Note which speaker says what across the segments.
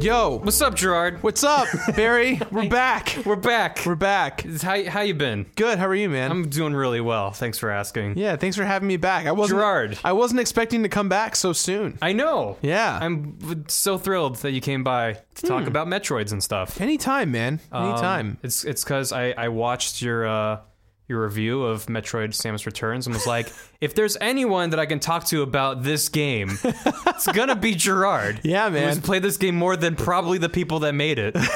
Speaker 1: Yo,
Speaker 2: What's up, Gerard?
Speaker 1: what's up, Barry? We're back.
Speaker 2: We're back.
Speaker 1: We're back.
Speaker 2: It's- how how you been?
Speaker 1: Good. How are you, man?
Speaker 2: I'm doing really well. Thanks for asking.
Speaker 1: yeah, thanks for having me back. I wasn't
Speaker 2: Gerard.
Speaker 1: I wasn't expecting to come back so soon.
Speaker 2: I know.
Speaker 1: Yeah. Hmm.
Speaker 2: I'm so thrilled that you came by to talk about Metroids and stuff.
Speaker 1: Anytime, man. Anytime.
Speaker 2: Um, it's it's because I I watched your. uh your review of Metroid Samus Returns and was like, if there's anyone that I can talk to about this game, it's gonna be Gerard.
Speaker 1: Yeah, man.
Speaker 2: Who's played this game more than probably the people that made it. Um,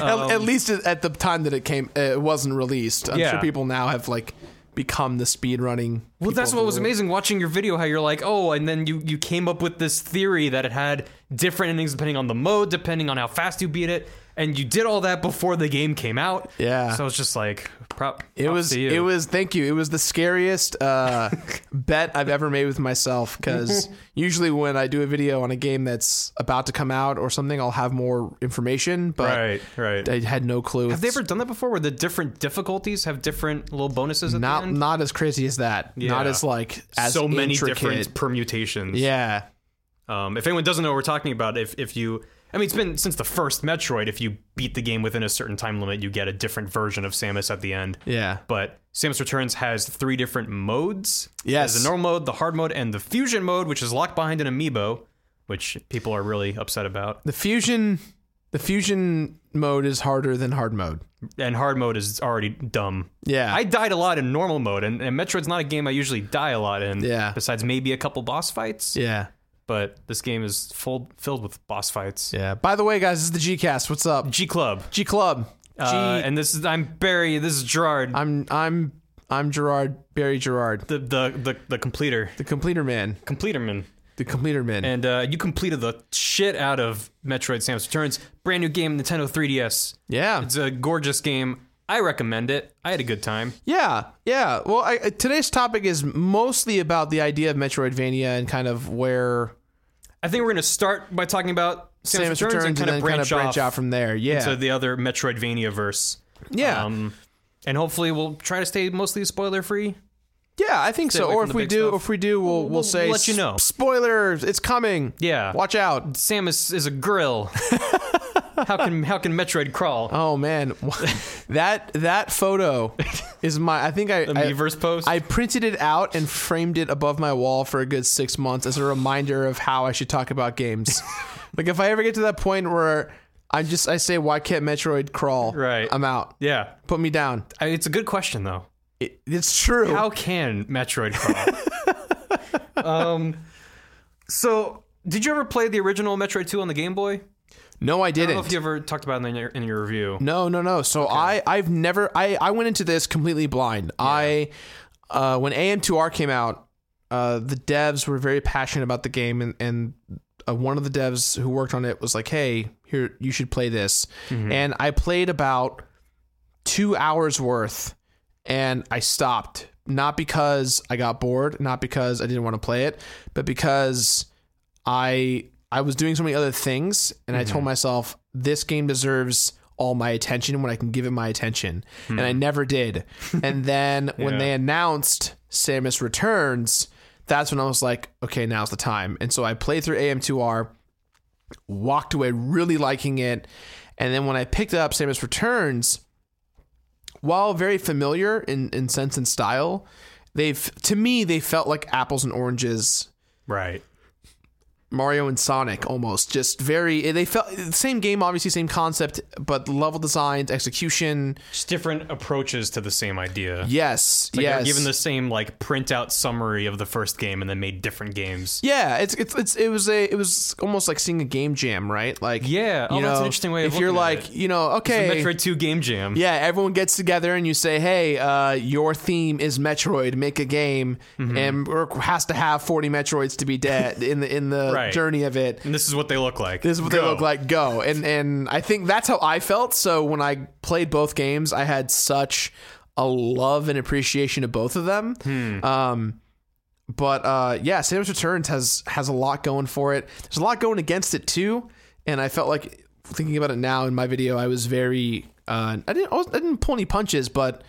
Speaker 1: at, at least at- at the time that it came, uh, it wasn't released. I'm
Speaker 2: Yeah.
Speaker 1: sure people now have like become the speed running.
Speaker 2: Well, that's what was amazing watching your video. How you're like, oh, and then you you came up with this theory that it had different endings depending on the mode, depending on how fast you beat it, and you did all that before the game came out.
Speaker 1: Yeah.
Speaker 2: So it's just like prop.
Speaker 1: It was. It was. Thank you. It was the scariest uh, bet I've ever made with myself. Because usually when I do a video on a game that's about to come out or something, I'll have more information. But
Speaker 2: Right, right.
Speaker 1: I had no clue.
Speaker 2: Have they ever done that before, where the different difficulties have different little bonuses? At the
Speaker 1: not
Speaker 2: end?
Speaker 1: not as crazy as that. Not
Speaker 2: Yeah.
Speaker 1: as like as
Speaker 2: so many
Speaker 1: intricate.
Speaker 2: different permutations.
Speaker 1: Yeah.
Speaker 2: Um, if anyone doesn't know what we're talking about, if if you, I mean, it's been since the first Metroid. If you beat the game within a certain time limit, you get a different version of Samus at the end.
Speaker 1: Yeah.
Speaker 2: But Samus Returns has three different modes.
Speaker 1: Yes.
Speaker 2: There's the normal mode, the hard mode, and the fusion mode, which is locked behind an amiibo, which people are really upset about.
Speaker 1: The fusion. The fusion mode is harder than hard mode.
Speaker 2: And hard mode is already dumb.
Speaker 1: Yeah.
Speaker 2: I died a lot in normal mode, and, and Metroid's not a game I usually die a lot in.
Speaker 1: Yeah.
Speaker 2: Besides maybe a couple boss fights.
Speaker 1: yeah.
Speaker 2: But this game is full filled with boss fights.
Speaker 1: Yeah. By the way, guys, this is the G Cast. What's up?
Speaker 2: G Club.
Speaker 1: G Club. G.
Speaker 2: Uh, and this is I'm Barry. This is Gerard,
Speaker 1: I'm I'm I'm Gerard Barry Gerard,
Speaker 2: the, the the the completer,
Speaker 1: the completer man,
Speaker 2: completerman.
Speaker 1: the completer man.
Speaker 2: and uh, you completed the shit out of Metroid Samus Returns, brand new game, Nintendo 3DS.
Speaker 1: yeah,
Speaker 2: It's a gorgeous game. I recommend it. I had a good time.
Speaker 1: yeah, yeah. Well, I, uh, today's topic is mostly about the idea of Metroidvania and kind of where
Speaker 2: I think we're gonna start by talking about Samus,
Speaker 1: Samus
Speaker 2: Returns, and kind
Speaker 1: then
Speaker 2: of branch,
Speaker 1: kind of branch
Speaker 2: off,
Speaker 1: out from there. Yeah,
Speaker 2: to the other Metroidvania verse.
Speaker 1: yeah,
Speaker 2: Um, and hopefully we'll try to stay mostly spoiler free.
Speaker 1: yeah. I think so.
Speaker 2: away
Speaker 1: Or
Speaker 2: from
Speaker 1: if
Speaker 2: the
Speaker 1: we
Speaker 2: big
Speaker 1: do,
Speaker 2: stuff.
Speaker 1: if we do, we'll we'll,
Speaker 2: we'll
Speaker 1: say
Speaker 2: let you know.
Speaker 1: "S- Spoilers, it's coming.
Speaker 2: Yeah.
Speaker 1: watch out.
Speaker 2: Samus is a grill. how can how can Metroid crawl?
Speaker 1: Oh man, that that photo is my. I think I.
Speaker 2: the
Speaker 1: I-
Speaker 2: Miiverse post.
Speaker 1: I printed it out and framed it above my wall for a good six months as a reminder of how I should talk about games. like if I ever get to that point where I just I say, "Why can't Metroid crawl?"
Speaker 2: Right.
Speaker 1: I'm out.
Speaker 2: yeah,
Speaker 1: Put me down.
Speaker 2: I, it's a good question though.
Speaker 1: It, it's true.
Speaker 2: How can Metroid crawl? um, so, did you ever play the original Metroid 2 on the Game Boy?
Speaker 1: no, I
Speaker 2: I don't know if
Speaker 1: didn't.
Speaker 2: you ever talked about it in your, in your review.
Speaker 1: No, no, no. So I I've never I I went into this completely blind. I uh when AM2R came out, uh the devs were very passionate about the game and and uh, one of the devs who worked on it was like, "Hey, here you should play this." And I played about 2 hours worth and I stopped. Not because I got bored, not because I didn't want to play it, but because I I was doing so many other things, and I told myself this game deserves all my attention when I can give it my attention, and I never did. and then when
Speaker 2: Yeah.
Speaker 1: they announced Samus Returns, that's when I was like, okay, now's the time. And so I played through AM2R, walked away really liking it, and then when I picked up Samus Returns, while very familiar in in sense and style, they've to me they felt like apples and oranges
Speaker 2: Right.
Speaker 1: Mario and Sonic almost just very eh, they felt same game obviously same concept but level designs execution
Speaker 2: Just different approaches to the same idea.
Speaker 1: yes
Speaker 2: Like, they were
Speaker 1: yes
Speaker 2: Given the same like printout summary of the first game and then made different games.
Speaker 1: yeah it's, it's it's it was a it was almost like seeing a game jam right like
Speaker 2: Yeah. Oh,
Speaker 1: you know
Speaker 2: that's an interesting way of
Speaker 1: if you're
Speaker 2: looking at
Speaker 1: like you know
Speaker 2: The
Speaker 1: okay
Speaker 2: Metroid 2 game jam.
Speaker 1: yeah everyone gets together and you say hey uh, your theme is Metroid make a game
Speaker 2: Mm-hmm.
Speaker 1: and or has to have 40 Metroids to be dead in the in the
Speaker 2: Right.
Speaker 1: journey of it
Speaker 2: And this is what they look like.
Speaker 1: This is what they look like. Go and and I think that's how I felt. So when I played both games, I had such a love and appreciation of both of them. Um, but uh, yeah, Samus Returns has has a lot going for it. There's a lot going against it too, and I felt like thinking about it now in my video, I was very uh, I didn't I didn't pull any punches, but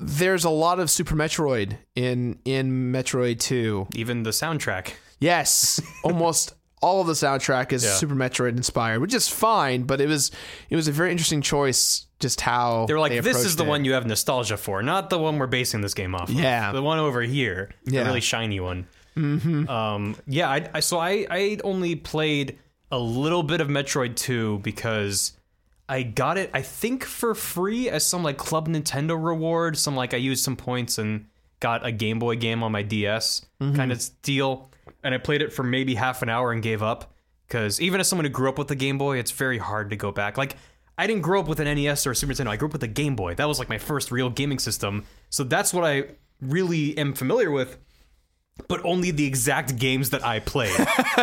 Speaker 1: there's a lot of Super Metroid in in Metroid 2.
Speaker 2: Even the soundtrack.
Speaker 1: Yes, almost all of the soundtrack is
Speaker 2: Yeah.
Speaker 1: Super Metroid inspired, which is fine, but it was it was a very interesting choice just how
Speaker 2: They were like, this is
Speaker 1: approached
Speaker 2: the
Speaker 1: it.
Speaker 2: one you have nostalgia for, not the one we're basing this game off of.
Speaker 1: Yeah.
Speaker 2: The one over here.
Speaker 1: Yeah.
Speaker 2: The really shiny one. Mm-hmm. Um, yeah, I, I, so I, I only played a little bit of Metroid 2 because I got it, I think, for free as some like Club Nintendo reward. Some like I used some points and got a Game Boy game on my DS kind of deal. And I played it for maybe half an hour and gave up. Because even as someone who grew up with the Game Boy, it's very hard to go back. Like, I didn't grow up with an NES or a Super Nintendo. I grew up with a Game Boy. That was like my first real gaming system. So that's what I really am familiar with but only the exact games that I played.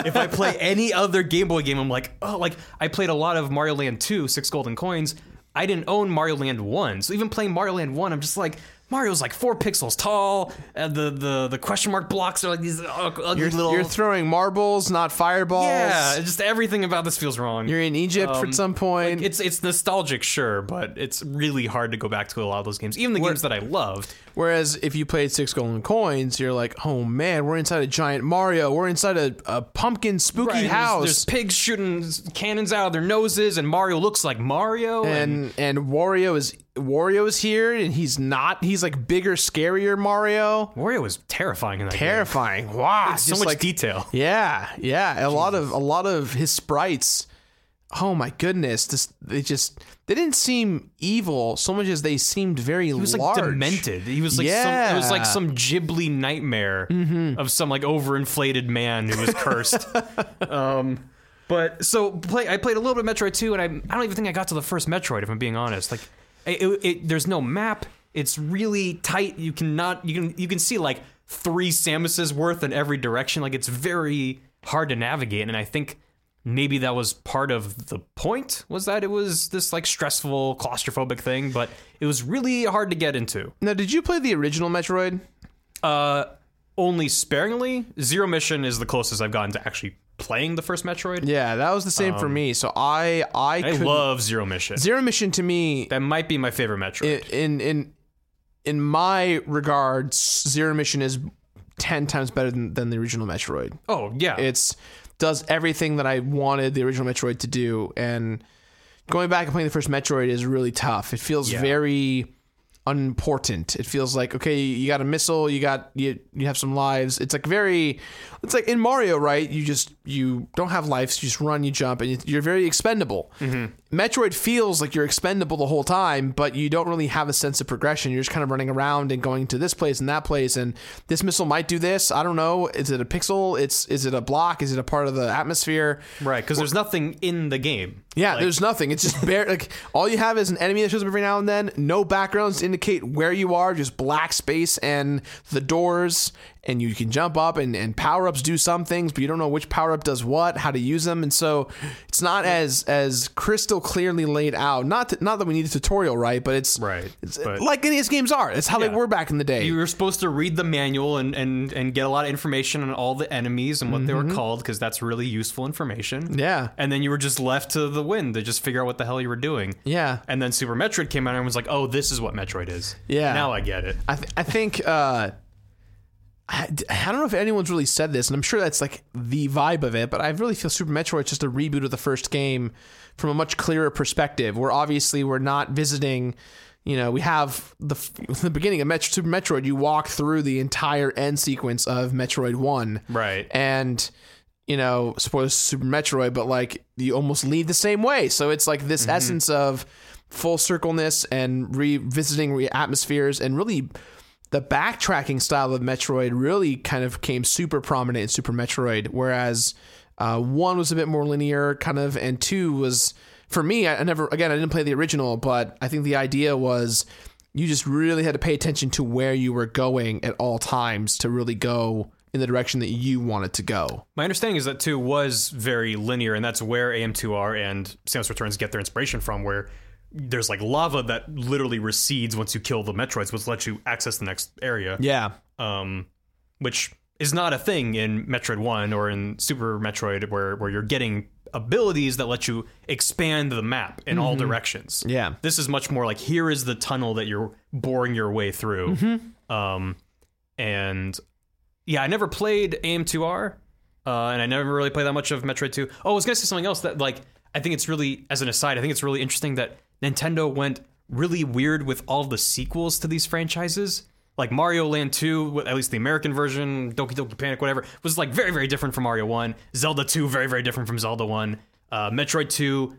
Speaker 2: if I play any other Game Boy game, I'm like, oh, like I played a lot of Mario Land 2, Six Golden Coins. I didn't own Mario Land 1. So even playing Mario Land 1, I'm just like, Mario's like four pixels tall. And the, the, the question mark blocks are like these ug- ugly
Speaker 1: You're,
Speaker 2: little.
Speaker 1: you're throwing marbles, not fireballs.
Speaker 2: yeah, Um, just everything about this feels wrong.
Speaker 1: You're in Egypt for some point.
Speaker 2: it's it's nostalgic, sure, but it's really hard to go back to a lot of those games, even the games that I loved.
Speaker 1: Whereas if you played Six Golden Coins, you're like, oh man, we're inside a giant Mario. We're inside a, a pumpkin spooky
Speaker 2: Right, and there's-
Speaker 1: house.
Speaker 2: There's, pigs shooting cannons out of their noses, and Mario looks like Mario.
Speaker 1: and and Wario is Wario is here, and he's not. He's like bigger, scarier Mario.
Speaker 2: Wario was terrifying in that game.
Speaker 1: Terrifying! Wow,
Speaker 2: So
Speaker 1: Ah, just
Speaker 2: much
Speaker 1: like
Speaker 2: detail.
Speaker 1: yeah, yeah. A lot of a lot of his sprites. Oh my goodness! This they just they didn't seem evil so much as they seemed very
Speaker 2: He was like
Speaker 1: large.
Speaker 2: demented. He was like some, it was like
Speaker 1: Yeah.
Speaker 2: some Ghibli nightmare of some like overinflated man who was cursed. um, but so play I played a little bit of Metroid 2 and I, I don't even think I got to the first Metroid if I'm being honest. Like it, it, it- there's no map. It's really tight. You cannot you can you can see like three Samus's worth in every direction. Like it's very hard to navigate and I think maybe that was part of the point was that it was this like stressful claustrophobic thing but it was really hard to get into
Speaker 1: Now, did you play the original Metroid?
Speaker 2: uh only sparingly zero mission is the closest i've gotten to actually playing the first metroid
Speaker 1: Yeah, that was the same for me. So I I,
Speaker 2: Um, i
Speaker 1: couldn't-
Speaker 2: love zero mission
Speaker 1: Zero Mission to me
Speaker 2: that might be my favorite metroid
Speaker 1: in in in my regards, Zero Mission is ten times better than, than the original Metroid.
Speaker 2: oh yeah
Speaker 1: It's does everything that I wanted the original Metroid to do, and going back and playing the first Metroid is really tough. It feels
Speaker 2: Yeah.
Speaker 1: very unimportant. It feels like okay, you got a missile, you got you you have some lives. It's like very, it's like in Mario, right? You just you don't have lives, you just run, you jump, and you're very expendable. Metroid feels like you're expendable the whole time, but you don't really have a sense of progression. You're just kind of running around and going to this place and that place, and this missile might do this. I don't know. Is it a pixel? It's is it a block? Is it a part of the atmosphere?
Speaker 2: right because there's nothing in the game
Speaker 1: Yeah, there's nothing. It's just bare. like all you have is an enemy that shows up every now and then. No backgrounds to indicate where you are. Just black space and the doors, and you can jump up and and power ups do some things, but you don't know which power up does what, how to use them, and so it's not as as crystal clearly laid out. Not that, not that we need a tutorial, right? But it's
Speaker 2: Right,
Speaker 1: It's,
Speaker 2: but-
Speaker 1: like NES games are. That's how they
Speaker 2: Yeah.
Speaker 1: were back in the day.
Speaker 2: you were supposed to read the manual and, and, and get a lot of information on all the enemies and what they were called because that's really useful information.
Speaker 1: Mm-hmm. Yeah.
Speaker 2: And then you were just left to the wind to just figure out what the hell you were doing.
Speaker 1: yeah,
Speaker 2: And then Super Metroid came out and was like, oh, this is what Metroid is.
Speaker 1: Yeah.
Speaker 2: Now I get it.
Speaker 1: I, th- I think uh, I, I don't know if anyone's really said this, and I'm sure that's like the vibe of it. But I really feel Super Metroid's just a reboot of the first game from a much clearer perspective. Where obviously we're not visiting, you know, we have the f- the beginning of Metro- Super Metroid. You walk through the entire end sequence of Metroid One,
Speaker 2: Right.
Speaker 1: and you know spoilers to super metroid but like you almost lead the same way so it's like this essence of full circleness and revisiting re- atmospheres and really the backtracking style of metroid really kind of came super prominent in super metroid whereas uh, one was a bit more linear kind of and two was for me I, I never again i didn't play the original but i think the idea was you just really had to pay attention to where you were going at all times to really go in the direction that you wanted to go.
Speaker 2: My understanding is that 2 was very linear, and that's where AM2R and Samus Returns get their inspiration from, where there's like lava that literally recedes once you kill the Metroids, which lets you access the next area.
Speaker 1: Yeah.
Speaker 2: um, which is not a thing in Metroid One or in Super Metroid, where where you're getting abilities that let you expand the map in all directions.
Speaker 1: Yeah.
Speaker 2: this is much more like here is the tunnel that you're boring your way through. Um, and yeah, I never played AM2R, uh, and I never really played that much of Metroid 2. Oh, I was gonna say something else that like I think it's really as an aside, I think it's really interesting that Nintendo went really weird with all the sequels to these franchises. Like Mario Land 2, with- at least the American version, Doki Doki Panic, whatever, was like very, very different from Mario 1. Zelda 2, very, very different from Zelda 1. Uh, Metroid 2,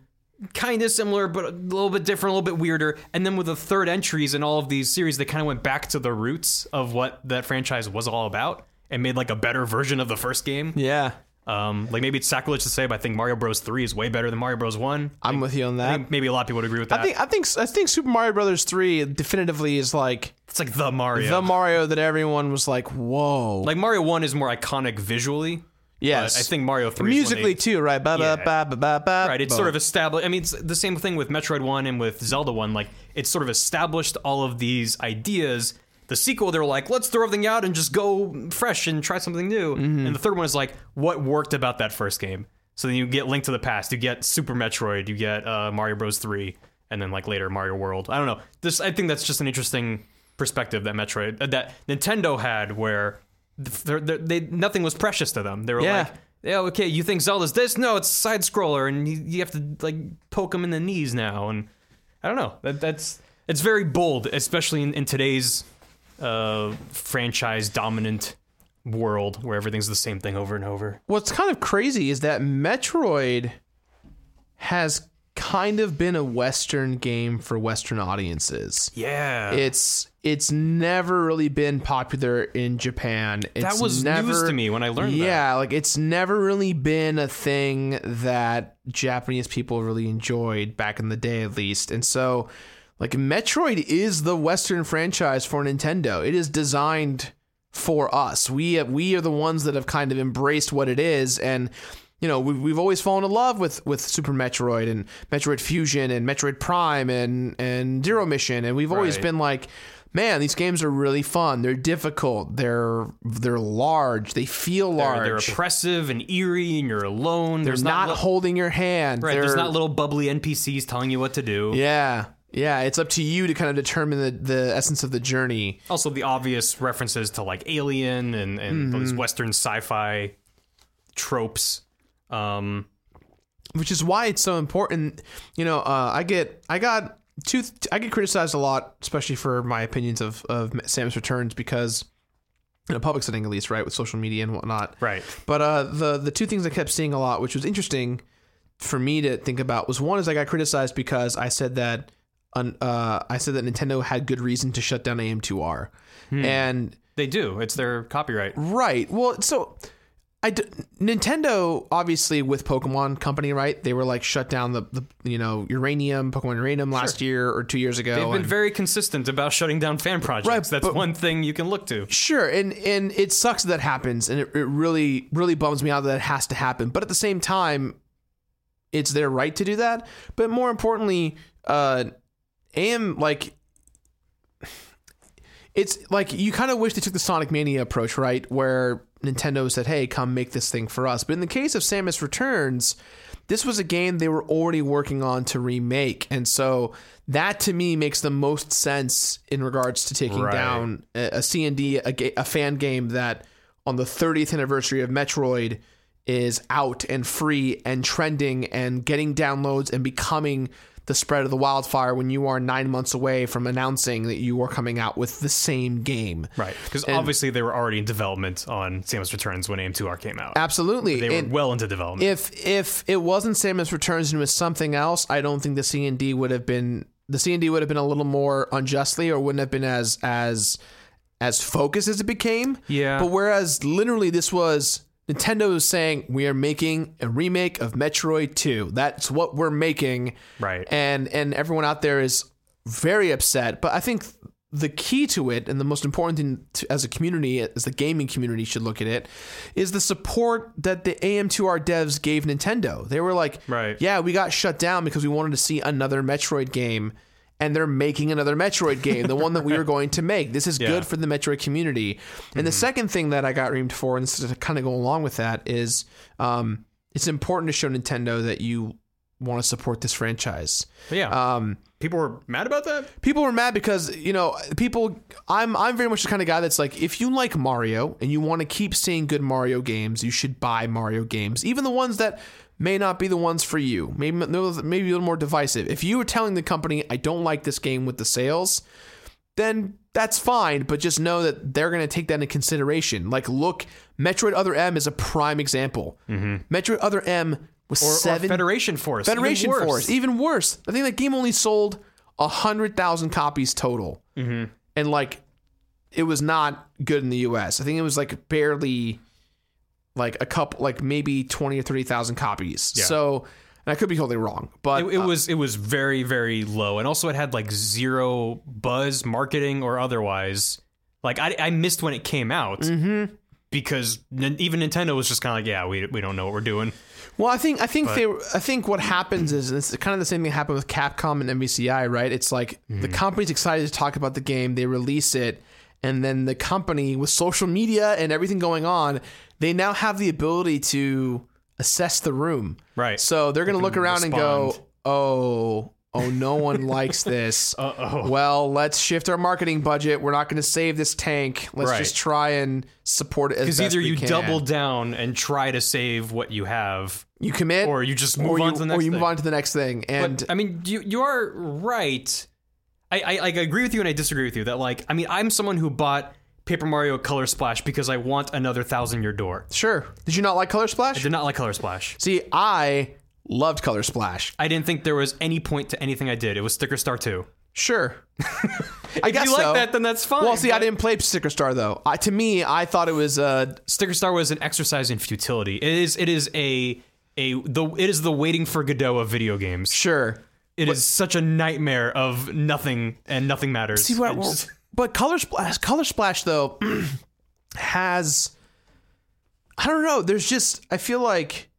Speaker 2: kind of similar, but a little bit different, a little bit weirder. And then with the third entries in all of these series, they kind of went back to the roots of what that franchise was all about and made like a better version of the first game.
Speaker 1: Yeah.
Speaker 2: Um, like maybe it's sacrilege to say, but I think Mario Bros. 3 is way better than Mario Bros. 1.
Speaker 1: I'm with you on that.
Speaker 2: I think maybe a lot of people would agree with that.
Speaker 1: I think I think I think Super Mario Brothers 3 definitively is like
Speaker 2: it's like the Mario.
Speaker 1: the Mario that everyone was like, "Whoa."
Speaker 2: like Mario 1 is more iconic visually.
Speaker 1: yes.
Speaker 2: but I think Mario 3 is when
Speaker 1: musically
Speaker 2: they-
Speaker 1: too, right? Ba ba
Speaker 2: Yeah.
Speaker 1: ba ba ba ba.
Speaker 2: Right, it's sort of established. I mean, it's the same thing with Metroid One and with Zelda One. Like, it's sort of established all of these ideas. The sequel, they're like, let's throw everything out and just go fresh and try something new. And the third one is like, what worked about that first game? So then you get Link to the Past, you get Super Metroid, you get uh, Mario Bros. Three, and then like later Mario World. I don't know. This, I think that's just an interesting perspective that Metroid uh, that Nintendo had, where they're, they're, they nothing was precious to them. They were
Speaker 1: Yeah.
Speaker 2: like, yeah, okay, you think Zelda's this? No, it's side scroller, and you, you have to like poke him in the knees now. And I don't know. That, that's it's very bold, especially in, in today's uh, franchise dominant world where everything's the same thing over and over.
Speaker 1: What's kind of crazy is that Metroid has kind of been a western game for western audiences.
Speaker 2: Yeah,
Speaker 1: It's it's never really been popular in Japan. It's
Speaker 2: that was
Speaker 1: never,
Speaker 2: news to me when I learned that.
Speaker 1: Yeah, like it's never really been a thing that Japanese people really enjoyed back in the day, at least. And so, like, Metroid is the Western franchise for Nintendo. It is designed for us. We we are the ones that have kind of embraced what it is, and you know we, we've always fallen in love with with Super Metroid and Metroid Fusion and Metroid Prime and and Zero Mission, and we've always
Speaker 2: Right.
Speaker 1: been like. Man, these games are really fun. They're difficult. They're they're large. They feel large.
Speaker 2: They're, they're oppressive and eerie, and you're alone. There's
Speaker 1: not
Speaker 2: not, li-
Speaker 1: holding your hand.
Speaker 2: right, there's
Speaker 1: They're-
Speaker 2: not little bubbly NPCs telling you what to do.
Speaker 1: Yeah, yeah. It's up to you to kind of determine the, the essence of the journey.
Speaker 2: Also, the obvious references to like Alien and and those
Speaker 1: Mm-hmm.
Speaker 2: Western sci-fi tropes. Um,
Speaker 1: which is why it's so important. You know, uh, I get I got two I get criticized a lot, especially for my opinions of of Samus Returns because in a public setting, at least, right, with social media and whatnot.
Speaker 2: right.
Speaker 1: But uh, the the two things I kept seeing a lot, which was interesting for me to think about, was one is I got criticized because I said that un, uh, I said that Nintendo had good reason to shut down AM2R, and
Speaker 2: They do. It's their copyright.
Speaker 1: Right. Well, so I d- Nintendo obviously with Pokemon Company, right? They were like shut down the, the you know Uranium Pokemon Uranium last year or two years ago.
Speaker 2: They've been
Speaker 1: and-
Speaker 2: very consistent about shutting down fan projects.
Speaker 1: Right,
Speaker 2: That's
Speaker 1: but-
Speaker 2: one thing you can look to.
Speaker 1: sure, and and it sucks that, that happens, and it, it really really bums me out that it has to happen. But at the same time, it's their right to do that. But more importantly, uh, am like it's like you kind of wish they took the Sonic Mania approach, right? Where Nintendo said, "Hey, come make this thing for us." But in the case of Samus Returns, this was a game they were already working on to remake, and so that to me makes the most sense in regards to taking
Speaker 2: Right.
Speaker 1: down a, a C&D, a, ga- a fan game that on the 30th anniversary of Metroid is out and free and trending and getting downloads and becoming the spread of the wildfire when you are nine months away from announcing that you are coming out with the same game.
Speaker 2: Right. Because obviously they were already in development on Samus Returns when AM2R came out.
Speaker 1: Absolutely.
Speaker 2: They were
Speaker 1: And
Speaker 2: well into development.
Speaker 1: if if it wasn't Samus Returns and it was something else, I don't think the C and D would have been the C and D would have been a little more unjustly or wouldn't have been as as as focused as it became.
Speaker 2: Yeah.
Speaker 1: But whereas literally this was Nintendo was saying we are making a remake of Metroid 2. That's what we're making.
Speaker 2: Right.
Speaker 1: And and everyone out there is very upset, but I think the key to it and the most important thing to, as a community as the gaming community should look at it is the support that the AM2R devs gave Nintendo. They were like,
Speaker 2: Right.
Speaker 1: yeah, we got shut down because we wanted to see another Metroid game and they're making another Metroid game, the one that we were going to make. This is
Speaker 2: Yeah. Mm-hmm.
Speaker 1: good for the Metroid community. And the second thing that I got reamed for, and this is to kind of go along with that, is um, it's important to show Nintendo that you want to support this franchise.
Speaker 2: But yeah,
Speaker 1: Um,
Speaker 2: people were mad about that.
Speaker 1: people were mad because you know people i'm i'm very much the kind of guy that's like if you like mario and you want to keep seeing good mario games you should buy mario games even the ones that may not be the ones for you maybe maybe a little more divisive if you were telling the company i don't like this game with the sales then that's fine but just know that they're going to take that into consideration like look metroid other m is a prime example metroid other m was
Speaker 2: Mm-hmm. Or, or
Speaker 1: seven
Speaker 2: Federation Force. even
Speaker 1: Federation
Speaker 2: worse.
Speaker 1: Force, even worse. I think that game only sold hundred thousand copies total, mm-hmm. and like it was not good in the U.S. I think it was like barely like a couple, like maybe twenty or thirty thousand copies. So, and I could be totally wrong, but
Speaker 2: It, it was it was very very low, and also it had like zero buzz, marketing or otherwise. Like I, I missed when it came out because n- even Nintendo was just kind of like, yeah, we, we don't know what we're doing.
Speaker 1: Well, I think I think they I think what happens is and it's kind of the same thing happened with Capcom and NBCI, right? It's like
Speaker 2: Mm-hmm.
Speaker 1: the company's excited to talk about the game, they release it, and then the company with social media and everything going on, they now have the ability to assess the room.
Speaker 2: Right.
Speaker 1: So they're going to look around and
Speaker 2: respond.
Speaker 1: go, "Oh, oh, no one likes this.
Speaker 2: Uh-oh.
Speaker 1: Well, let's shift our marketing budget. We're not going to save this tank. Let's
Speaker 2: Right.
Speaker 1: just try and support it as
Speaker 2: Because
Speaker 1: best
Speaker 2: either
Speaker 1: we
Speaker 2: you
Speaker 1: can.
Speaker 2: double down and try to save what you have,
Speaker 1: you commit
Speaker 2: or you just move
Speaker 1: or
Speaker 2: on
Speaker 1: you,
Speaker 2: to the
Speaker 1: or
Speaker 2: next
Speaker 1: you
Speaker 2: thing.
Speaker 1: move on to the next thing. And
Speaker 2: I mean, you you are right. I, I like I agree with you and I disagree with you that like I mean I'm someone who bought Paper Mario Color Splash because I want another thousand year door.
Speaker 1: sure, did you not like Color Splash?
Speaker 2: Did not like Color Splash.
Speaker 1: See, I loved Color Splash.
Speaker 2: I didn't think there was any point to anything I did. It was Sticker Star Two.
Speaker 1: Sure, I
Speaker 2: If
Speaker 1: guess
Speaker 2: you like
Speaker 1: so.
Speaker 2: that, then that's fine.
Speaker 1: well, see, Oh, I
Speaker 2: but
Speaker 1: didn't play Sticker Star though. I, to me, I thought it was uh,
Speaker 2: Sticker Star was an exercise in futility. It is it is a a the it is the waiting for Godot of video games.
Speaker 1: sure.
Speaker 2: It is such a nightmare of nothing and nothing matters.
Speaker 1: See what?
Speaker 2: It just-
Speaker 1: but Color Splash, Color Splash though, has I don't know. There's just I feel like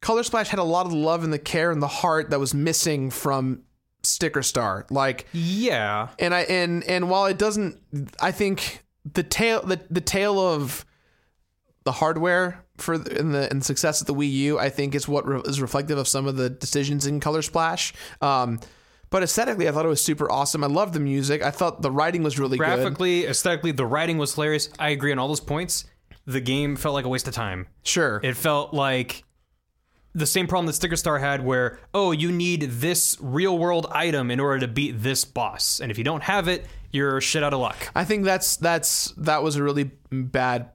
Speaker 1: Color Splash had a lot of the love and the care and the heart that was missing from Sticker Star. Like
Speaker 2: yeah.
Speaker 1: and I and and while it doesn't, I think the tale the, the tale of the hardware for the, in the and success of the Wii U, I think is what re- is reflective of some of the decisions in Color Splash. Um, but aesthetically, I thought it was super awesome. I loved the music. I thought the writing was really good.
Speaker 2: graphically, aesthetically, the writing was hilarious. I agree on all those points. The game felt like a waste of time.
Speaker 1: Sure,
Speaker 2: It felt like the same problem that Sticker Star had, where oh, you need this real world item in order to beat this boss, and if you don't have it, you're shit out of luck.
Speaker 1: I think that's that's that was a really bad.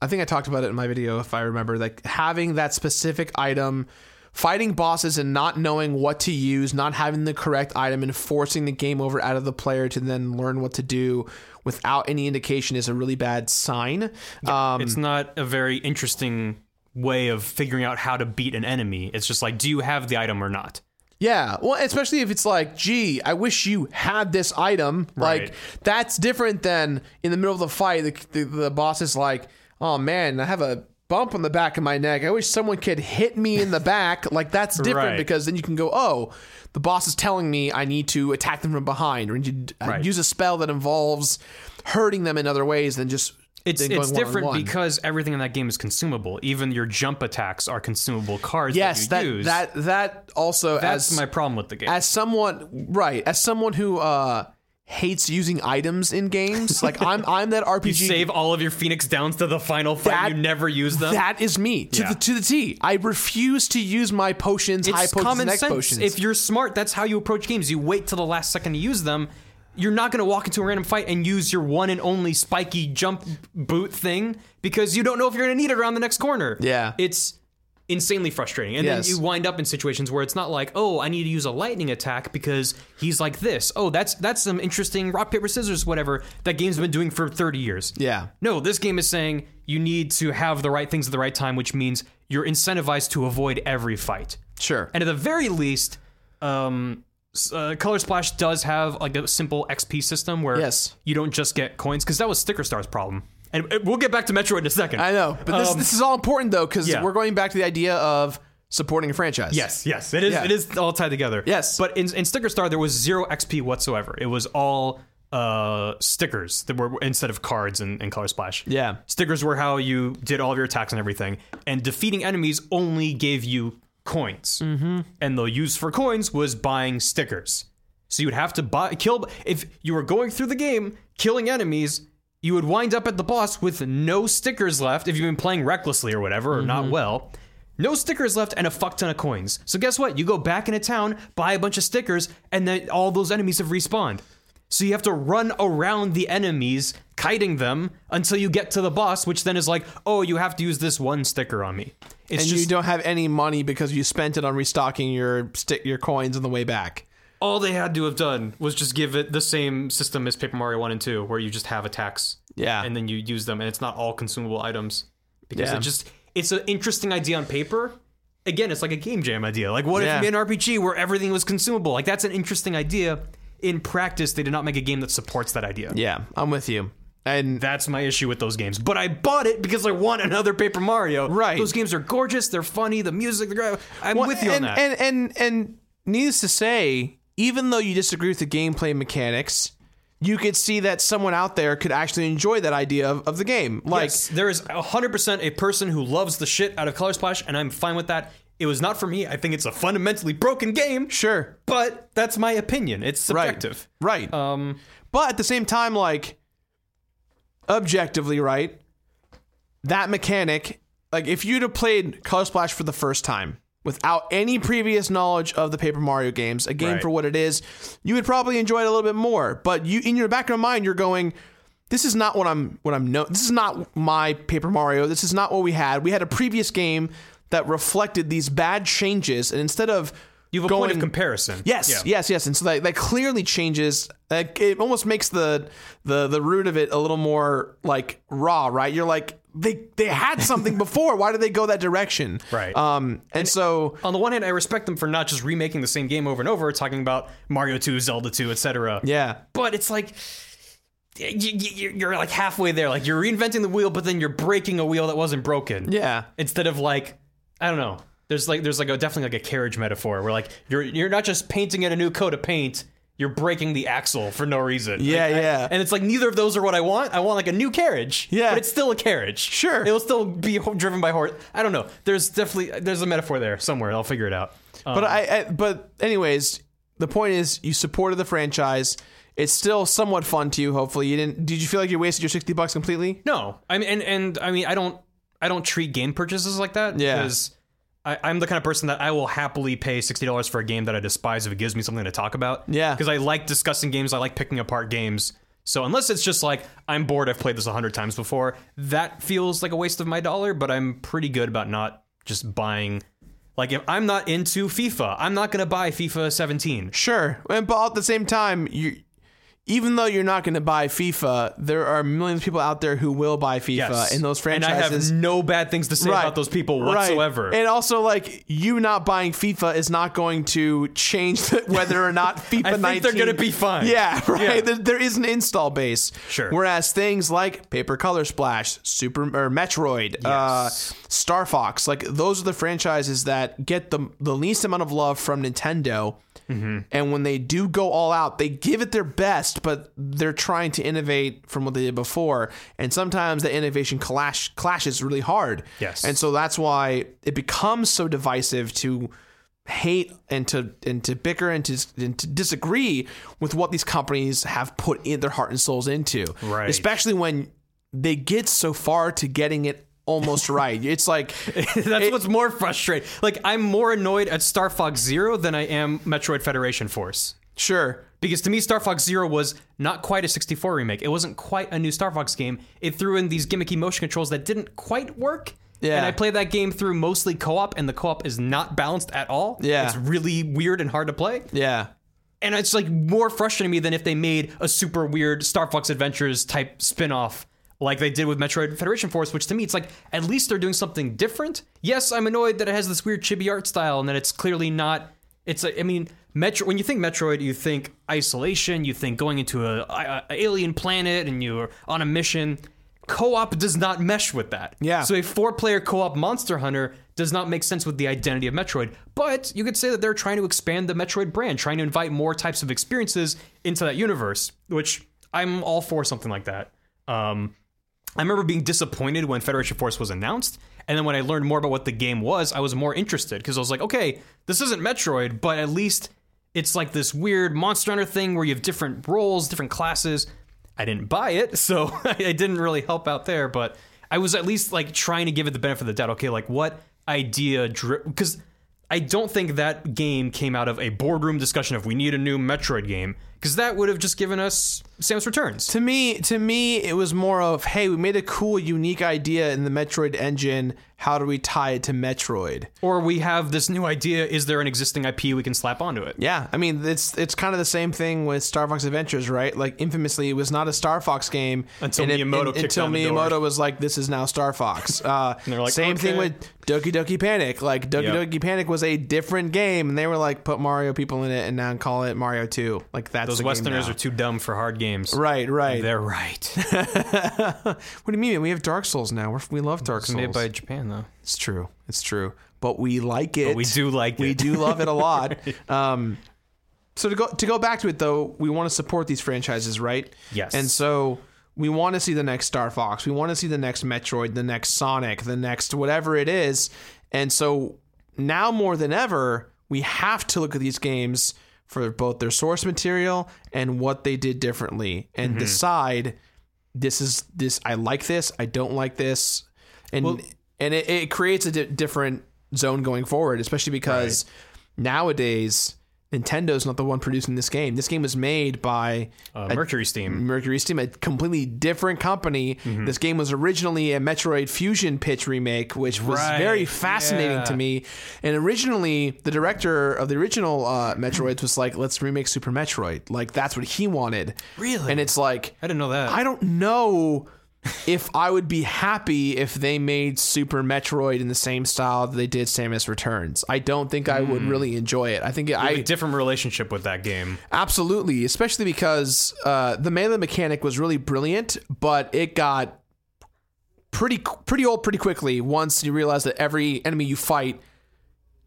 Speaker 1: I think I talked about it in my video if I remember. Like having that specific item, fighting bosses and not knowing what to use, not having the correct item, and forcing the game over out of the player to then learn what to do without any indication is a really bad sign. Um,
Speaker 2: It's not a very interesting way of figuring out how to beat an enemy. It's just like, do you have the item or not?
Speaker 1: yeah, well, especially if it's like, gee, I wish you had this item.
Speaker 2: Right.
Speaker 1: Like that's different than in the middle of the fight. The, the, the boss is like, oh man, I have a bump on the back of my neck. I wish someone could hit me in the back. Like that's different
Speaker 2: Right.
Speaker 1: because then you can go, oh, the boss is telling me I need to attack them from behind or I need to uh,
Speaker 2: Right.
Speaker 1: use a spell that involves hurting them in other ways than just
Speaker 2: It's,
Speaker 1: than going
Speaker 2: it's different
Speaker 1: one-on-one.
Speaker 2: because everything in that game is consumable. Even your jump attacks are consumable cards
Speaker 1: yes,
Speaker 2: that
Speaker 1: that
Speaker 2: you use.
Speaker 1: that that also
Speaker 2: That's
Speaker 1: as
Speaker 2: my problem with the game.
Speaker 1: as someone right as someone who uh hates using items in games like i'm i'm that rpg
Speaker 2: save all of your Phoenix Downs to the final fight.
Speaker 1: That-
Speaker 2: you never use them.
Speaker 1: that is me to
Speaker 2: Yeah.
Speaker 1: the to the t i refuse to use my potions high
Speaker 2: it's
Speaker 1: potions
Speaker 2: common
Speaker 1: and X
Speaker 2: sense.
Speaker 1: potions
Speaker 2: If you're smart, that's how you approach games. You wait till the last second to use them. You're not going to walk into a random fight and use your one and only spiky jump boot thing because you don't know if you're going to need it around the next corner.
Speaker 1: Yeah.
Speaker 2: It's insanely frustrating. And
Speaker 1: Yes.
Speaker 2: then you wind up in situations where it's not like, "Oh, I need to use a lightning attack because he's like this." Oh, that's that's some interesting rock paper scissors whatever that game's been doing for 30 years.
Speaker 1: yeah
Speaker 2: No, this game is saying you need to have the right things at the right time, which means you're incentivized to avoid every fight.
Speaker 1: sure
Speaker 2: And at the very least, um, s- uh, Color Splash does have like a simple XP system where
Speaker 1: Yes.
Speaker 2: you don't just get coins because that was Sticker Star's problem. And uh, we'll get back to Metroid in a second.
Speaker 1: i know but this
Speaker 2: Um,
Speaker 1: this is all important though because
Speaker 2: yeah.
Speaker 1: we're going back to the idea of supporting a franchise.
Speaker 2: Yes, yes, it is.
Speaker 1: Yeah.
Speaker 2: It is all tied together.
Speaker 1: Yes.
Speaker 2: but in, in Sticker Star, there was zero XP whatsoever. It was all uh, stickers that were instead of cards and, and Color Splash.
Speaker 1: Yeah.
Speaker 2: stickers were how you did all of your attacks and everything. And defeating enemies only gave you coins, mm-hmm. and the use for coins was buying stickers. So you would have to buy kill if you were going through the game killing enemies. You would wind up at the boss with no stickers left if you've been playing recklessly or whatever or
Speaker 1: Mm-hmm.
Speaker 2: not well. No stickers left and a fuck ton of coins. So guess what? You go back into town, buy a bunch of stickers, and then all those enemies have respawned. So you have to run around the enemies, kiting them until you get to the boss, which then is like, oh, you have to use this one sticker on me. It's
Speaker 1: and
Speaker 2: just
Speaker 1: you don't have any money because you spent it on restocking your stick your coins on the way back.
Speaker 2: all they had to have done was just give it the same system as Paper Mario 1 and 2, where you just have attacks.
Speaker 1: Yeah.
Speaker 2: And then you use them, and it's not all consumable items. Because
Speaker 1: Yeah.
Speaker 2: it just, it's an interesting idea on paper. Again, it's like a game jam idea. Like, what
Speaker 1: Yeah.
Speaker 2: if you made an RPG where everything was consumable? Like, that's an interesting idea. In practice, they did not make a game that supports that idea.
Speaker 1: Yeah, I'm with you. And
Speaker 2: That's my issue with those games. But I bought it because I want another Paper Mario.
Speaker 1: Right.
Speaker 2: Those games are gorgeous. They're funny. The music, the gra- I'm with you
Speaker 1: and,
Speaker 2: on that.
Speaker 1: And and and needless to say, even though you disagree with the gameplay mechanics, you could see that someone out there could actually enjoy that idea of, of the game. Like
Speaker 2: Yes, there is 100% a person who loves the shit out of Color Splash, and I'm fine with that. It was not for me. I think it's a fundamentally broken game,
Speaker 1: sure.
Speaker 2: but that's my opinion. It's subjective.
Speaker 1: Right.
Speaker 2: Um,
Speaker 1: But at the same time, like objectively, right? That mechanic, like if you'd have played Color Splash for the first time without any previous knowledge of the Paper Mario games, a game
Speaker 2: Right.
Speaker 1: for what it is, you would probably enjoy it a little bit more. But you, in your back of your mind, you're going, "This is not what I'm. What I'm. No, this is not my Paper Mario. This is not what we had. We had a previous game that reflected these bad changes, and instead of
Speaker 2: you have a
Speaker 1: going
Speaker 2: point of comparison.
Speaker 1: Yes, yes, yes. And so that, that clearly changes. Like, it almost makes the the the root of it a little more like raw, right? You're like they they had something before. Why did they go that direction?
Speaker 2: Right.
Speaker 1: Um. And, so
Speaker 2: On the one hand, I respect them for not just remaking the same game over and over, talking about Mario 2, Zelda 2, etc.
Speaker 1: yeah,
Speaker 2: But it's like. y- y- y- You're like halfway there. Like you're reinventing the wheel, but then you're breaking a wheel that wasn't broken.
Speaker 1: yeah.
Speaker 2: instead of like I don't know. There's like there's like a definitely like a carriage metaphor where like you're you're not just painting it a new coat of paint, you're breaking the axle for no reason.
Speaker 1: Yeah,
Speaker 2: Like, I-
Speaker 1: yeah.
Speaker 2: and it's like neither of those are what I want. I want like a new carriage.
Speaker 1: Yeah.
Speaker 2: but it's still a carriage.
Speaker 1: Sure.
Speaker 2: it'll still be ho- driven by horse. I don't know. There's definitely there's a metaphor there somewhere. I'll figure it out. Um,
Speaker 1: But I, I. But anyways, the point is, you supported the franchise. It's still somewhat fun to you. Hopefully, you didn't. Did you feel like you wasted your sixty bucks completely?
Speaker 2: No, I mean, and and I mean, I don't, I don't treat game purchases like that.
Speaker 1: Yeah.
Speaker 2: because I, I'm the kind of person that I will happily pay sixty dollars for a game that I despise if it gives me something to talk about.
Speaker 1: Yeah.
Speaker 2: because I like discussing games. I like picking apart games. So unless it's just like I'm bored, I've played this a hundred times before, that feels like a waste of my dollar. But I'm pretty good about not just buying. Like if I'm not into FIFA, I'm not gonna buy FIFA 17.
Speaker 1: Sure, and but at the same time, you even though you're not going to buy FIFA, there are millions of people out there who will buy FIFA
Speaker 2: Yes.
Speaker 1: and those
Speaker 2: and I have
Speaker 1: franchises.
Speaker 2: no bad things to say
Speaker 1: Right.
Speaker 2: about those people
Speaker 1: Right.
Speaker 2: whatsoever.
Speaker 1: And also, like you not buying FIFA is not going to change the, whether or not FIFA.
Speaker 2: I think
Speaker 1: 19,
Speaker 2: they're gonna be fine.
Speaker 1: Yeah, right.
Speaker 2: Yeah.
Speaker 1: There, there is an install base.
Speaker 2: Sure.
Speaker 1: Whereas things like Paper Color Splash, Super or Metroid, uh,
Speaker 2: Yes.
Speaker 1: Star Fox, like those are the franchises that get the the least amount of love from Nintendo.
Speaker 2: Mm-hmm.
Speaker 1: And when they do go all out, they give it their best, but they're trying to innovate from what they did before. And sometimes that innovation clash clashes really hard.
Speaker 2: Yes.
Speaker 1: And so that's why it becomes so divisive to hate and to and to bicker and to, and to disagree with what these companies have put in their heart and souls into.
Speaker 2: Right.
Speaker 1: Especially when they get so far to getting it almost right. It's like
Speaker 2: That's what's more frustrating. Like I'm more annoyed at Star Fox Zero than I am Metroid Federation Force.
Speaker 1: sure.
Speaker 2: Because to me, Star Fox Zero was not quite a 64 remake. It wasn't quite a new Star Fox game. It threw in these gimmicky motion controls that didn't quite work.
Speaker 1: Yeah.
Speaker 2: And I played that game through mostly co-op, and the co-op is not balanced at all.
Speaker 1: Yeah.
Speaker 2: It's really weird and hard to play.
Speaker 1: Yeah.
Speaker 2: And it's like more frustrating to me than if they made a super weird Star Fox Adventures type spin-off like they did with Metroid Federation Force, which to me it's like at least they're doing something different. Yes, I'm annoyed that it has this weird chibi art style and that it's clearly not it's like, I mean, Metro when you think Metroid, you think isolation, you think going into a, a, a alien planet and you're on a mission. co-op does not mesh with that.
Speaker 1: Yeah.
Speaker 2: So a four-player co-op Monster Hunter does not make sense with the identity of Metroid. But you could say that they're trying to expand the Metroid brand, trying to invite more types of experiences into that universe, which I'm all for something like that. Um, I remember being disappointed when Federation Force was announced, and then when I learned more about what the game was, I was more interested because I was like, okay, this isn't Metroid, but at least it's like this weird Monster Hunter thing where you have different roles, different classes. I didn't buy it, so I didn't really help out there, but I was at least like trying to give it the benefit of the doubt. Okay, like what idea drip? Because I don't think that game came out of a boardroom discussion of we need a new Metroid game, because that would have just given us Samus Returns.
Speaker 1: To me, to me, it was more of hey, we made a cool, unique idea in the Metroid engine. How do we tie it to Metroid?
Speaker 2: Or we have this new idea. Is there an existing IP we can slap onto it?
Speaker 1: Yeah, I mean it's it's kind of the same thing with Star Fox Adventures, right? Like infamously, it was not a Star Fox game
Speaker 2: Until
Speaker 1: and it-
Speaker 2: Miyamoto
Speaker 1: and-
Speaker 2: kicked
Speaker 1: until
Speaker 2: down the door.
Speaker 1: Miyamoto was like, "This is now Star Fox." Uh,
Speaker 2: they're like,
Speaker 1: same
Speaker 2: "Okay."
Speaker 1: thing with Doki Doki Panic. Like Doki
Speaker 2: Yep.
Speaker 1: Doki Panic was a different game, and they were like, "Put Mario people in it, and now call it Mario Two. Like that's
Speaker 2: Those
Speaker 1: the game
Speaker 2: Westerners
Speaker 1: now.
Speaker 2: are too dumb for hard games.
Speaker 1: right, right.
Speaker 2: They're right.
Speaker 1: what do you mean? We have Dark Souls now. We're, we love Dark Souls.
Speaker 2: Made by Japan though.
Speaker 1: It's true. It's true. But we like it.
Speaker 2: we do like
Speaker 1: We
Speaker 2: it.
Speaker 1: do love it a lot. um, so to go to go back to it though, we want to support these franchises, right?
Speaker 2: Yes.
Speaker 1: And so we want to see the next Star Fox. We want to see the next Metroid, the next Sonic, the next whatever it is. And so now more than ever, we have to look at these games for both their source material and what they did differently and
Speaker 2: Mm-hmm.
Speaker 1: decide this is this I like this, I don't like this. And and it, it creates a di- different zone going forward, especially because nowadays Nintendo's not the one producing this game. This game was made by
Speaker 2: Uh, Mercury Steam.
Speaker 1: Mercury Steam, a completely different company.
Speaker 2: Mm-hmm.
Speaker 1: This game was originally a Metroid Fusion pitch remake, which was
Speaker 2: Right,
Speaker 1: very fascinating
Speaker 2: yeah.
Speaker 1: to me. And originally, the director of the original uh, Metroids was like, "Let's remake Super Metroid." Like that's what he wanted.
Speaker 2: Really?
Speaker 1: And it's like,
Speaker 2: I didn't know that.
Speaker 1: I don't know if I would be happy if they made Super Metroid in the same style that they did Samus Returns. I don't think I would really enjoy it. I think I
Speaker 2: a different relationship with that game.
Speaker 1: Absolutely, especially because uh, the melee mechanic was really brilliant, but it got pretty pretty old pretty quickly once you realize that every enemy you fight,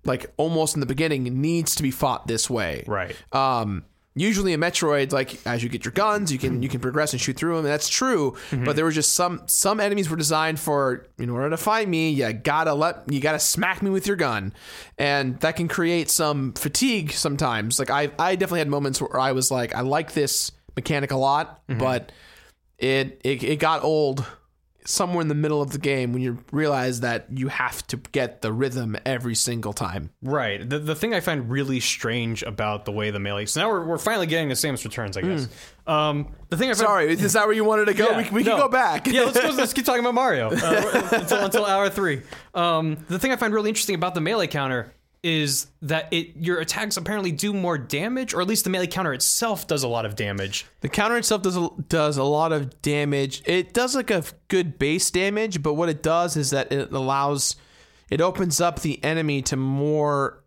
Speaker 1: like almost in the beginning, needs to be fought this way.
Speaker 2: Right.
Speaker 1: Um, usually in Metroid, like as you get your guns, you can you can progress and shoot through them. And that's true,
Speaker 2: Mm-hmm.
Speaker 1: but there were just some some enemies were designed for in order to fight me, you gotta let you gotta smack me with your gun, and that can create some fatigue sometimes. Like I I definitely had moments where I was like I like this mechanic a lot,
Speaker 2: Mm-hmm.
Speaker 1: but it, it it got old somewhere in the middle of the game when you realize that you have to get the rhythm every single time.
Speaker 2: Right. The, the thing I find really strange about the way the melee. So now we're, we're finally getting to Samus Returns, I guess. Um, the thing I find
Speaker 1: Hmm. Sorry, is that where you wanted to go? we
Speaker 2: Yeah,
Speaker 1: we can
Speaker 2: no.
Speaker 1: go back.
Speaker 2: yeah, let's, go, let's keep talking about Mario uh, until, until hour three. Um, the thing I find really interesting about the melee counter is that it your attacks apparently do more damage, or at least the melee counter itself does a lot of damage.
Speaker 1: The counter itself does a, does a lot of damage. It does like a f- good base damage, but what it does is that it allows, it opens up the enemy to more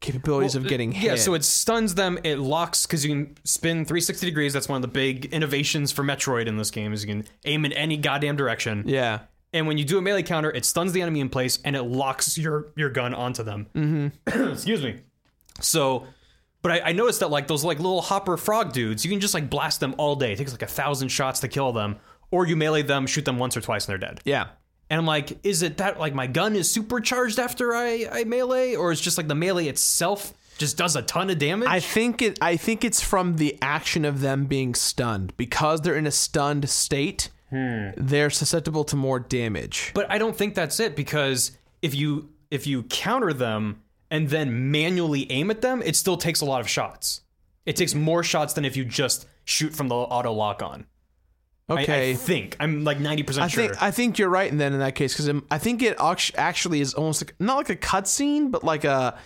Speaker 1: capabilities of getting
Speaker 2: uh,
Speaker 1: hit.
Speaker 2: Yeah, so it stuns them. It locks because you can spin 360 degrees. That's one of the big innovations for Metroid in this game is you can aim in any goddamn direction.
Speaker 1: yeah,
Speaker 2: And when you do a melee counter, it stuns the enemy in place and it locks your your gun onto them. Mm-hmm. Excuse me. So, but I, I noticed that like those like little hopper frog dudes, you can just like blast them all day. It takes like a thousand shots to kill them, or you melee them, shoot them once or twice, and they're dead.
Speaker 1: yeah.
Speaker 2: And I'm like, is it that like my gun is supercharged after I I melee, or is just like the melee itself just does a ton of damage?
Speaker 1: I think it. I think it's from the action of them being stunned because they're in a stunned state. They're susceptible to more damage.
Speaker 2: Hmm. But I don't think that's it because if you if you counter them and then manually aim at them, it still takes a lot of shots. It takes more shots than if you just shoot from the auto lock on. I-
Speaker 1: Okay,
Speaker 2: I, think I'm like ninety
Speaker 1: I
Speaker 2: percent sure.
Speaker 1: think I think you're right. Then in that case, because I think it act- actually is almost like, not like a cutscene, but like a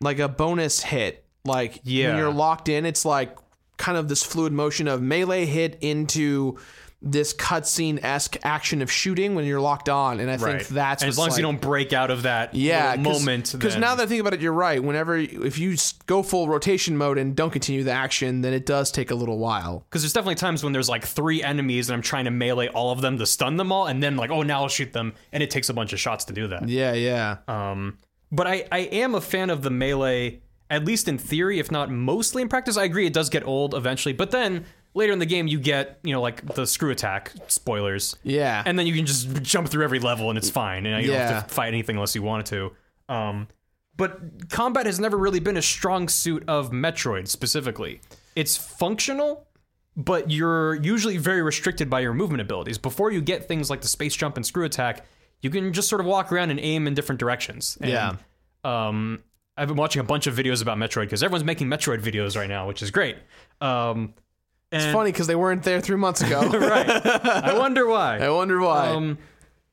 Speaker 1: like a bonus hit. Like
Speaker 2: Yeah.
Speaker 1: when you're locked in, it's like kind of this fluid motion of melee hit into this cutscene esque action of shooting when you're locked on, and I
Speaker 2: Right.
Speaker 1: think that's
Speaker 2: And as
Speaker 1: what's
Speaker 2: long as you
Speaker 1: like-
Speaker 2: don't break out of that
Speaker 1: yeah
Speaker 2: little moment.
Speaker 1: because
Speaker 2: then-
Speaker 1: now that I think about it, you're right. Whenever if you s- go full rotation mode and don't continue the action, then it does take a little while.
Speaker 2: Because there's definitely times when there's like three enemies and I'm trying to melee all of them to stun them all, and then like, oh, now I'll shoot them, and it takes a bunch of shots to do that.
Speaker 1: Yeah, yeah,
Speaker 2: Um, but I, I am a fan of the melee, at least in theory, if not mostly in practice. I agree it does get old eventually, but then later in the game you get you know like the screw attack spoilers,
Speaker 1: yeah.
Speaker 2: and then you can just jump through every level and it's fine, and you don't
Speaker 1: Yeah.
Speaker 2: have to fight anything unless you wanted to. Um, but combat has never really been a strong suit of Metroid specifically. It's functional, but you're usually very restricted by your movement abilities. Before you get things like the space jump and screw attack, you can just sort of walk around and aim in different directions. And,
Speaker 1: Yeah.
Speaker 2: Um, I've been watching a bunch of videos about Metroid because everyone's making Metroid videos right now, which is great. Um,
Speaker 1: it's funny because they weren't there three months ago.
Speaker 2: right. I wonder why.
Speaker 1: I wonder why.
Speaker 2: Um,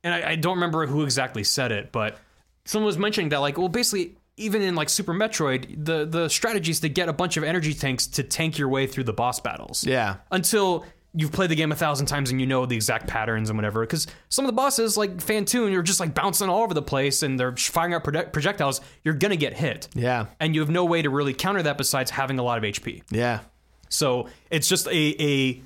Speaker 2: and I, I don't remember who exactly said it, but someone was mentioning that, like, well, basically, even in like Super Metroid, the the strategy is to get a bunch of energy tanks to tank your way through the boss battles.
Speaker 1: yeah,
Speaker 2: Until you've played the game a thousand times and you know the exact patterns and whatever. Because some of the bosses, like Fantoon, you're just like bouncing all over the place and they're firing out project- projectiles. You're gonna get hit.
Speaker 1: yeah,
Speaker 2: And you have no way to really counter that besides having a lot of HP.
Speaker 1: yeah,
Speaker 2: So it's just a a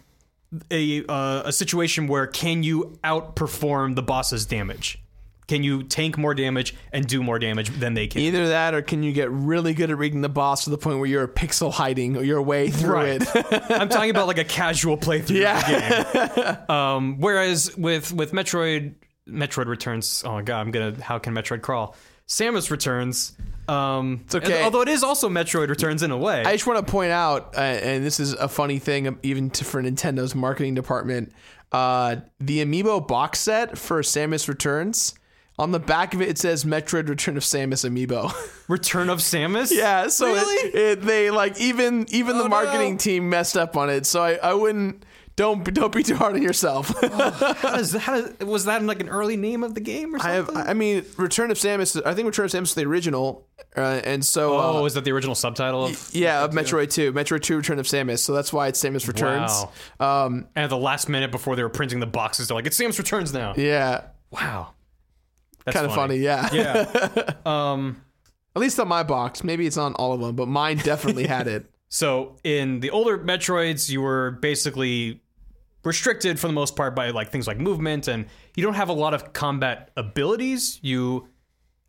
Speaker 2: a uh, a situation where can you outperform the boss's damage? Can you tank more damage and do more damage than they can?
Speaker 1: Either that, or can you get really good at reading the boss to the point where you're pixel hiding your way through
Speaker 2: Right.
Speaker 1: it?
Speaker 2: I'm talking about like a casual playthrough
Speaker 1: Yeah.
Speaker 2: of the game. Um, whereas with with Metroid Metroid Returns, oh my god, I'm gonna how can Metroid crawl? Samus Returns. Um, it's
Speaker 1: okay.
Speaker 2: Although it is also Metroid Returns in a way.
Speaker 1: I just want to point out, uh, and this is a funny thing, um, even to, for Nintendo's marketing department. Uh, the amiibo box set for Samus Returns. On the back of it, it says Metroid Return of Samus amiibo.
Speaker 2: Return of Samus.
Speaker 1: yeah, so it-
Speaker 2: Really?
Speaker 1: it, they like even even
Speaker 2: Oh,
Speaker 1: the marketing
Speaker 2: no.
Speaker 1: team messed up on it. So I, I wouldn't don't don't be too hard on yourself.
Speaker 2: How does, how does, was that like an early name of the game or
Speaker 1: I
Speaker 2: something?
Speaker 1: have uh, I mean Return of Samus. I think Return of Samus is the original, uh, and so uh,
Speaker 2: Oh, is that the original subtitle of?
Speaker 1: yeah, of Metroid Two, Metroid Two Return of Samus. So that's why it's Samus Returns. Um,
Speaker 2: And at the last minute before they were printing the boxes, they're like, "It's Sam's Returns now."
Speaker 1: yeah,
Speaker 2: Wow, that's
Speaker 1: kind of funny. Yeah.
Speaker 2: Yeah. um.
Speaker 1: At least on my box. Maybe it's on all of them, but mine definitely had it.
Speaker 2: So in the older Metroids, you were basically restricted for the most part by like things like movement, and you don't have a lot of combat abilities. You,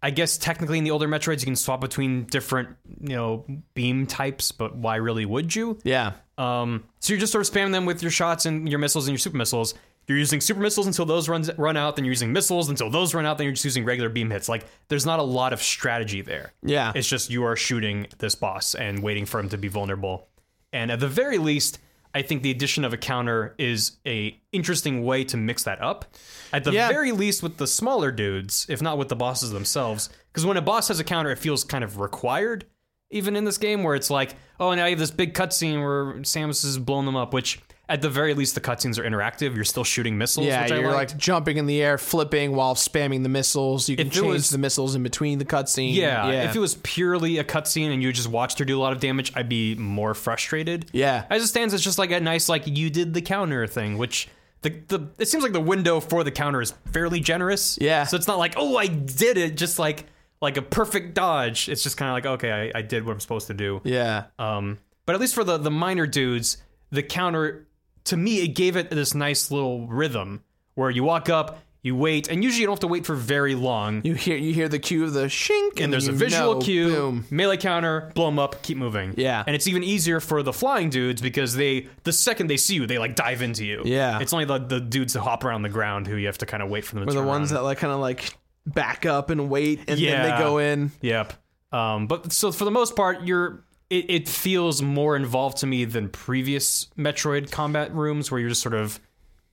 Speaker 2: I guess, technically in the older Metroids, you can swap between different you know beam types, but why really would you?
Speaker 1: Yeah.
Speaker 2: Um, so you're just sort of spamming them with your shots and your missiles and your super missiles. You're using super missiles until those runs run out. Then you're using missiles until those run out. Then you're just using regular beam hits. Like there's not a lot of strategy there.
Speaker 1: Yeah.
Speaker 2: It's just you are shooting this boss and waiting for him to be vulnerable. And at the very least, I think the addition of a counter is a interesting way to mix that up. At the
Speaker 1: Yeah.
Speaker 2: very least, with the smaller dudes, if not with the bosses themselves, because when a boss has a counter, it feels kind of required. Even in this game, where it's like, oh, now you have this big cutscene where Samus is blowing them up. Which, at the very least, the cutscenes are interactive. You're still shooting missiles.
Speaker 1: yeah,
Speaker 2: which I
Speaker 1: you're
Speaker 2: liked.
Speaker 1: like jumping in the air, flipping while spamming the missiles. You can
Speaker 2: If it
Speaker 1: change
Speaker 2: was-
Speaker 1: the missiles in between the cutscene.
Speaker 2: Yeah,
Speaker 1: yeah,
Speaker 2: if it was purely a cutscene and you just watched her do a lot of damage, I'd be more frustrated.
Speaker 1: Yeah.
Speaker 2: As it stands, it's just like a nice like you did the counter thing, which the the it seems like the window for the counter is fairly generous.
Speaker 1: Yeah.
Speaker 2: So it's not like oh I did it, just like like a perfect dodge. It's just kind of like okay I, I did what I'm supposed to do.
Speaker 1: yeah.
Speaker 2: Um, but at least for the the minor dudes, the counter to me it gave it this nice little rhythm where you walk up. You wait, and usually you don't have to wait for very long
Speaker 1: You hear you hear the cue of the shink, and,
Speaker 2: and there's a
Speaker 1: you
Speaker 2: visual
Speaker 1: know,
Speaker 2: cue,
Speaker 1: Boom.
Speaker 2: melee counter, blow them up, keep moving.
Speaker 1: Yeah.
Speaker 2: and it's even easier for the flying dudes because they, the second they see you, they like dive into you.
Speaker 1: Yeah.
Speaker 2: it's only the, the dudes that hop around the ground who you have to kind of wait for them. to
Speaker 1: Or the
Speaker 2: turn
Speaker 1: ones
Speaker 2: around.
Speaker 1: that like kind of like back up and wait, and then
Speaker 2: Yeah.
Speaker 1: they go in.
Speaker 2: Yep. Um, but so for the most part, you're it, it feels more involved to me than previous Metroid combat rooms where you're just sort of,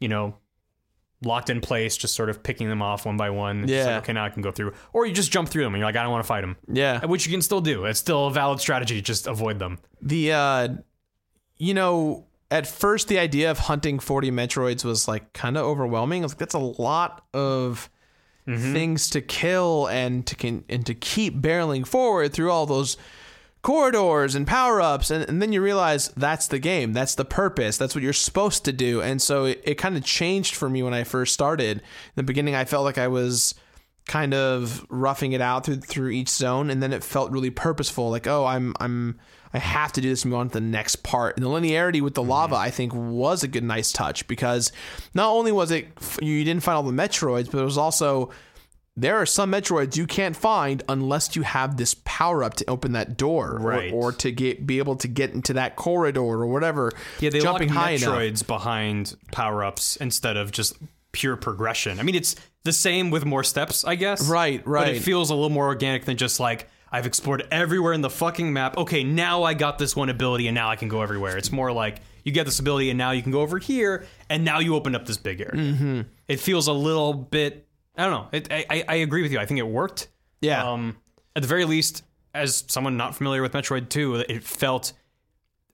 Speaker 2: you know, locked in place, just sort of picking them off one by one. It's just
Speaker 1: Yeah.
Speaker 2: like, okay, now I can go through, or you just jump through them and you're like, I don't want to fight them.
Speaker 1: Yeah,
Speaker 2: which you can still do. It's still a valid strategy. Just avoid them.
Speaker 1: the uh you know at first the idea of hunting 40 metroids was like kind of overwhelming I was like that's a lot of things to kill and to can and to keep barreling forward through all those corridors and power ups, and, and then you realize that's the game, that's the purpose, that's what you're supposed to do. And so it, it kind of changed for me when I first started. In the beginning, I felt like I was kind of roughing it out through through each zone, and then it felt really purposeful. Like, oh, I'm I'm I have to do this and move on to the next part. And the linearity with the lava, I think, was a good nice touch because not only was it you didn't find all the Metroids, but it was also there are some Metroids you can't find unless you have this power up to open that door,
Speaker 2: Right.
Speaker 1: or, or to get be able to get into that corridor or whatever.
Speaker 2: Yeah, they
Speaker 1: jumping
Speaker 2: lock
Speaker 1: high enough.
Speaker 2: Metroids behind power ups instead of just pure progression. I mean, it's the same with more steps, I guess.
Speaker 1: Right,
Speaker 2: But
Speaker 1: right.
Speaker 2: it feels a little more organic than just like I've explored everywhere in the fucking map. Okay, now I got this one ability, and now I can go everywhere. It's more like you get this ability, and now you can go over here, and now you opened up this big area. Mm-hmm. It feels a little bit. I don't know. It, I, I I agree with you. I think it worked.
Speaker 1: Yeah.
Speaker 2: Um, at the very least, as someone not familiar with Metroid 2, it felt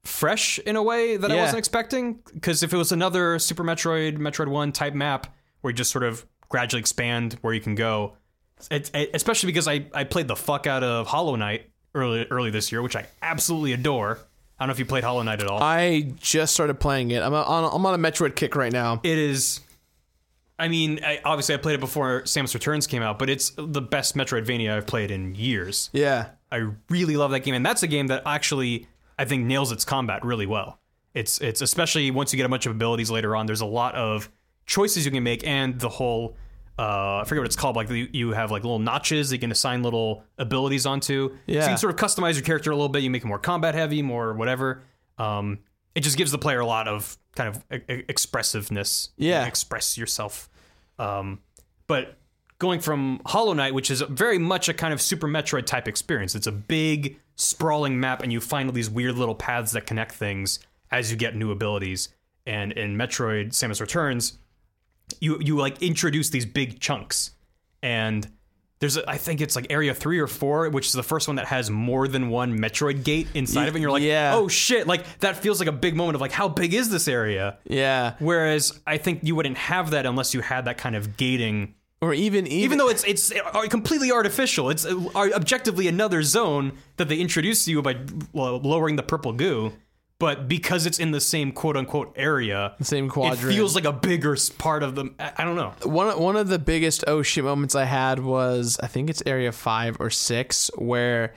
Speaker 2: fresh in a way that I
Speaker 1: Yeah.
Speaker 2: wasn't expecting. Because if it was another Super Metroid, Metroid 1 type map where you just sort of gradually expand where you can go, it, it- especially because I, I played the fuck out of Hollow Knight early, early this year, which I absolutely adore. I don't know if you played Hollow Knight at
Speaker 1: Uh,
Speaker 2: all.
Speaker 1: I just started playing it. I'm on I'm on a Metroid kick right now.
Speaker 2: it is. I mean, I, obviously, I played it before Samus Returns came out, but it's the best Metroidvania I've played in years.
Speaker 1: Yeah.
Speaker 2: I really love that game, and that's a game that actually I think nails its combat really well. It's it's especially once you get a bunch of abilities later on. There's a lot of choices you can make, and the whole uh, I forget what it's called. Like you you have like little notches that you can assign little abilities onto. so you
Speaker 1: Yeah.
Speaker 2: can sort of customize your character a little bit. You make it more combat heavy, more whatever. Um, it just gives the player a lot of kind of e- e- expressiveness. You
Speaker 1: Yeah.
Speaker 2: can express yourself. Um, but going from Hollow Knight, which is very much a kind of Super Metroid type experience, it's a big sprawling map, and you find all these weird little paths that connect things as you get new abilities. And in Metroid: Samus Returns, you you like introduce these big chunks, and there's a, I think it's like Area Three or Four, which is the first one that has more than one Metroid gate inside of it. And you're like,
Speaker 1: Yeah.
Speaker 2: oh shit! Like that feels like a big moment of like, how big is this area?
Speaker 1: Yeah.
Speaker 2: Whereas I think you wouldn't have that unless you had that kind of gating
Speaker 1: Or even even,
Speaker 2: even though it's it's uh, completely artificial. It's uh, objectively another zone that they introduce you by well, lowering the purple goo. But because it's in the same quote unquote area, the
Speaker 1: same
Speaker 2: it
Speaker 1: quadrant.
Speaker 2: feels like a bigger s- part of the. I I don't know.
Speaker 1: one one of the biggest oh shit moments I had was I think it's area five or six where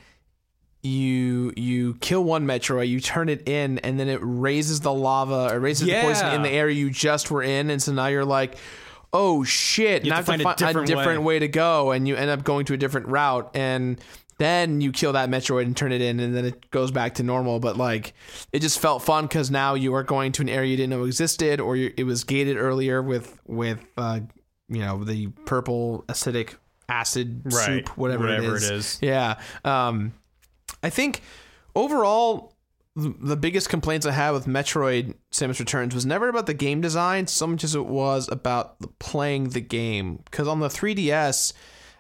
Speaker 1: you you kill one Metroid, you turn it in, and then it raises the lava or raises the poison
Speaker 2: Yeah.
Speaker 1: in the area you just were in, and so now you're like, oh shit, now I
Speaker 2: have
Speaker 1: have
Speaker 2: to find
Speaker 1: to
Speaker 2: a
Speaker 1: find a
Speaker 2: different
Speaker 1: different way to go, and you end up going to a different route and. Then you kill that Metroid and turn it in, and then it goes back to normal. But like, it just felt fun because now you are going to an area you didn't know existed, or you, it was gated earlier with with uh, you know the purple acidic acid
Speaker 2: Right.
Speaker 1: soup, whatever,
Speaker 2: Whatever
Speaker 1: it, is.
Speaker 2: it is.
Speaker 1: Yeah. Um, I think overall, th- the biggest complaints I had with Metroid Samus Returns was never about the game design so much as it was about the playing the game. Because on the 3DS,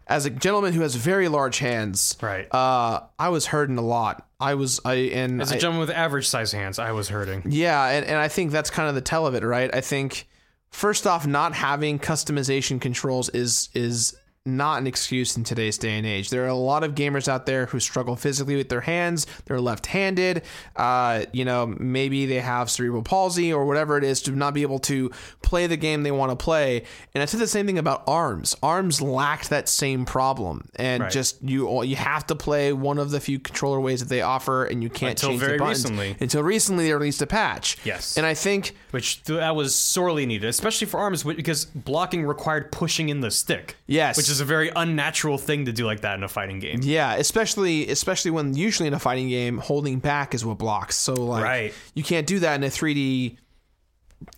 Speaker 1: as a gentleman who has very large hands,
Speaker 2: Right.
Speaker 1: uh, I was hurting a lot. I was, I and
Speaker 2: As a
Speaker 1: I-
Speaker 2: gentleman with average size hands, I was hurting.
Speaker 1: yeah, and, and I think that's kind of the tell of it, right? I think first off, not having customization controls is is not an excuse in today's day and age. There are a lot of gamers out there who struggle physically with their hands. They're left-handed. Uh, you know, maybe they have cerebral palsy or whatever it is to not be able to play the game they want to play. And I said the same thing about arms. Arms lacked that same problem, and
Speaker 2: Right.
Speaker 1: just you you have to play one of the few controller ways that they offer, and you can't
Speaker 2: Until
Speaker 1: change
Speaker 2: very
Speaker 1: the buttons
Speaker 2: recently.
Speaker 1: until recently they released a patch.
Speaker 2: Yes.
Speaker 1: And I think
Speaker 2: Which th- that was sorely needed, especially for arms, wh- because blocking required pushing in the stick.
Speaker 1: Yes.
Speaker 2: which is a very unnatural thing to do like that in a fighting game.
Speaker 1: yeah, especially especially when usually in a fighting game holding back is what blocks. So like
Speaker 2: Right.
Speaker 1: you can't do that in a 3D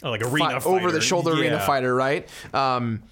Speaker 2: Or, Like arena
Speaker 1: over the shoulder
Speaker 2: fighter.
Speaker 1: arena
Speaker 2: Yeah.
Speaker 1: fighter, right? Um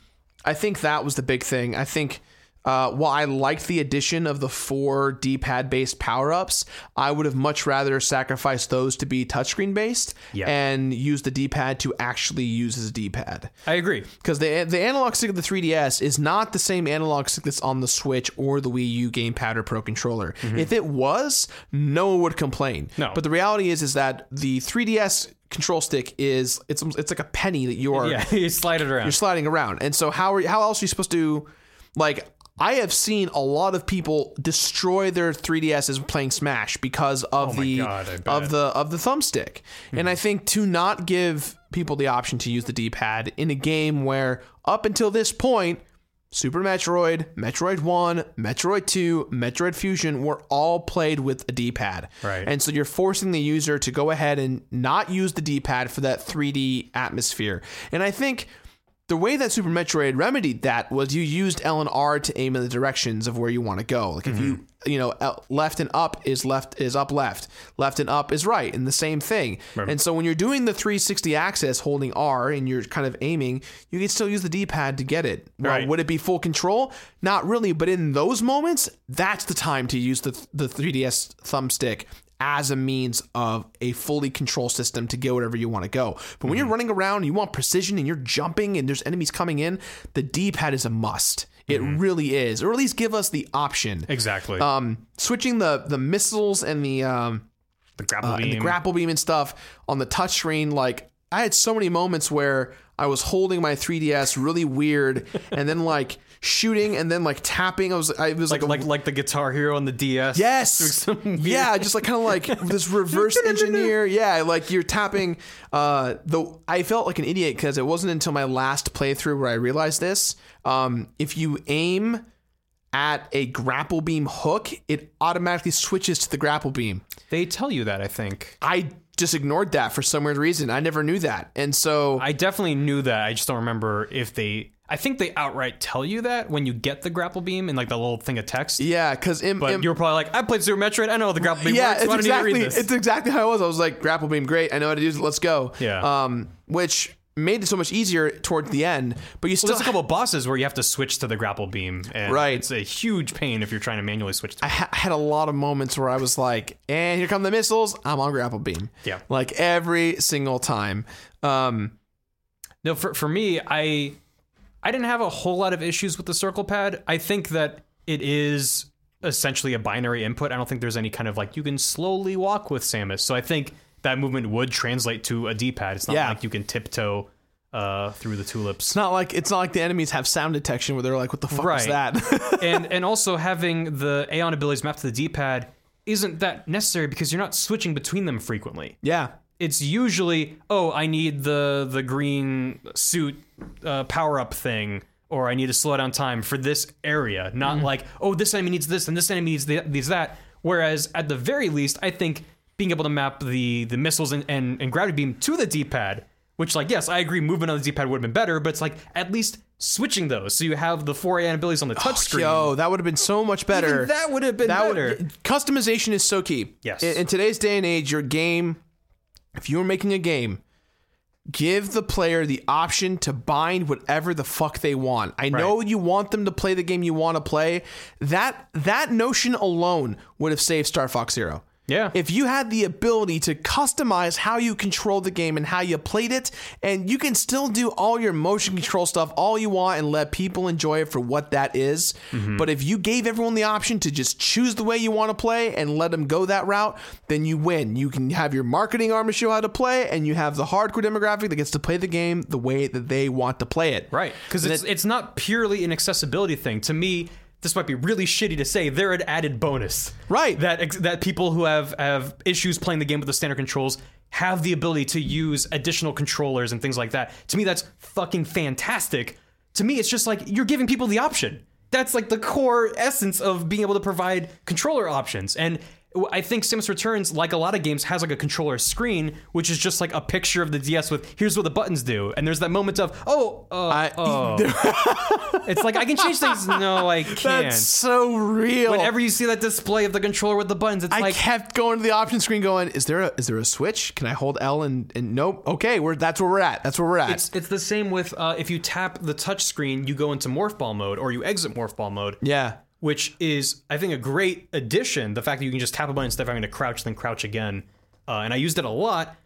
Speaker 1: I think that was the big thing. I think uh, while I liked the addition of the four D-pad based power-ups, I would have much rather sacrificed those to be touchscreen based
Speaker 2: Yeah.
Speaker 1: and use the D-pad to actually use as a D-pad.
Speaker 2: I agree.
Speaker 1: because the the analog stick of the 3DS is not the same analog stick that's on the Switch or the Wii U gamepad or Pro controller. If it was, no one would complain.
Speaker 2: No.
Speaker 1: but the reality is is that the 3DS control stick is it's it's like a penny that you are
Speaker 2: Yeah, you slide it around.
Speaker 1: you're sliding around, and so how are you, how else are you supposed to like I have seen a lot of people destroy their 3DSs playing Smash because of
Speaker 2: Oh my
Speaker 1: the
Speaker 2: God, I bet. Mm-hmm.
Speaker 1: of the of the thumbstick. And I think to not give people the option to use the D-pad in a game where up until this point Super Metroid, Metroid 1, Metroid 2, Metroid Fusion were all played with a D-pad.
Speaker 2: Right.
Speaker 1: And so you're forcing the user to go ahead and not use the D-pad for that 3D atmosphere. And I think the way that Super Metroid remedied that was you used L and R to aim in the directions of where you want to go. Like if you you know L- left and up is left is up left, left and up is right, and the same thing. And so when you're doing the 360 axis holding R and you're kind of aiming, you can still use the D-pad to get it. Well,
Speaker 2: Right.
Speaker 1: would it be full control? Not really, but in those moments, that's the time to use the the 3DS thumbstick as a means of a fully control system to go wherever you want to go. But when you're running around, and you want precision and you're jumping and there's enemies coming in, the D-pad is a must. It really is. Or at least give us the option.
Speaker 2: Exactly.
Speaker 1: Um switching the the missiles and the um
Speaker 2: the grapple beam.
Speaker 1: and the grapple beam and stuff on the touchscreen. Like I had so many moments where I was holding my 3DS really weird, and then like shooting, and then like tapping. I was, I it was like, a-
Speaker 2: like like the Guitar Hero on the DS.
Speaker 1: yes, yeah, just like kind of like this reverse engineer. Yeah, like you're tapping. Uh, the I felt like an idiot because it wasn't until my last playthrough where I realized this. Um, if you aim. At a grapple beam hook, it automatically switches to the grapple beam.
Speaker 2: They tell you that I think.
Speaker 1: I just ignored that for some weird reason. I never knew that. And so
Speaker 2: I definitely knew that. I just don't remember if they I think they outright tell you that when you get the grapple beam and like the little thing of text.
Speaker 1: yeah, because in,
Speaker 2: But
Speaker 1: in-
Speaker 2: you were probably like, I played Super Metroid. I know how the grapple beam
Speaker 1: yeah,
Speaker 2: works.
Speaker 1: it's
Speaker 2: Why do I need to
Speaker 1: exactly
Speaker 2: read this?
Speaker 1: it's exactly how I was. I was like grapple beam, great. I know how to use it. Let's go.
Speaker 2: Yeah.
Speaker 1: Um, which made it so much easier towards the end. But you still
Speaker 2: There's a couple bosses where you have to switch to the grapple beam, and
Speaker 1: Right.
Speaker 2: it's a huge pain if you're trying to manually switch. To
Speaker 1: I ha- had a lot of moments where I was like, and here come the missiles. I'm on grapple beam.
Speaker 2: Yeah.
Speaker 1: Like every single time. Um,
Speaker 2: no, for for me, I I didn't have a whole lot of issues with the circle pad. I think that it is essentially a binary input. I don't think there's any kind of like you can slowly walk with Samus. So I think that movement would translate to a D-pad. It's not
Speaker 1: Yeah.
Speaker 2: like you can tiptoe uh, through the tulips.
Speaker 1: it's not like it's not like the enemies have sound detection where they're like, what the fuck is
Speaker 2: Right.
Speaker 1: that?
Speaker 2: and and also having the Aeon abilities mapped to the D-pad isn't that necessary because you're not switching between them frequently.
Speaker 1: yeah.
Speaker 2: It's usually oh I need the the green suit uh, power up thing or I need to slow down time for this area, not like oh this enemy needs this and this enemy needs th- needs that. Whereas at the very least, I think being able to map the the missiles and, and, and gravity beam to the D-pad which, like, yes, I agree, movement on the D-pad would have been better, but it's like at least switching those, so you have the four AN abilities on the touchscreen.
Speaker 1: Oh, Yo, that would have been so much better.
Speaker 2: Even that would have been
Speaker 1: That
Speaker 2: better.
Speaker 1: would- customization is so key.
Speaker 2: Yes.
Speaker 1: In, in today's day and age, your game, if you were making a game, give the player the option to bind whatever the fuck they want. I know you want them to play the game you want to play. That that notion alone would have saved Star Fox Zero.
Speaker 2: Yeah.
Speaker 1: If you had the ability to customize how you control the game and how you played it, and you can still do all your motion control stuff all you want and let people enjoy it for what that is.
Speaker 2: Mm-hmm.
Speaker 1: But if you gave everyone the option to just choose the way you want to play and let them go that route, then you win. You can have your marketing arm to show how to play, and you have the hardcore demographic that gets to play the game the way that they want to play it.
Speaker 2: Right. Because it's, it's not purely an accessibility thing. To me, this might be really shitty to say. They're an added bonus.
Speaker 1: Right.
Speaker 2: That ex- that people who have, have issues playing the game with the standard controls have the ability to use additional controllers and things like that. To me, that's fucking fantastic. To me, it's just like you're giving people the option. That's like the core essence of being able to provide controller options. And w- I think Sims Returns, like a lot of games, has like a controller screen, which is just like a picture of the DS with here's what the buttons do. And there's that moment of, oh, uh,
Speaker 1: I-
Speaker 2: oh. It's like I can change things. No, I can't.
Speaker 1: That's so real.
Speaker 2: Whenever you see that display of the controller with the buttons, it's
Speaker 1: I
Speaker 2: like
Speaker 1: kept going to the option screen, going, "Is there a is there a switch? Can I hold L and and nope? Okay, we're that's where we're at. That's where we're at.
Speaker 2: it's, it's the same with uh, if you tap the touch screen, you go into morph ball mode or you exit morph ball mode.
Speaker 1: yeah,
Speaker 2: Which is, I think, a great addition. The fact that you can just tap a button instead of having to crouch, then crouch again. Uh, and I used it a lot,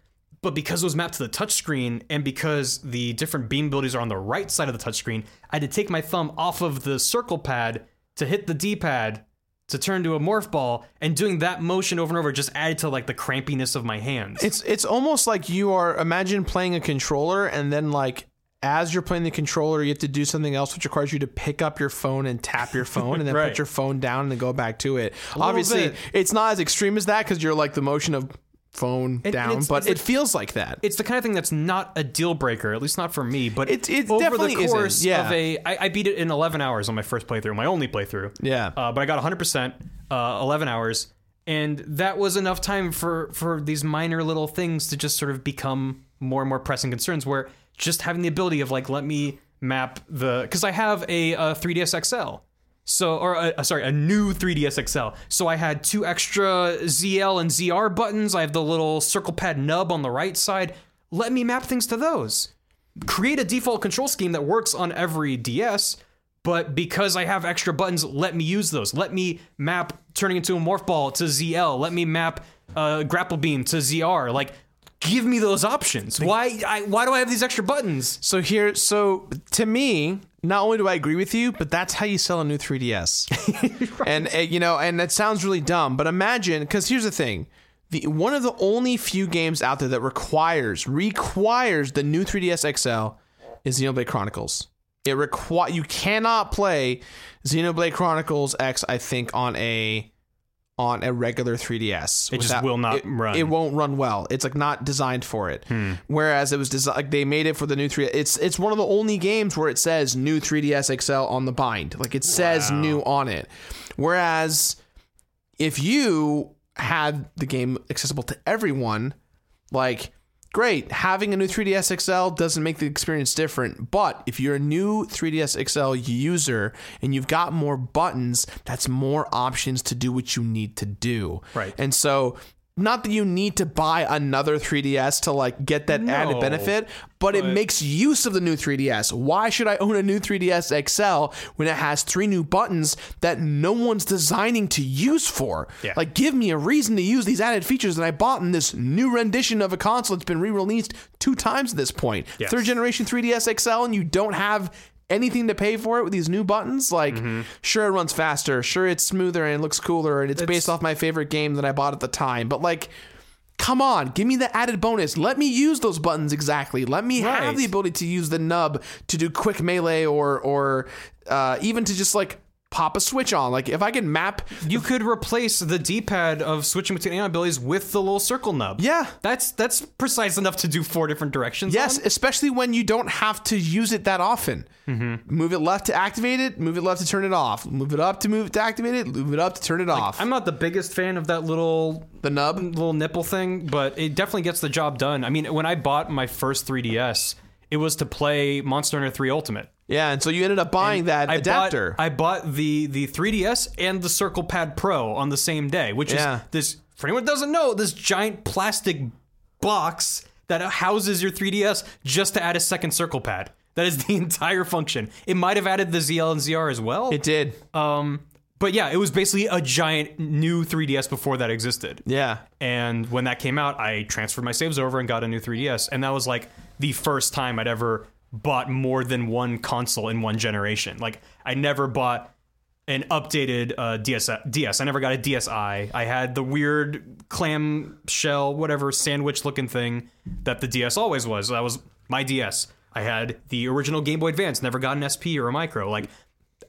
Speaker 2: but because it was mapped to the touch screen and because the different beam abilities are on the right side of the touch screen, I had to take my thumb off of the circle pad to hit the D pad to turn to a morph ball. And doing that motion over and over just added to like the crampiness of my hands.
Speaker 1: it's it's almost like you are imagine playing a controller and then like as you're playing the controller, you have to do something else, which requires you to pick up your phone and tap your phone, and then
Speaker 2: Right.
Speaker 1: put your phone down and then go back to it. Obviously,
Speaker 2: bit.
Speaker 1: it's not as extreme as that because you're like the motion of phone
Speaker 2: and
Speaker 1: down,
Speaker 2: it's-
Speaker 1: but
Speaker 2: it's
Speaker 1: it
Speaker 2: like-
Speaker 1: feels like that.
Speaker 2: it's the kind of thing that's not a deal breaker, at least not for me. But
Speaker 1: It- it
Speaker 2: over
Speaker 1: definitely
Speaker 2: the course
Speaker 1: isn't, yeah.
Speaker 2: of a, I, I beat it in 11 hours on my first playthrough, my only playthrough.
Speaker 1: Yeah.
Speaker 2: uh, but I got 100 percent, uh, 11 hours, and that was enough time for for these minor little things to just sort of become more and more pressing concerns. Where just having the ability of like, let me map the because I have a, uh 3ds XL. So, or uh, sorry, a new 3DS XL. So I had two extra ZL and ZR buttons. I have the little circle pad nub on the right side. Let me map things to those. Create a default control scheme that works on every DS, but because I have extra buttons, let me use those. Let me map turning into a morph ball to ZL. Let me map uh, grapple beam to ZR. Like, give me those options. Why? I, why do I have these extra buttons?
Speaker 1: So here, so to me, not only do I agree with you, but that's how you sell a new 3DS. And uh, you know, and that sounds really dumb, but imagine because here's the thing: the one of the only few games out there that requires requires the new 3DS XL is Xenoblade Chronicles. It require you cannot play Xenoblade Chronicles X, I think, on a on a regular 3DS. It
Speaker 2: just will not run. Hmm.
Speaker 1: It won't run well. It's like not designed for it. Whereas it was designed, like they made it for the new 3. It's it's one of the only games where it says new 3DS XL on the bind. Like it says new on it. Whereas if you had the game accessible to everyone, like great, having a new 3DS XL doesn't make the experience different, but if you're a new 3DS XL user and you've got more buttons, that's more options to do what you need to do.
Speaker 2: Right.
Speaker 1: And so not that you need to buy another 3DS to like get that added
Speaker 2: No.
Speaker 1: benefit, but, it makes use of the new 3DS. Why should I own a new 3DS XL when it has three new buttons that no one's designing to use for?
Speaker 2: Yeah.
Speaker 1: Like, give me a reason to use these added features that I bought in this new rendition of a console that's been re released two times at this point. Third generation 3DS XL, and you don't have anything to pay for it with these new buttons like sure it runs faster sure it's smoother and it looks cooler and it's based off my favorite game that i bought at the time but like Come on, give me the added bonus. Let me use those buttons exactly. Let me have
Speaker 2: Right.
Speaker 1: the ability to use the nub to do quick melee or or uh, even to just like pop a switch on. Like if I can map,
Speaker 2: You could replace the D-pad of switching between AI abilities with the little circle nub.
Speaker 1: Yeah.
Speaker 2: that's that's precise enough to do four different directions.
Speaker 1: yes,
Speaker 2: on.
Speaker 1: especially when you don't have to use it that often. Move it left to activate it. Move it left to turn it off. Move it up to move to activate it. Move it up to turn it off.
Speaker 2: I'm not the biggest fan of that little
Speaker 1: the nub.
Speaker 2: little nipple thing, but it definitely gets the job done. I mean, when I bought my first 3DS, it was to play Monster Hunter 3 Ultimate.
Speaker 1: Yeah, and so you ended up buying that
Speaker 2: I
Speaker 1: adapter.
Speaker 2: Bought, I bought the the 3DS and the Circle Pad Pro on the same day, which
Speaker 1: Yeah.
Speaker 2: is this. For anyone who doesn't know, this giant plastic box that houses your 3DS just to add a second Circle Pad. That is the entire function. It might have added the ZL and ZR as well.
Speaker 1: it did.
Speaker 2: um, but yeah, it was basically a giant new 3DS before that existed.
Speaker 1: yeah.
Speaker 2: And when that came out, I transferred my saves over and got a new 3DS. And that was like the first time I'd ever bought more than one console in one generation. Like, I never bought an updated uh, DS. DS. I never got a DSi. I had the weird clamshell, whatever, sandwich looking thing that the DS always was. That was my DS. I had the original Game Boy Advance, never got an SP or a micro. Like,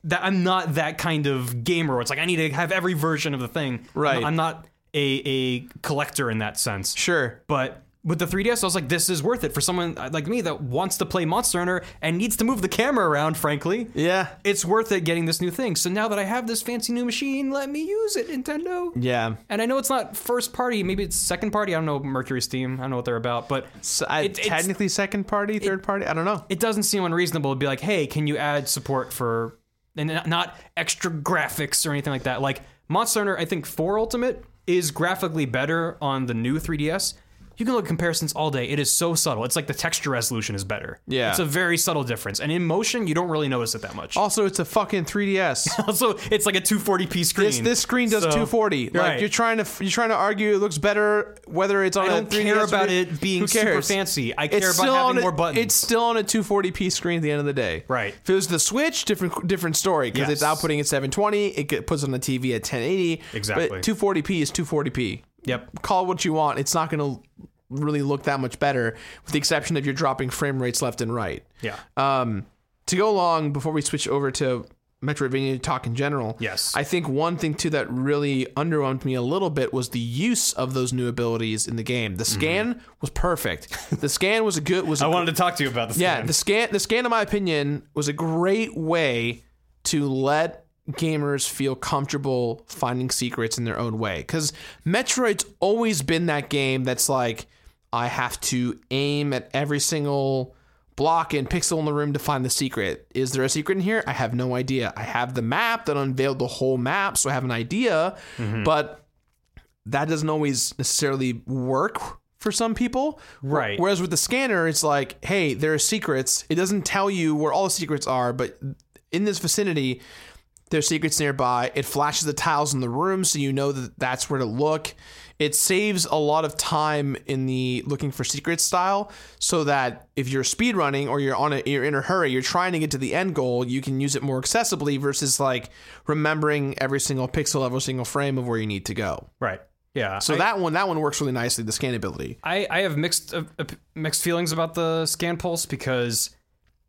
Speaker 2: that I'm not that kind of gamer. Where it's like I need to have every version of the thing.
Speaker 1: Right.
Speaker 2: I'm not a a collector in that sense.
Speaker 1: Sure.
Speaker 2: But with the 3DS, I was like, this is worth it for someone like me that wants to play Monster Hunter and needs to move the camera around. Frankly,
Speaker 1: Yeah.
Speaker 2: it's worth it getting this new thing. So now that I have this fancy new machine, let me use it, Nintendo.
Speaker 1: Yeah.
Speaker 2: And I know it's not first party, maybe it's second party. I don't know Mercury Steam. I don't know what they're about, but
Speaker 1: So I,
Speaker 2: It- it's-
Speaker 1: technically second party, third party. I don't know.
Speaker 2: it doesn't seem unreasonable to be like, hey, can you add support for and not- not extra graphics or anything like that? Like Monster Hunter, I think four Ultimate is graphically better on the new 3DS. You can look at comparisons all day. It is so subtle. It's like the texture resolution is better.
Speaker 1: Yeah. Oh.
Speaker 2: it's a very subtle difference, and in motion, you don't really notice it that much.
Speaker 1: Also, it's a fucking 3DS.
Speaker 2: Also, it's like a 240p screen.
Speaker 1: This, this screen does
Speaker 2: So-
Speaker 1: 240. Like
Speaker 2: Right.
Speaker 1: you're trying to you're trying to argue it looks better whether it's on
Speaker 2: I
Speaker 1: a
Speaker 2: don't
Speaker 1: 3DS
Speaker 2: care
Speaker 1: or-
Speaker 2: about it being
Speaker 1: who
Speaker 2: super
Speaker 1: cares?
Speaker 2: fancy. I care
Speaker 1: It's
Speaker 2: about
Speaker 1: still
Speaker 2: having
Speaker 1: on a,
Speaker 2: more buttons.
Speaker 1: It's still on a 240p screen at the end of the day.
Speaker 2: Right.
Speaker 1: If it was the Switch, different different story because it's
Speaker 2: Yes.
Speaker 1: outputting at 720. It get, puts on the TV at 1080.
Speaker 2: Exactly.
Speaker 1: But 240p is 240p.
Speaker 2: Yep.
Speaker 1: Call it what you want. It's not going to really look that much better, with the exception of you're dropping frame rates left and right.
Speaker 2: Yeah.
Speaker 1: Um, to go along before we switch over to Metroidvania talk in general.
Speaker 2: Yes.
Speaker 1: I think one thing too that really underwhelmed me a little bit was the use of those new abilities in the game. The scan was perfect. The scan was a good was a
Speaker 2: Mm-hmm. I wanted to talk to you about this.
Speaker 1: yeah,
Speaker 2: game.
Speaker 1: the scan the scan in my opinion was a great way to let gamers feel comfortable finding secrets in their own way cuz Metroid's always been that game that's like I have to aim at every single block and pixel in the room to find the secret. Is there a secret in here? I have no idea. I have the map that unveiled the whole map, so I have an idea, but that doesn't always necessarily work for some people.
Speaker 2: Right.
Speaker 1: Whereas with the scanner, it's like, hey, there are secrets. It doesn't tell you where all the secrets are, but in this vicinity, there's secrets nearby. It flashes the tiles in the room so you know that that's where to look. It saves a lot of time in the looking for secrets style so that if you're speedrunning or you're on a you're in a hurry, you're trying to get to the end goal, you can use it more accessibly versus like remembering every single pixel, every single frame of where you need to go.
Speaker 2: right. Yeah.
Speaker 1: So
Speaker 2: I-
Speaker 1: that one, that one works really nicely. The scan ability.
Speaker 2: I, I have mixed uh, uh, mixed feelings about the scan pulse because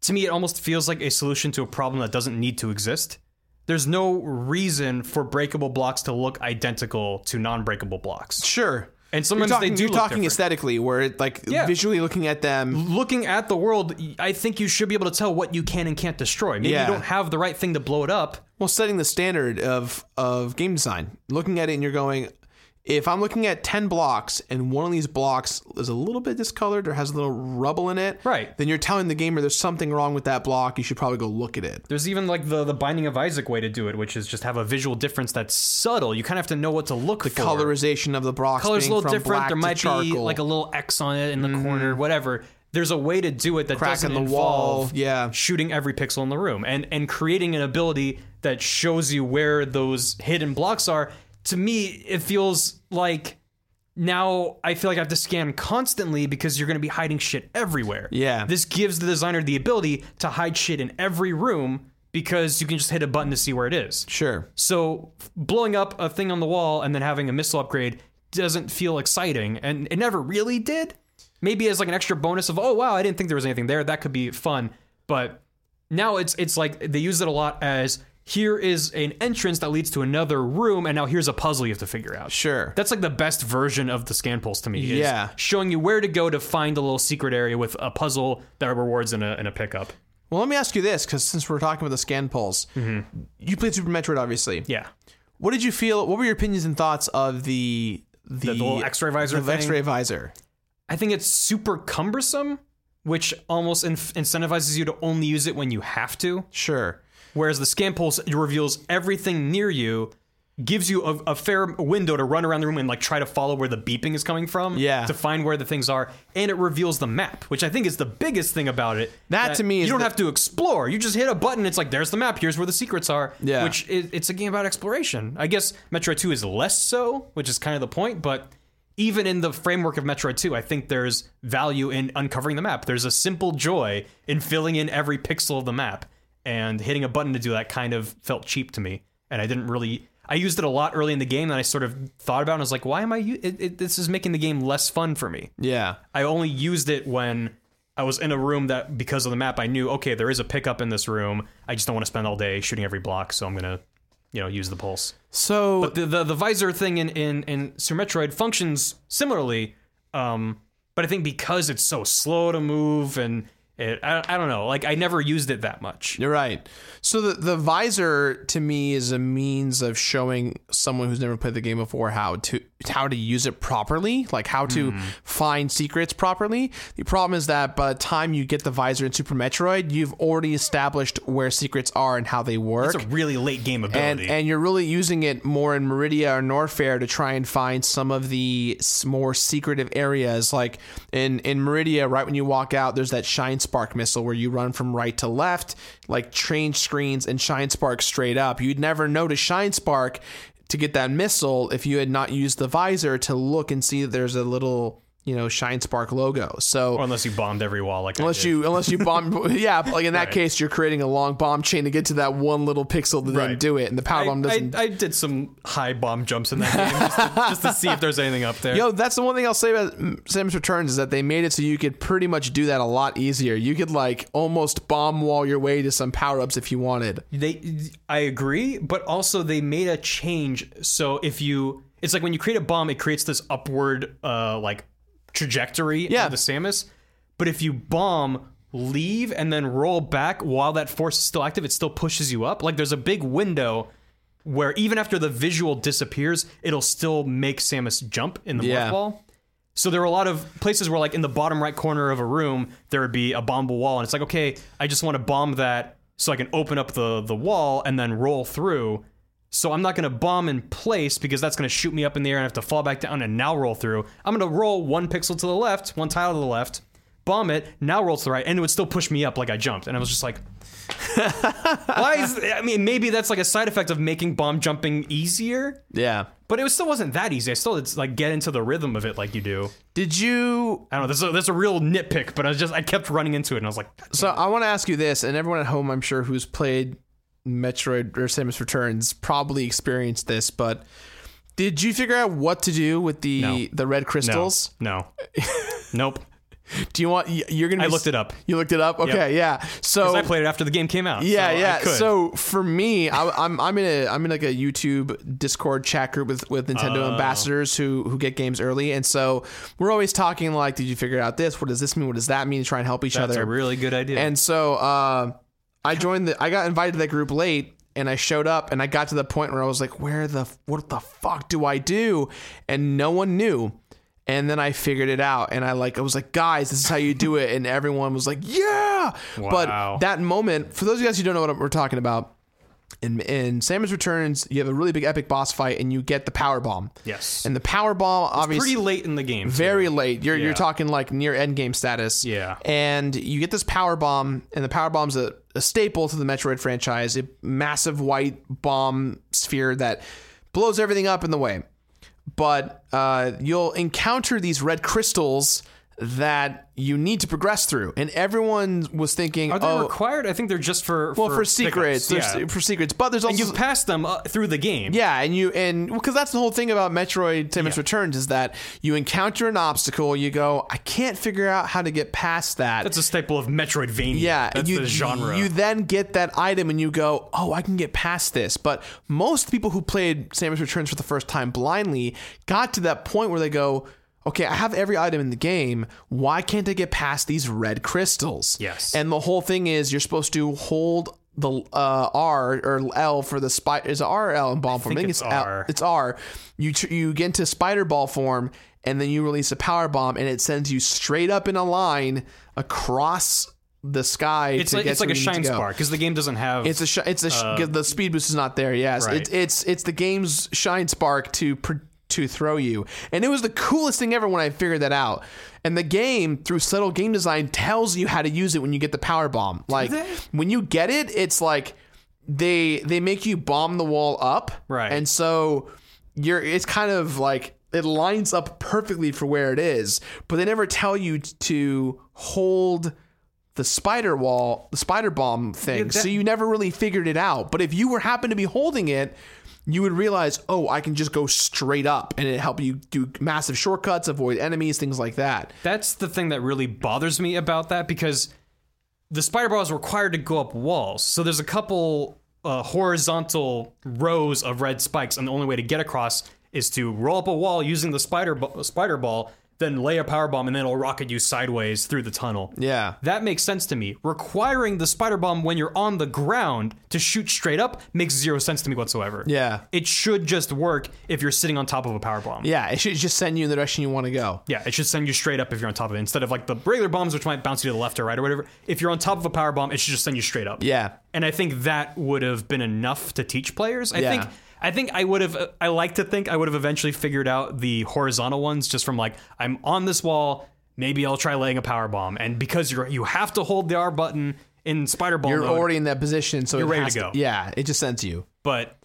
Speaker 2: to me it almost feels like a solution to a problem that doesn't need to exist. There's no reason for breakable blocks to look identical to non-breakable blocks,
Speaker 1: Sure.
Speaker 2: and
Speaker 1: You're
Speaker 2: sometimes
Speaker 1: talking,
Speaker 2: they do
Speaker 1: you're
Speaker 2: look
Speaker 1: talking
Speaker 2: different.
Speaker 1: aesthetically, where it like
Speaker 2: Yeah.
Speaker 1: visually looking at them.
Speaker 2: Looking at the world, y- I think you should be able to tell what you can and can't destroy. Maybe
Speaker 1: Yeah.
Speaker 2: you don't have the right thing to blow it up.
Speaker 1: Well, setting the standard of of game design. Looking at it, and you're going, if I'm looking at ten blocks, and one of these blocks is a little bit discolored or has a little rubble in it,
Speaker 2: Right.
Speaker 1: Then you're telling the gamer there's something wrong with that block. You should probably go look at it.
Speaker 2: There's even like the the Binding of Isaac way to do it, which is just have a visual difference that's subtle. You kind of have to know what to look for.
Speaker 1: Colorization of the blocks.
Speaker 2: color's a
Speaker 1: being
Speaker 2: little
Speaker 1: from
Speaker 2: different.
Speaker 1: black
Speaker 2: There
Speaker 1: to
Speaker 2: might be
Speaker 1: charcoal.
Speaker 2: like a little X on it in the corner, whatever. There's a way to do it that
Speaker 1: crack
Speaker 2: doesn't
Speaker 1: in the wall.
Speaker 2: involve
Speaker 1: Yeah.
Speaker 2: shooting every pixel in the room and and creating an ability that shows you where those hidden blocks are. To me, it feels like now I feel like I have to scan constantly because you're going to be hiding shit everywhere.
Speaker 1: Yeah.
Speaker 2: this gives the designer the ability to hide shit in every room because you can just hit a button to see where it is.
Speaker 1: Sure.
Speaker 2: So f- blowing up a thing on the wall and then having a missile upgrade doesn't feel exciting, and it never really did. Maybe as like an extra bonus of oh wow, I didn't think there was anything there. That could be fun, but now it's it's like they use it a lot as here is an entrance that leads to another room, and now here's a puzzle you have to figure out.
Speaker 1: Sure.
Speaker 2: That's like the best version of the scan pulse to me. is
Speaker 1: Yeah.
Speaker 2: showing you where to go to find a little secret area with a puzzle that rewards in a in a pickup.
Speaker 1: Well, let me ask you this, because since we're talking about the scan pulse,
Speaker 2: Mm-hmm.
Speaker 1: you played Super Metroid, obviously.
Speaker 2: Yeah,
Speaker 1: What did you feel? What were your opinions and thoughts of the the,
Speaker 2: little X-ray visor
Speaker 1: The
Speaker 2: thing?
Speaker 1: X-ray visor.
Speaker 2: I think it's super cumbersome, which almost in- incentivizes you to only use it when you have to.
Speaker 1: Sure.
Speaker 2: Whereas the scan pulse reveals everything near you, gives you a, a fair window to run around the room and like try to follow where the beeping is coming from.
Speaker 1: Yeah.
Speaker 2: To find where the things are, and it reveals the map, which I think is the biggest thing about it.
Speaker 1: That to me
Speaker 2: you
Speaker 1: is
Speaker 2: don't
Speaker 1: the-
Speaker 2: have to explore. You just hit a button. It's like there's the map. Here's where the secrets are.
Speaker 1: Yeah.
Speaker 2: Which it, it's a game about exploration. I guess Metroid 2 is less so, which is kind of the point, but even in the framework of Metroid 2, I think there's value in uncovering the map. There's a simple joy in filling in every pixel of the map, and hitting a button to do that kind of felt cheap to me. And I didn't really. I used it a lot early in the game, and I sort of thought about it. And I was like, why am I. u- It, it, this is making the game less fun for me.
Speaker 1: Yeah.
Speaker 2: I only used it when I was in a room that, because of the map, I knew okay, there is a pickup in this room. I just don't want to spend all day shooting every block, so I'm gonna, you know, use the pulse.
Speaker 1: So
Speaker 2: The the, the visor thing in in in Super Metroid functions similarly, um, but I think because it's so slow to move and it, I, I don't know, like I never used it that much.
Speaker 1: you're right. So the the visor to me is a means of showing someone who's never played the game before how to how to use it properly, like how to
Speaker 2: Hmm.
Speaker 1: find secrets properly. The problem is that by the time you get the visor in Super Metroid, you've already established where secrets are and how they work.
Speaker 2: It's a really late game
Speaker 1: and
Speaker 2: ability.
Speaker 1: and you're really using it more in Meridia or Norfair to try and find some of the s- more secretive areas. Like in in Meridia, right when you walk out, there's that Shine Spark missile where you run from right to left, like change screens and Shine Spark straight up. You'd never notice Shine Spark to get that missile if you had not used the visor to look and see that there's a little you know Shine Spark logo. So
Speaker 2: Or unless you bombed every wall like I
Speaker 1: unless
Speaker 2: did.
Speaker 1: you unless you bomb yeah like in that
Speaker 2: Right.
Speaker 1: case you're creating a long bomb chain to get to that one little pixel to then
Speaker 2: Right.
Speaker 1: do it and the power
Speaker 2: I,
Speaker 1: bomb
Speaker 2: I,
Speaker 1: doesn't
Speaker 2: I did some high bomb jumps in that game just to, just to see if there's anything up there.
Speaker 1: Yo, that's the one thing I'll say about mm, Samus Returns is that they made it so you could pretty much do that a lot easier. You could like almost bomb wall your way to some power ups if you wanted.
Speaker 2: They, I agree, but also they made a change. So if you, it's like when you create a bomb, it creates this upward, uh, like trajectory
Speaker 1: Yeah.
Speaker 2: of the Samus. But if you bomb, leave, and then roll back while that force is still active, it still pushes you up. Like there's a big window where even after the visual disappears, it'll still make Samus jump in the
Speaker 1: Yeah.
Speaker 2: morph ball. So there were a lot of places where, like in the bottom right corner of a room, there would be a bombable wall, and it's like, okay, I just want to bomb that so I can open up the the wall and then roll through. So I'm not going to bomb in place because that's going to shoot me up in the air and I have to fall back down and now roll through. I'm going to roll one pixel to the left, one tile to the left, bomb it, now roll to the right, and it would still push me up like I jumped. And I was just like, why is? I mean, maybe that's like a side effect of making bomb jumping easier,
Speaker 1: Yeah.
Speaker 2: but it was, still wasn't that easy. I still had to like get into the rhythm of it like you do.
Speaker 1: Did you?
Speaker 2: I don't know. That's a, that's a real nitpick, but I was just I kept running into it, and I was like,
Speaker 1: So I want to ask you this, and everyone at home, I'm sure, who's played Metroid or Samus Returns, probably experienced this. But did you figure out what to do with the
Speaker 2: No.
Speaker 1: the red
Speaker 2: no,
Speaker 1: crystals?
Speaker 2: no, nope.
Speaker 1: Oh. Do you want? y- You're gonna.
Speaker 2: I
Speaker 1: be-
Speaker 2: looked it up.
Speaker 1: You looked it up. Okay. Yeah. So
Speaker 2: 'Cause I played it after the game came out.
Speaker 1: Yeah,
Speaker 2: so I
Speaker 1: yeah.
Speaker 2: could.
Speaker 1: So for me, I, I'm I'm in a I'm in like a YouTube Discord chat group with with Nintendo
Speaker 2: Oh.
Speaker 1: ambassadors who who get games early, and so we're always talking like, did you figure out this? What does this mean? What does that mean? To try and help each
Speaker 2: that's
Speaker 1: other.
Speaker 2: a really good idea.
Speaker 1: and so uh, I joined the I got invited to that group late. And I showed up, and I got to the point where I was like, "Where the what the fuck do I do?" And no one knew. And then I figured it out, and I like I was like, "Guys, this is how you do it." And everyone was like, "Yeah!"
Speaker 2: Wow.
Speaker 1: But that moment, for those of you guys who don't know what we're talking about, in, in Samus Returns, you have a really big epic boss fight, and you get the power bomb.
Speaker 2: yes,
Speaker 1: And the power bomb, obviously,
Speaker 2: pretty late in the game. too.
Speaker 1: very late. You're you're
Speaker 2: Yeah.
Speaker 1: talking like near end game status.
Speaker 2: Yeah.
Speaker 1: And you get this power bomb, and the power bomb's a, a staple to the Metroid franchise. A massive white bomb sphere that blows everything up in the way. But uh, you'll encounter these red crystals that you need to progress through, and everyone was thinking,
Speaker 2: Are they
Speaker 1: oh.
Speaker 2: required? I think they're just for
Speaker 1: well, for
Speaker 2: pickups.
Speaker 1: secrets, there's-
Speaker 2: Yeah.
Speaker 1: for secrets, but there's also
Speaker 2: You've passed them uh, through the game.
Speaker 1: yeah, and you and because that's the whole thing about Metroid: Samus Returns is that you encounter an obstacle, you go, I can't figure out how to get past that.
Speaker 2: that's a staple of Metroidvania.
Speaker 1: yeah,
Speaker 2: that's
Speaker 1: you,
Speaker 2: the genre.
Speaker 1: You then get that item and you go, oh, I can get past this. But most people who played Samus Returns for the first time blindly got to that point where they go, okay, I have every item in the game. Why can't I get past these red crystals?
Speaker 2: Yes.
Speaker 1: And the whole thing is you're supposed to hold the uh, R or L for the spider. Is it R or L in bomb form? I
Speaker 2: think
Speaker 1: think
Speaker 2: it's
Speaker 1: it's, L.
Speaker 2: R.
Speaker 1: It's R. You tr- you get into spider ball form, and then you release a power bomb, and it sends you straight up in a line across the sky.
Speaker 2: it's
Speaker 1: to
Speaker 2: like
Speaker 1: get
Speaker 2: it's
Speaker 1: to
Speaker 2: like a
Speaker 1: where you need to
Speaker 2: shine
Speaker 1: go.
Speaker 2: spark because the game doesn't have.
Speaker 1: It's a sh- it's a sh- the speed boost is not there. Yes,
Speaker 2: Right.
Speaker 1: it's it's it's the game's shine spark to pr- to throw you, and it was the coolest thing ever when I figured that out. And the game through subtle game design tells you how to use it when you get the power bomb. Like
Speaker 2: they?
Speaker 1: when you get it, it's like they they make you bomb the wall up,
Speaker 2: Right.
Speaker 1: And so you're it's kind of like it lines up perfectly for where it is, but they never tell you t- to hold the spider wall, the spider bomb thing. so you never really figured it out. But if you were happened to be holding it, you would realize, oh, I can just go straight up, and it help you do massive shortcuts, avoid enemies, things like that.
Speaker 2: That's the thing that really bothers me about that because the spider ball is required to go up walls. So there's a couple uh, horizontal rows of red spikes, and the only way to get across is to roll up a wall using the spider bu- spider ball, then lay a power bomb, and then it'll rocket you sideways through the tunnel.
Speaker 1: Yeah.
Speaker 2: That makes sense to me. Requiring the spider bomb when you're on the ground to shoot straight up makes zero sense to me whatsoever.
Speaker 1: Yeah.
Speaker 2: It should just work if you're sitting on top of a power bomb.
Speaker 1: Yeah, it should just send you in the direction you want to go.
Speaker 2: Yeah, it should send you straight up if you're on top of it. Instead of like the regular bombs, which might bounce you to the left or right or whatever. If you're on top of a power bomb, it should just send you straight up.
Speaker 1: Yeah.
Speaker 2: And I think that would have been enough to teach players. I
Speaker 1: Yeah.
Speaker 2: think I think I would have I like to think I would have eventually figured out the horizontal ones just from like I'm on this wall, maybe I'll try laying a power bomb. And because you're you have to hold the R button in spider ball
Speaker 1: You're
Speaker 2: mode,
Speaker 1: already in that position, so you're
Speaker 2: ready to go.
Speaker 1: yeah, it just sends you.
Speaker 2: but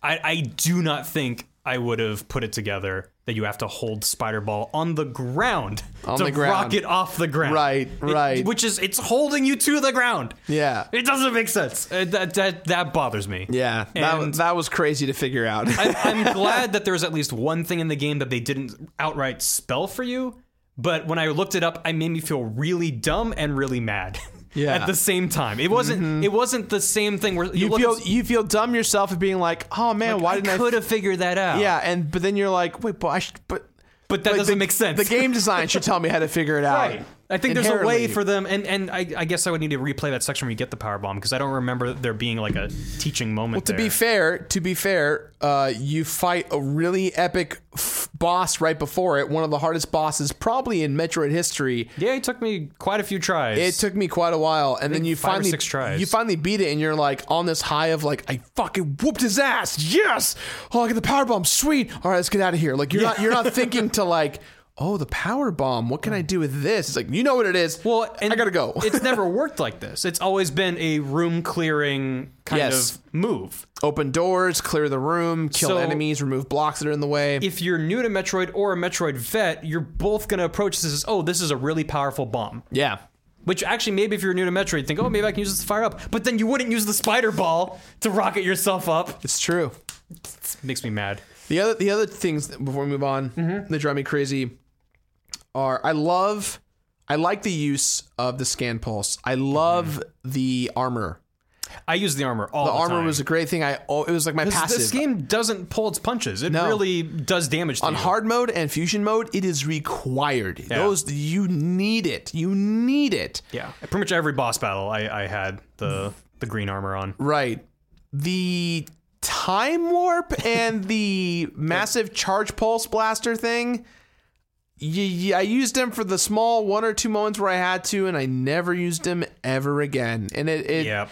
Speaker 2: I, I do not think I would have put it together that you have to hold Spider Ball on the ground
Speaker 1: On
Speaker 2: to
Speaker 1: the ground.
Speaker 2: rock it off the ground.
Speaker 1: Right,
Speaker 2: It-
Speaker 1: right.
Speaker 2: which is it's holding you to the ground.
Speaker 1: Yeah.
Speaker 2: It doesn't make sense. Uh, that that that bothers me.
Speaker 1: Yeah, that,
Speaker 2: And-
Speaker 1: that was crazy to figure out.
Speaker 2: I, I'm glad that there was at least one thing in the game that they didn't outright spell for you. But when I looked it up, I made me feel really dumb and really mad.
Speaker 1: Yeah. Mm-hmm.
Speaker 2: At the same time, it wasn't. It wasn't the same thing where
Speaker 1: you feel you feel dumb yourself at being like, oh man, why didn't I?
Speaker 2: could have figured that out.
Speaker 1: yeah, and but then you're like, wait, but I should, but
Speaker 2: But that
Speaker 1: like,
Speaker 2: doesn't
Speaker 1: the-
Speaker 2: make sense.
Speaker 1: The game design should tell me how to figure it out.
Speaker 2: Right. I think there's a way
Speaker 1: Inherently.
Speaker 2: for them, and, and I, I guess I would need to replay that section where you get the power bomb because I don't remember there being like a teaching moment.
Speaker 1: To be fair, to be fair, uh, you fight a really epic f- boss right before it. One of the hardest bosses probably in Metroid history.
Speaker 2: yeah, it took me quite a few tries.
Speaker 1: It took me quite a while, and then you
Speaker 2: five or
Speaker 1: finally
Speaker 2: six tries.
Speaker 1: you finally beat it, and you're like on this high of like I fucking whooped his ass, yes! Oh, I get the power bomb, sweet. All right, let's get out of here. Like you're not you're not thinking to like, oh, the power bomb. What can I do with this? It's like you know what it is.
Speaker 2: Well, and
Speaker 1: I gotta go.
Speaker 2: it's never worked like this. It's always been a room clearing kind
Speaker 1: Yes.
Speaker 2: of move.
Speaker 1: Open doors, clear the room, kill
Speaker 2: So-
Speaker 1: enemies, remove blocks that are in the way.
Speaker 2: If you're new to Metroid or a Metroid vet, you're both going to approach this as, oh, this is a really powerful bomb.
Speaker 1: yeah.
Speaker 2: Which actually, maybe if you're new to Metroid, you think, oh, maybe I can use this to fire up. But then you wouldn't use the spider ball to rocket yourself up.
Speaker 1: It's true.
Speaker 2: It makes me mad.
Speaker 1: The other the other things that- before we move on
Speaker 2: Mm-hmm.
Speaker 1: that drive me crazy are I love I like the use of the scan pulse. I love the armor.
Speaker 2: I use the armor Mm-hmm. all the,
Speaker 1: The armor
Speaker 2: time.
Speaker 1: was a great thing. I oh, it was like my passive.
Speaker 2: This game doesn't pull its punches. It really does damage to
Speaker 1: on
Speaker 2: you.
Speaker 1: hard mode and fusion mode, it is required. Those you need it. You need it.
Speaker 2: yeah, pretty much every boss battle I, I had the the green armor on.
Speaker 1: Right. The time warp and the massive charge pulse blaster thing. y- y- I used them for the small one or two moments where I had to, and I never used them ever again. And it it,
Speaker 2: Yeah,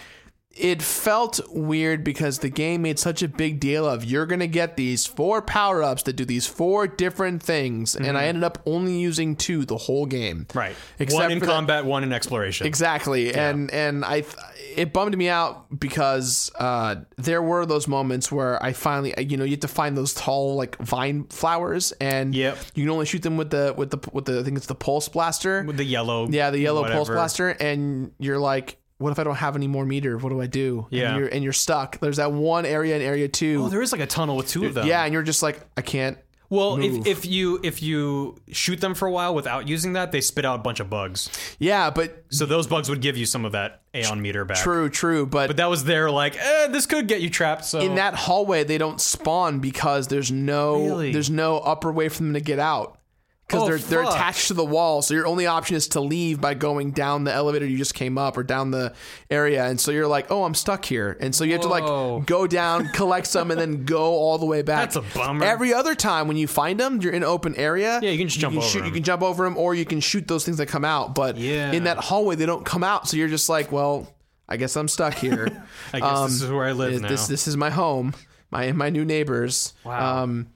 Speaker 1: it felt weird because the game made such a big deal of you're gonna get these four power ups that do these four different things, and I ended up only using two the whole game.
Speaker 2: right.
Speaker 1: Except
Speaker 2: one in
Speaker 1: for that-
Speaker 2: combat, one in exploration.
Speaker 1: Exactly, and and I th- it bummed me out because uh, there were those moments where I finally you know you have to find those tall like vine flowers and
Speaker 2: Yep.
Speaker 1: you can only shoot them with the with the with the I think it's the pulse blaster
Speaker 2: With the yellow.
Speaker 1: yeah the yellow pulse
Speaker 2: whatever.
Speaker 1: blaster and you're like what if I don't have any more meter what do I do
Speaker 2: Yeah.
Speaker 1: and you're, and you're stuck there's that one area in area two
Speaker 2: Oh, there is like a tunnel with two of them.
Speaker 1: yeah and you're just like I can't
Speaker 2: Well, if, if you if you shoot them for a while without using that, they spit out a bunch of bugs.
Speaker 1: yeah but
Speaker 2: So those bugs would give you some of that Aeon meter back.
Speaker 1: true true but
Speaker 2: But that was their like, eh, this could get you trapped. So
Speaker 1: in that hallway they don't spawn because there's no
Speaker 2: Really?
Speaker 1: there's no upper way for them to get out because
Speaker 2: Oh,
Speaker 1: they're they're
Speaker 2: fuck.
Speaker 1: attached to the wall so your only option is to leave by going down the elevator you just came up or down the area and so you're like oh I'm stuck here and so you have to
Speaker 2: Whoa.
Speaker 1: like go down collect some and then go all the way back
Speaker 2: That's a bummer.
Speaker 1: every other time when you find them you're in an open area
Speaker 2: Yeah, you can just jump over
Speaker 1: shoot, you
Speaker 2: them.
Speaker 1: can jump over them or you can shoot those things that come out but
Speaker 2: Yeah.
Speaker 1: in that hallway they don't come out so you're just like well I guess I'm stuck here
Speaker 2: I guess this is where I live now.
Speaker 1: Um, this this is my home, my my new neighbors.
Speaker 2: Wow.
Speaker 1: Um,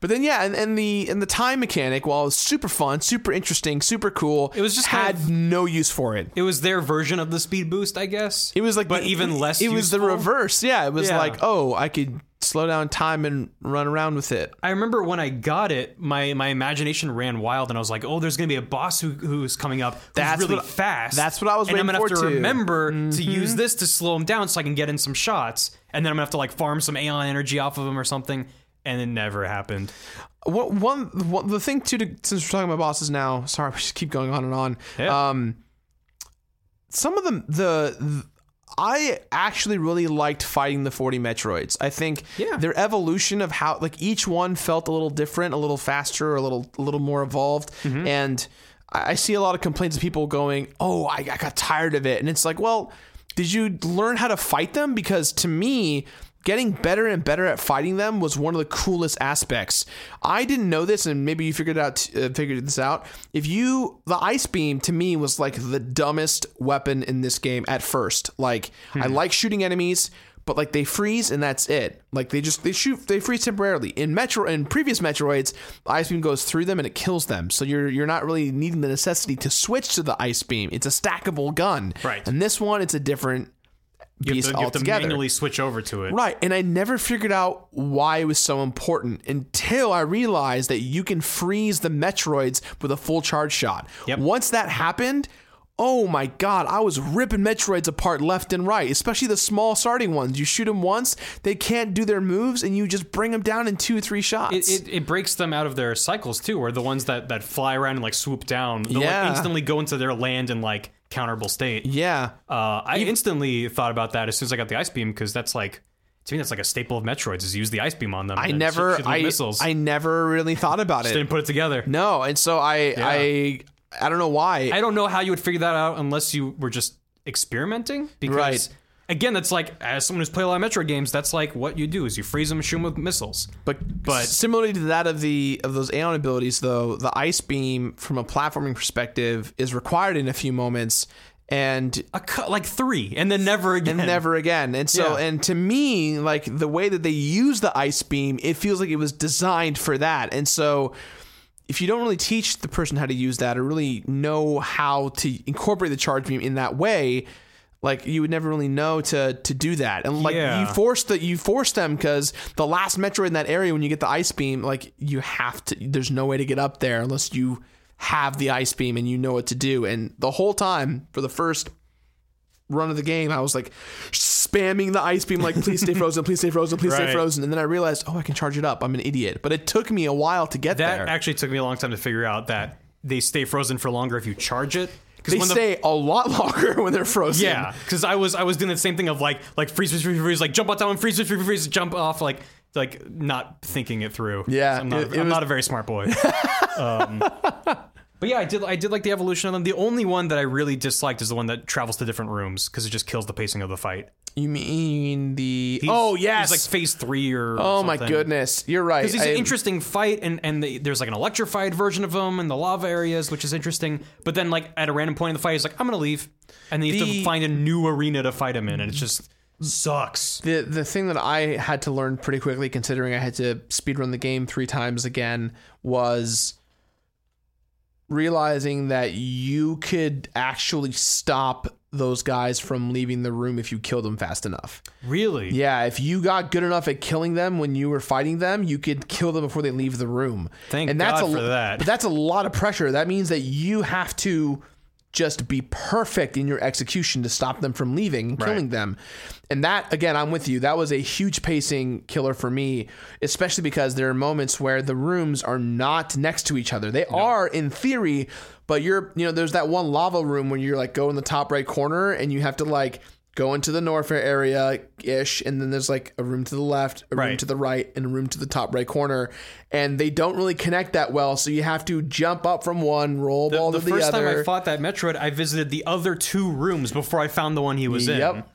Speaker 1: but then yeah, and, and the and the time mechanic, while it was super fun, super interesting, super cool, it
Speaker 2: was just
Speaker 1: had
Speaker 2: kind of-
Speaker 1: no use for it.
Speaker 2: it was their version of the speed boost, I guess.
Speaker 1: It was like,
Speaker 2: but
Speaker 1: the-
Speaker 2: even less.
Speaker 1: It was the
Speaker 2: useful.
Speaker 1: reverse. Yeah, it was
Speaker 2: Yeah.
Speaker 1: like, oh, I could slow down time and run around with it.
Speaker 2: I remember when I got it, my my imagination ran wild, and I was like, "Oh, there's gonna be a boss who, who's coming up who's
Speaker 1: That's
Speaker 2: really
Speaker 1: what-
Speaker 2: fast."
Speaker 1: that's what I was
Speaker 2: And I'm
Speaker 1: waiting
Speaker 2: gonna have
Speaker 1: for,
Speaker 2: to
Speaker 1: too. Mm-hmm.
Speaker 2: remember to use this to slow him down so I can get in some shots, and then I'm gonna have to like farm some Aeon energy off of him or something. And it never happened.
Speaker 1: What one, one the thing too? To, since we're talking about bosses now, sorry, we just keep going on and on.
Speaker 2: Yeah.
Speaker 1: Um, some of them, the, the I actually really liked fighting the forty Metroids. I think
Speaker 2: Yeah.
Speaker 1: their evolution of how like each one felt a little different, a little faster, a little a little more evolved, and. I I see a lot of complaints of people going, "Oh, I, I got tired of it," and it's like, well, did you learn how to fight them? Because to me, getting better and better at fighting them was one of the coolest aspects. I didn't know this, and maybe you figured out uh, figured this out. If you, the ice beam to me was like the dumbest weapon in this game at first. Like I like shooting enemies, but like they freeze and that's it. Like they just they shoot they freeze temporarily. In Metro in previous Metroids, the ice beam goes through them and it kills them. So you're you're not really needing the necessity to switch to the ice beam. It's a stackable gun.
Speaker 2: Right.
Speaker 1: And this one, it's a different
Speaker 2: You have
Speaker 1: beast
Speaker 2: to, you have to
Speaker 1: altogether.
Speaker 2: manually switch over to it.
Speaker 1: Right, and I never figured out why it was so important until I realized that you can freeze the Metroids with a full charge shot.
Speaker 2: Yep.
Speaker 1: Once that happened, oh my god, I was ripping Metroids apart left and right, especially the small starting ones. You shoot them once, they can't do their moves, and you just bring them down in two, three shots.
Speaker 2: It, it, it breaks them out of their cycles too, or the ones that, that fly around and like swoop down. They'll
Speaker 1: Yeah.
Speaker 2: like instantly go into their land and like counterable state.
Speaker 1: yeah.
Speaker 2: Uh, I instantly thought about that as soon as I got the ice beam because that's like to me that's like a staple of Metroids is use the ice beam on them.
Speaker 1: I
Speaker 2: and
Speaker 1: never,
Speaker 2: shoot them with
Speaker 1: I,
Speaker 2: missiles.
Speaker 1: I never really thought about it.
Speaker 2: didn't put it together.
Speaker 1: No, and so I, I, I don't know why.
Speaker 2: I don't know how you would figure that out unless you were just experimenting. Because
Speaker 1: Right.
Speaker 2: again, that's like as someone who's played a lot of Metroid games, that's like what you do is you freeze them and shoot them with missiles.
Speaker 1: But
Speaker 2: But-
Speaker 1: similarly to that of the of those Aeon abilities, though, the ice beam from a platforming perspective is required in a few moments and
Speaker 2: A cu- like three, and then never again.
Speaker 1: never again. And so
Speaker 2: Yeah.
Speaker 1: and to me, like the way that they use the ice beam, it feels like it was designed for that. And so if you don't really teach the person how to use that or really know how to incorporate the charge beam in that way, like you would never really know to to do that. And like
Speaker 2: Yeah.
Speaker 1: you force that you force them because the last Metroid in that area when you get the ice beam, like you have to there's no way to get up there unless you have the ice beam and you know what to do. And the whole time for the first run of the game, I was like spamming the ice beam, like, please stay frozen, please stay frozen, please stay
Speaker 2: Right.
Speaker 1: frozen. And then I realized, oh, I can charge it up. I'm an idiot. But it took me a while to get
Speaker 2: That
Speaker 1: there.
Speaker 2: actually took me a long time to figure out that they stay frozen for longer if you charge it.
Speaker 1: they
Speaker 2: Because when the
Speaker 1: stay a lot longer when they're frozen.
Speaker 2: Yeah, because I was I was doing the same thing of like like freeze freeze freeze freeze like jump on top and freeze freeze freeze freeze jump off like like not thinking it through.
Speaker 1: Yeah,
Speaker 2: I'm not,
Speaker 1: it- it
Speaker 2: I'm
Speaker 1: was-
Speaker 2: not a very smart boy. um, but yeah, I did I did like the evolution of them. The only one that I really disliked is the one that travels to different rooms because it just kills the pacing of the fight.
Speaker 1: You mean the. oh, yes.
Speaker 2: it's like phase three or
Speaker 1: oh, my goodness. You're right.
Speaker 2: Because it's
Speaker 1: I-
Speaker 2: an interesting fight, and and the, there's like an electrified version of them in the lava areas, which is interesting. But then, like at a random point in the fight, he's like, "I'm gonna leave," and then you have
Speaker 1: The-
Speaker 2: to find a new arena to fight him in, and it just sucks.
Speaker 1: the the thing that I had to learn pretty quickly, considering I had to speedrun the game three times again, was realizing that you could actually stop those guys from leaving the room if you killed them fast enough.
Speaker 2: Really?
Speaker 1: Yeah, if you got good enough at killing them when you were fighting them, you could kill them before they leave the room.
Speaker 2: Thank
Speaker 1: and that's
Speaker 2: God
Speaker 1: a,
Speaker 2: for that.
Speaker 1: But that's a lot of pressure. That means that you have to just be perfect in your execution to stop them from leaving and killing them. And that again, I'm with you. That was a huge pacing killer for me, especially because there are moments where the rooms are not next to each other. They are in theory, but you're, you know, there's that one lava room where you're like go in the top right corner and you have to like go into the north area ish and then there's like a room to the left, a room
Speaker 2: Right.
Speaker 1: to the right and a room to the top right corner and they don't really connect that well so you have to jump up from one roll ball
Speaker 2: The
Speaker 1: to the
Speaker 2: first
Speaker 1: other
Speaker 2: time I fought that Metroid, I visited the other two rooms before I found the one he was in.
Speaker 1: Yep.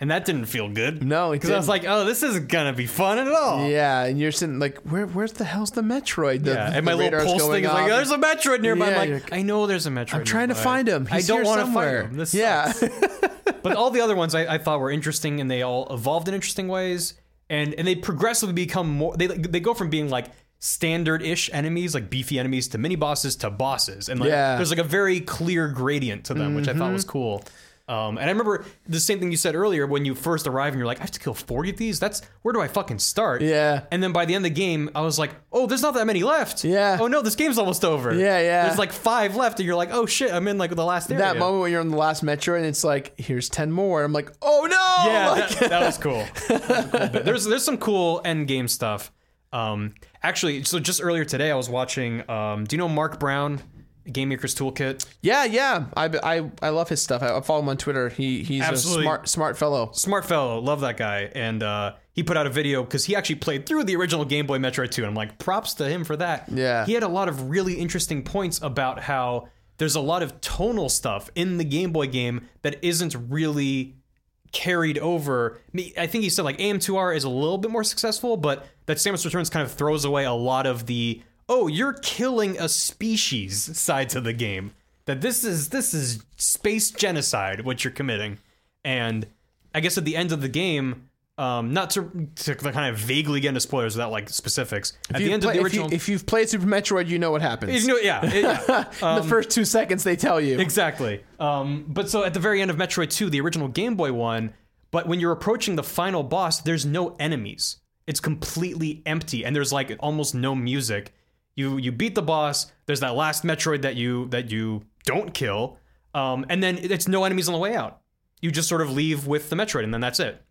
Speaker 2: And that didn't feel good.
Speaker 1: No, it
Speaker 2: because I was like, "Oh, this isn't gonna be fun at all."
Speaker 1: yeah and you're sitting like where where's the hell's the metroid the,
Speaker 2: Yeah,
Speaker 1: the
Speaker 2: and my little
Speaker 1: radar's
Speaker 2: pulse
Speaker 1: going
Speaker 2: thing is like,
Speaker 1: off.
Speaker 2: "There's a Metroid nearby."
Speaker 1: Yeah,
Speaker 2: I'm
Speaker 1: you're-
Speaker 2: like, "I know there's a Metroid." I'm
Speaker 1: trying to find him
Speaker 2: I
Speaker 1: He's
Speaker 2: don't
Speaker 1: here
Speaker 2: want to
Speaker 1: somewhere.
Speaker 2: find him. This
Speaker 1: yeah
Speaker 2: but all the other ones I, I thought were interesting and they all evolved in interesting ways and and they progressively become more they they go from being like standard-ish enemies like beefy enemies to mini bosses to bosses and like
Speaker 1: Yeah. Mm-hmm.
Speaker 2: there's like a very clear gradient to them which i thought was cool um, and i remember the same thing you said earlier when you first arrive and you're like i have to kill 40 of these that's where do i fucking start
Speaker 1: Yeah.
Speaker 2: and then by the end of the game i was like oh there's not that many left
Speaker 1: Yeah.
Speaker 2: oh no this game's almost over
Speaker 1: Yeah, yeah.
Speaker 2: there's like five left and you're like oh shit i'm in like the last area
Speaker 1: that moment when you're on the last metroid and it's like here's 10 more i'm like oh no
Speaker 2: Yeah,
Speaker 1: Like-
Speaker 2: that, that was cool. That was a cool bit. There's there's some cool end game stuff. Um, actually, so just earlier today, I was watching. Um, do you know Mark Brown, Game Maker's Toolkit?
Speaker 1: yeah yeah I, I i love his stuff i, I follow him on twitter he he's
Speaker 2: Absolutely.
Speaker 1: a smart smart fellow
Speaker 2: Smart fellow, love that guy. And uh, he put out a video because he actually played through the original Game Boy Metroid 2. And I'm like, props to him for that.
Speaker 1: Yeah.
Speaker 2: he had a lot of really interesting points about how there's a lot of tonal stuff in the Game Boy game that isn't really carried over. I mean, I think he said like AM2R is a little bit more successful, but that Samus Returns kind of throws away a lot of the oh you're killing a species side to the game. That this is this is space genocide what you're committing, and I guess at the end of the game. Um, not to, to kind of vaguely get into spoilers without like specifics. At the
Speaker 1: You
Speaker 2: end
Speaker 1: play-
Speaker 2: of the
Speaker 1: if, you,
Speaker 2: original,
Speaker 1: if you've played super metroid you know what happens
Speaker 2: you know, yeah, it- yeah.
Speaker 1: in the first two seconds they tell you
Speaker 2: Exactly. Um, but so at the very end of Metroid 2, the original Game Boy one, But when you're approaching the final boss, there's no enemies. It's completely empty, and there's like almost no music. You you beat the boss. There's that last Metroid that you that you don't kill, um, and then it's no enemies on the way out. You just sort of leave with the Metroid, and then that's it.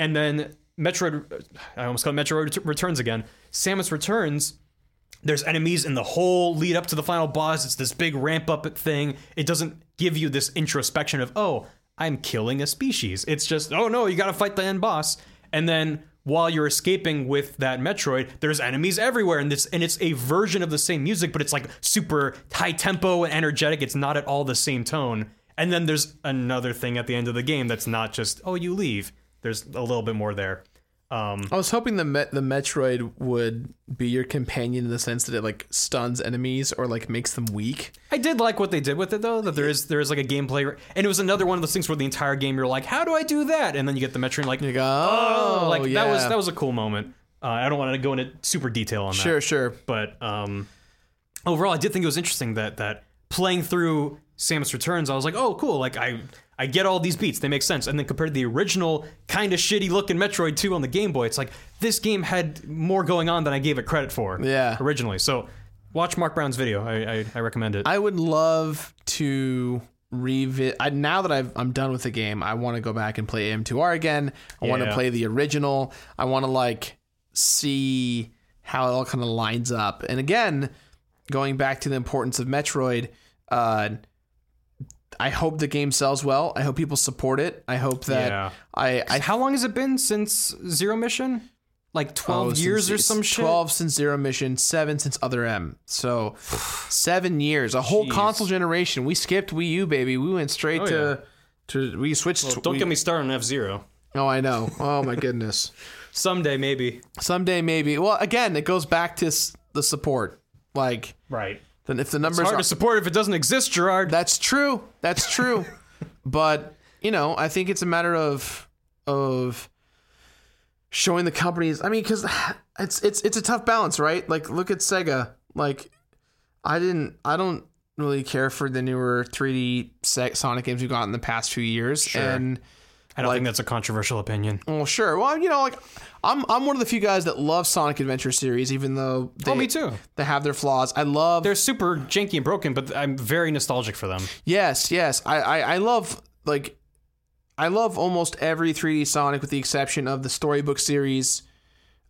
Speaker 2: And then Metroid, uh, I almost called Metroid Ret- Returns again. Samus Returns there's enemies in the whole lead up to the final boss. It's this big ramp up thing. It doesn't give you this introspection of, oh, I'm killing a species. It's just, oh no, you gotta fight the end boss. And then while you're escaping with that Metroid, there's enemies everywhere, and it's and it's a version of the same music, but it's like super high tempo and energetic. It's not at all the same tone. And then there's another thing at the end of the game that's not just, oh, you leave. There's a little bit more there.
Speaker 1: I was hoping the Met- the Metroid would be your companion in the sense that it like stuns enemies or like makes them weak.
Speaker 2: I did like what they did with it though. That there is there is like a gameplay, and it was another one of those things where the entire game you're like, how do I do that? And then you get the Metroid like,
Speaker 1: You go, oh,
Speaker 2: like
Speaker 1: yeah.
Speaker 2: that was that was a cool moment. Uh, I don't want to go into super detail on
Speaker 1: sure,
Speaker 2: that,
Speaker 1: sure.
Speaker 2: but um, overall, I did think it was interesting that that playing through Samus Returns, I was like, oh, cool. Like I I get all these beats; they make sense. And then compared to the original kind of shitty looking Metroid Two on the Game Boy, it's like this game had more going on than I gave it credit for.
Speaker 1: Yeah.
Speaker 2: originally. So watch Mark Brown's video. I I, I recommend it.
Speaker 1: I would love to revisit. I, now that I've, I'm done with the game, I want to go back and play M2R again. I want to
Speaker 2: Yeah.
Speaker 1: play the original. I want to like see how it all kind of lines up. And again, going back to the importance of Metroid, uh, I hope the game sells well. I hope people support it. I hope that
Speaker 2: Yeah.
Speaker 1: I, I
Speaker 2: How long has it been since Zero Mission? Like
Speaker 1: Oh,
Speaker 2: twelve
Speaker 1: since
Speaker 2: years or
Speaker 1: it's
Speaker 2: some shit.
Speaker 1: 12 since Zero Mission, 7 since Other M. So 7 years, a whole
Speaker 2: Jeez.
Speaker 1: console generation. We skipped Wii U, baby. We went straight
Speaker 2: Oh,
Speaker 1: to to we switched to-
Speaker 2: Don't
Speaker 1: we-
Speaker 2: get me started on F Zero.
Speaker 1: Oh, I know. Oh my goodness.
Speaker 2: Someday maybe.
Speaker 1: Someday maybe. Well, again, it goes back to s- the support. Like
Speaker 2: Right.
Speaker 1: then if the numbers
Speaker 2: Hard
Speaker 1: are,
Speaker 2: to support if it doesn't exist, Gerard.
Speaker 1: That's true. That's true. but you know, I think it's a matter of of showing the companies. I mean, because it's it's it's a tough balance, right? Like, look at Sega. Like, I didn't. I don't really care for the newer 3D Se- Sonic games we've gotten in the past few years, and
Speaker 2: I don't think that's a controversial opinion.
Speaker 1: well, sure. Well, you know, like I'm I'm one of the few guys that love Sonic Adventure series, even though they,
Speaker 2: Oh, me too.
Speaker 1: They have their flaws. I love
Speaker 2: They're super janky and broken, but I'm very nostalgic for them.
Speaker 1: Yes, yes. I, I, I love like I love almost every 3D Sonic with the exception of the storybook series.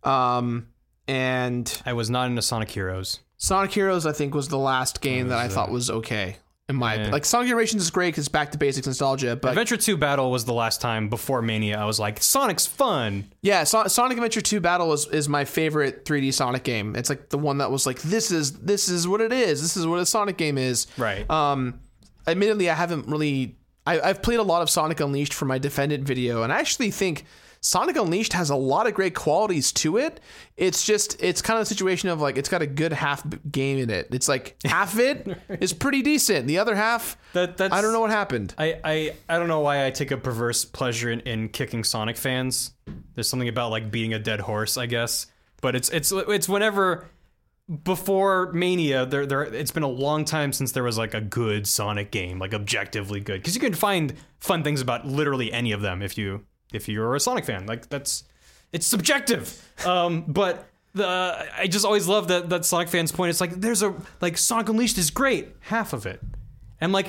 Speaker 1: Um and
Speaker 2: I was not into Sonic Heroes.
Speaker 1: Sonic Heroes I think was the last game that I thought was okay. In my opinion. like Sonic Generations is great cuz it's back to basics nostalgia, but
Speaker 2: Adventure 2 Battle was the last time before Mania I was like, Sonic's fun.
Speaker 1: yeah, so- Sonic Adventure 2 Battle is, is my favorite 3D Sonic game. It's like the one that was like this is this is what it is. This is what a Sonic game is.
Speaker 2: Right.
Speaker 1: Um, admittedly, I haven't really. I, I've played a lot of Sonic Unleashed for my Defendant video, and I actually think Sonic Unleashed has a lot of great qualities to it. It's just it's kind of a situation of like it's got a good half b- game in it. It's like half of it is pretty decent. The other half,
Speaker 2: That- that's-
Speaker 1: I don't know what happened.
Speaker 2: I, I, I don't know why I take a perverse pleasure in, in kicking Sonic fans. There's something about like beating a dead horse, I guess. But it's it's it's whenever before Mania, there there it's been a long time since there was like a good Sonic game, like objectively good. Because you can find fun things about literally any of them if you if you're a Sonic fan. Like that's it's subjective. Um, but the I just always love that that Sonic fans point. It's like there's a like Sonic Unleashed is great, half of it. I'm like,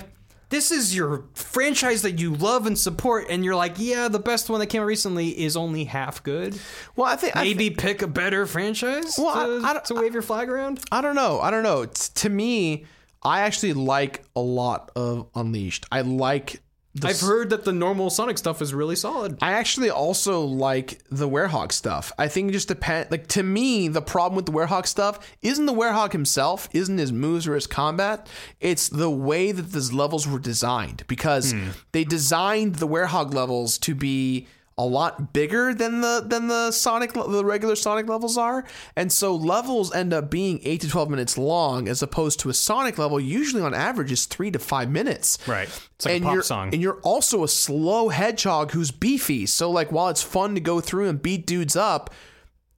Speaker 2: this is your franchise that you love and support, and you're like, yeah, the best one that came out recently is only half good.
Speaker 1: Well, I think I thi-
Speaker 2: Maybe pick a better franchise
Speaker 1: Well, I-
Speaker 2: to,
Speaker 1: I don't-
Speaker 2: to wave your flag around.
Speaker 1: I don't know. I don't know. It's, to me, I actually like a lot of Unleashed. I like. The
Speaker 2: I've heard that the normal Sonic stuff is really solid.
Speaker 1: I actually also like the Werehog stuff. I think it just depend like to me the problem with the Werehog stuff isn't the Werehog himself, isn't his moves or his combat. It's the way that these levels were designed because
Speaker 2: Hmm.
Speaker 1: they designed the Werehog levels to be a lot bigger than the than the Sonic le- the regular Sonic levels are, and so levels end up being eight to twelve minutes long as opposed to a Sonic level usually on average is three to five minutes.
Speaker 2: Right. It's like a
Speaker 1: and
Speaker 2: pop
Speaker 1: you're,
Speaker 2: song.
Speaker 1: And you're also a slow hedgehog who's beefy. So like while it's fun to go through and beat dudes up,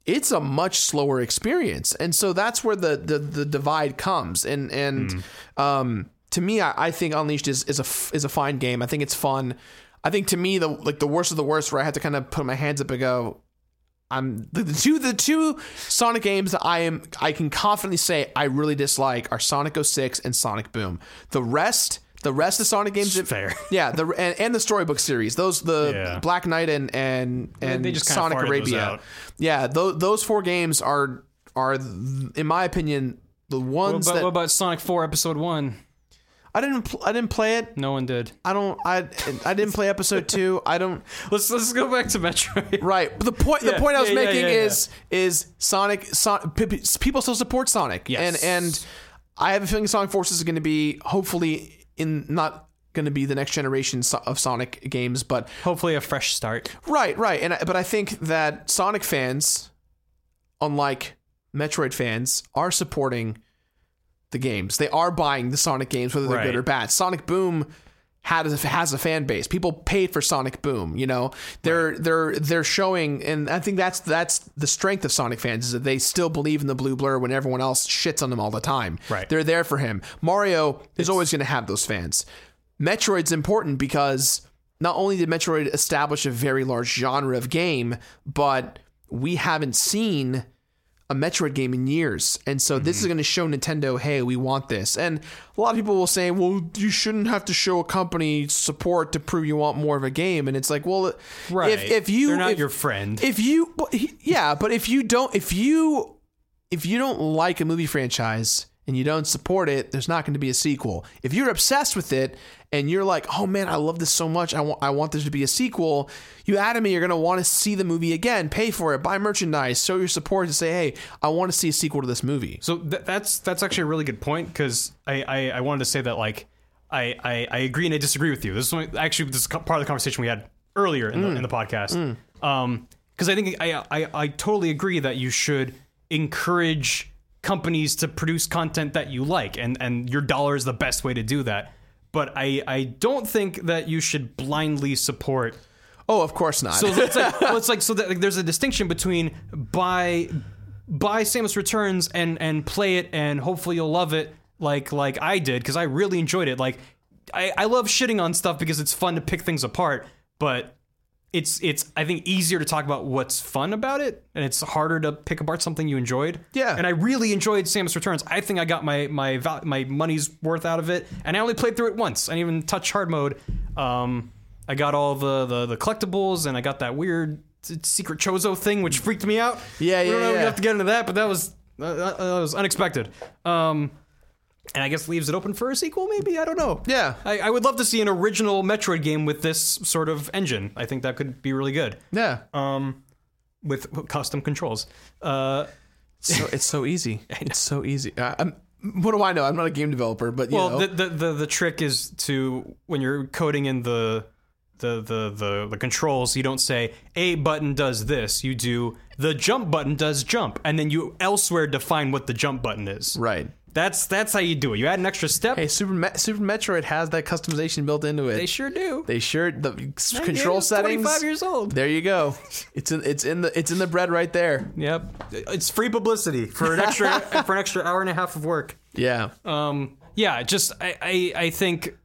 Speaker 1: it's a much slower experience. And so that's where the the, the divide comes. And and um to me I, I think Unleashed is is a f- is a fine game. I think it's fun. I think to me the like the worst of the worst where I had to kind of put my hands up and go, I'm the, the two the two Sonic games that I am I can confidently say I really dislike are Sonic 06 and Sonic Boom. The rest the rest of Sonic games
Speaker 2: It's fair.
Speaker 1: Yeah, the and, and the storybook series. Those the
Speaker 2: Yeah.
Speaker 1: Black Knight and and and
Speaker 2: they just kinda
Speaker 1: Sonic
Speaker 2: farted those
Speaker 1: Arabia.
Speaker 2: out.
Speaker 1: Yeah, those those four games are are in my opinion the
Speaker 2: What
Speaker 1: ones
Speaker 2: about,
Speaker 1: that
Speaker 2: what about Sonic Four Episode One?
Speaker 1: I didn't pl- I didn't play it.
Speaker 2: No one did.
Speaker 1: I don't I I didn't play episode 2. I don't
Speaker 2: Let's let's go back to Metroid.
Speaker 1: Right. But the point the
Speaker 2: Yeah,
Speaker 1: point I was
Speaker 2: yeah, yeah,
Speaker 1: making
Speaker 2: yeah, yeah.
Speaker 1: is is Sonic Son, p- p- people still support Sonic.
Speaker 2: Yes.
Speaker 1: And and I have a feeling Sonic Forces is going to be hopefully in not going to be the next generation so- of Sonic games, but
Speaker 2: Hopefully, a fresh start.
Speaker 1: right, right. And I- but I think that Sonic fans unlike Metroid fans are supporting the games. They are buying the Sonic games whether they're good
Speaker 2: Right.
Speaker 1: or bad. Sonic Boom had a, has a fan base. People paid for Sonic Boom. You know, they're they're they're showing, and I think that's that's the strength of Sonic fans is that they still believe in the Blue Blur when everyone else shits on them all the time.
Speaker 2: Right.
Speaker 1: they're there for him. Mario is always going to have those fans. Metroid's important because not only did Metroid establish a very large genre of game, but we haven't seen a Metroid game in years. And so this
Speaker 2: Mm-hmm.
Speaker 1: is going to show Nintendo, hey, we want this. And a lot of people will say, well, you shouldn't have to show a company support to prove you want more of a game. And it's like, well,
Speaker 2: Right.
Speaker 1: if, if you,
Speaker 2: they're not
Speaker 1: if,
Speaker 2: your friend.
Speaker 1: if you, but he- yeah, but if you don't, if you, if you don't like a movie franchise and you don't support it, there's not going to be a sequel. If you're obsessed with it and you're like, oh man, I love this so much, I want, I want there to be a sequel. You adamant you're going to want to see the movie again, pay for it, buy merchandise, show your support, and say, hey, I want to see a sequel to this movie.
Speaker 2: So th- that's that's actually a really good point because I, I I wanted to say that like I I, I agree and I disagree with you. This is one- actually this is co- part of the conversation we had earlier in, the, in the podcast. Um, because I think I, I I totally agree that you should encourage companies to produce content that you like, and and your dollar is the best way to do that. But I I don't think that you should blindly support
Speaker 1: Oh, of course not.
Speaker 2: so it's like, well, it's like so that like, there's a distinction between buy buy Samus Returns and and play it and hopefully you'll love it like like I did because I really enjoyed it. Like I I love shitting on stuff because it's fun to pick things apart, but it's it's I think easier to talk about what's fun about it and it's harder to pick apart something you enjoyed.
Speaker 1: Yeah.
Speaker 2: And I really enjoyed Samus Returns. I think I got my my val- my money's worth out of it, and I only played through it once. I didn't even touch hard mode. Um, I got all the the, the collectibles, and I got that weird t- secret Chozo thing, which freaked me out.
Speaker 1: Yeah,
Speaker 2: We
Speaker 1: yeah,
Speaker 2: don't know if
Speaker 1: yeah.
Speaker 2: We have to get into that, but that was uh, uh, that was unexpected. Um, and I guess leaves it open for a sequel, maybe. I don't know.
Speaker 1: Yeah.
Speaker 2: I, I would love to see an original Metroid game with this sort of engine. I think that could be really good
Speaker 1: yeah.
Speaker 2: Uh, with custom controls. Uh,
Speaker 1: so it's so easy. It's so easy. I, I'm, what do I know? I'm not a game developer, but you know.
Speaker 2: well, the, the the the trick is to when you're coding in the the, the the the controls, you don't say a button does this. You do the jump button does jump, and then you elsewhere define what the jump button is.
Speaker 1: right.
Speaker 2: That's that's how you do it. You add an extra step.
Speaker 1: Hey, Super Me- Super Metroid has that customization built into it.
Speaker 2: they sure do.
Speaker 1: They sure the s- control
Speaker 2: Ninety-eight is
Speaker 1: settings.
Speaker 2: 25 years old.
Speaker 1: There you go. It's in it's in the it's in the bread right there.
Speaker 2: Yep, it's free publicity for an extra for an extra hour and a half of work.
Speaker 1: Yeah.
Speaker 2: Um, yeah, just I, I, I think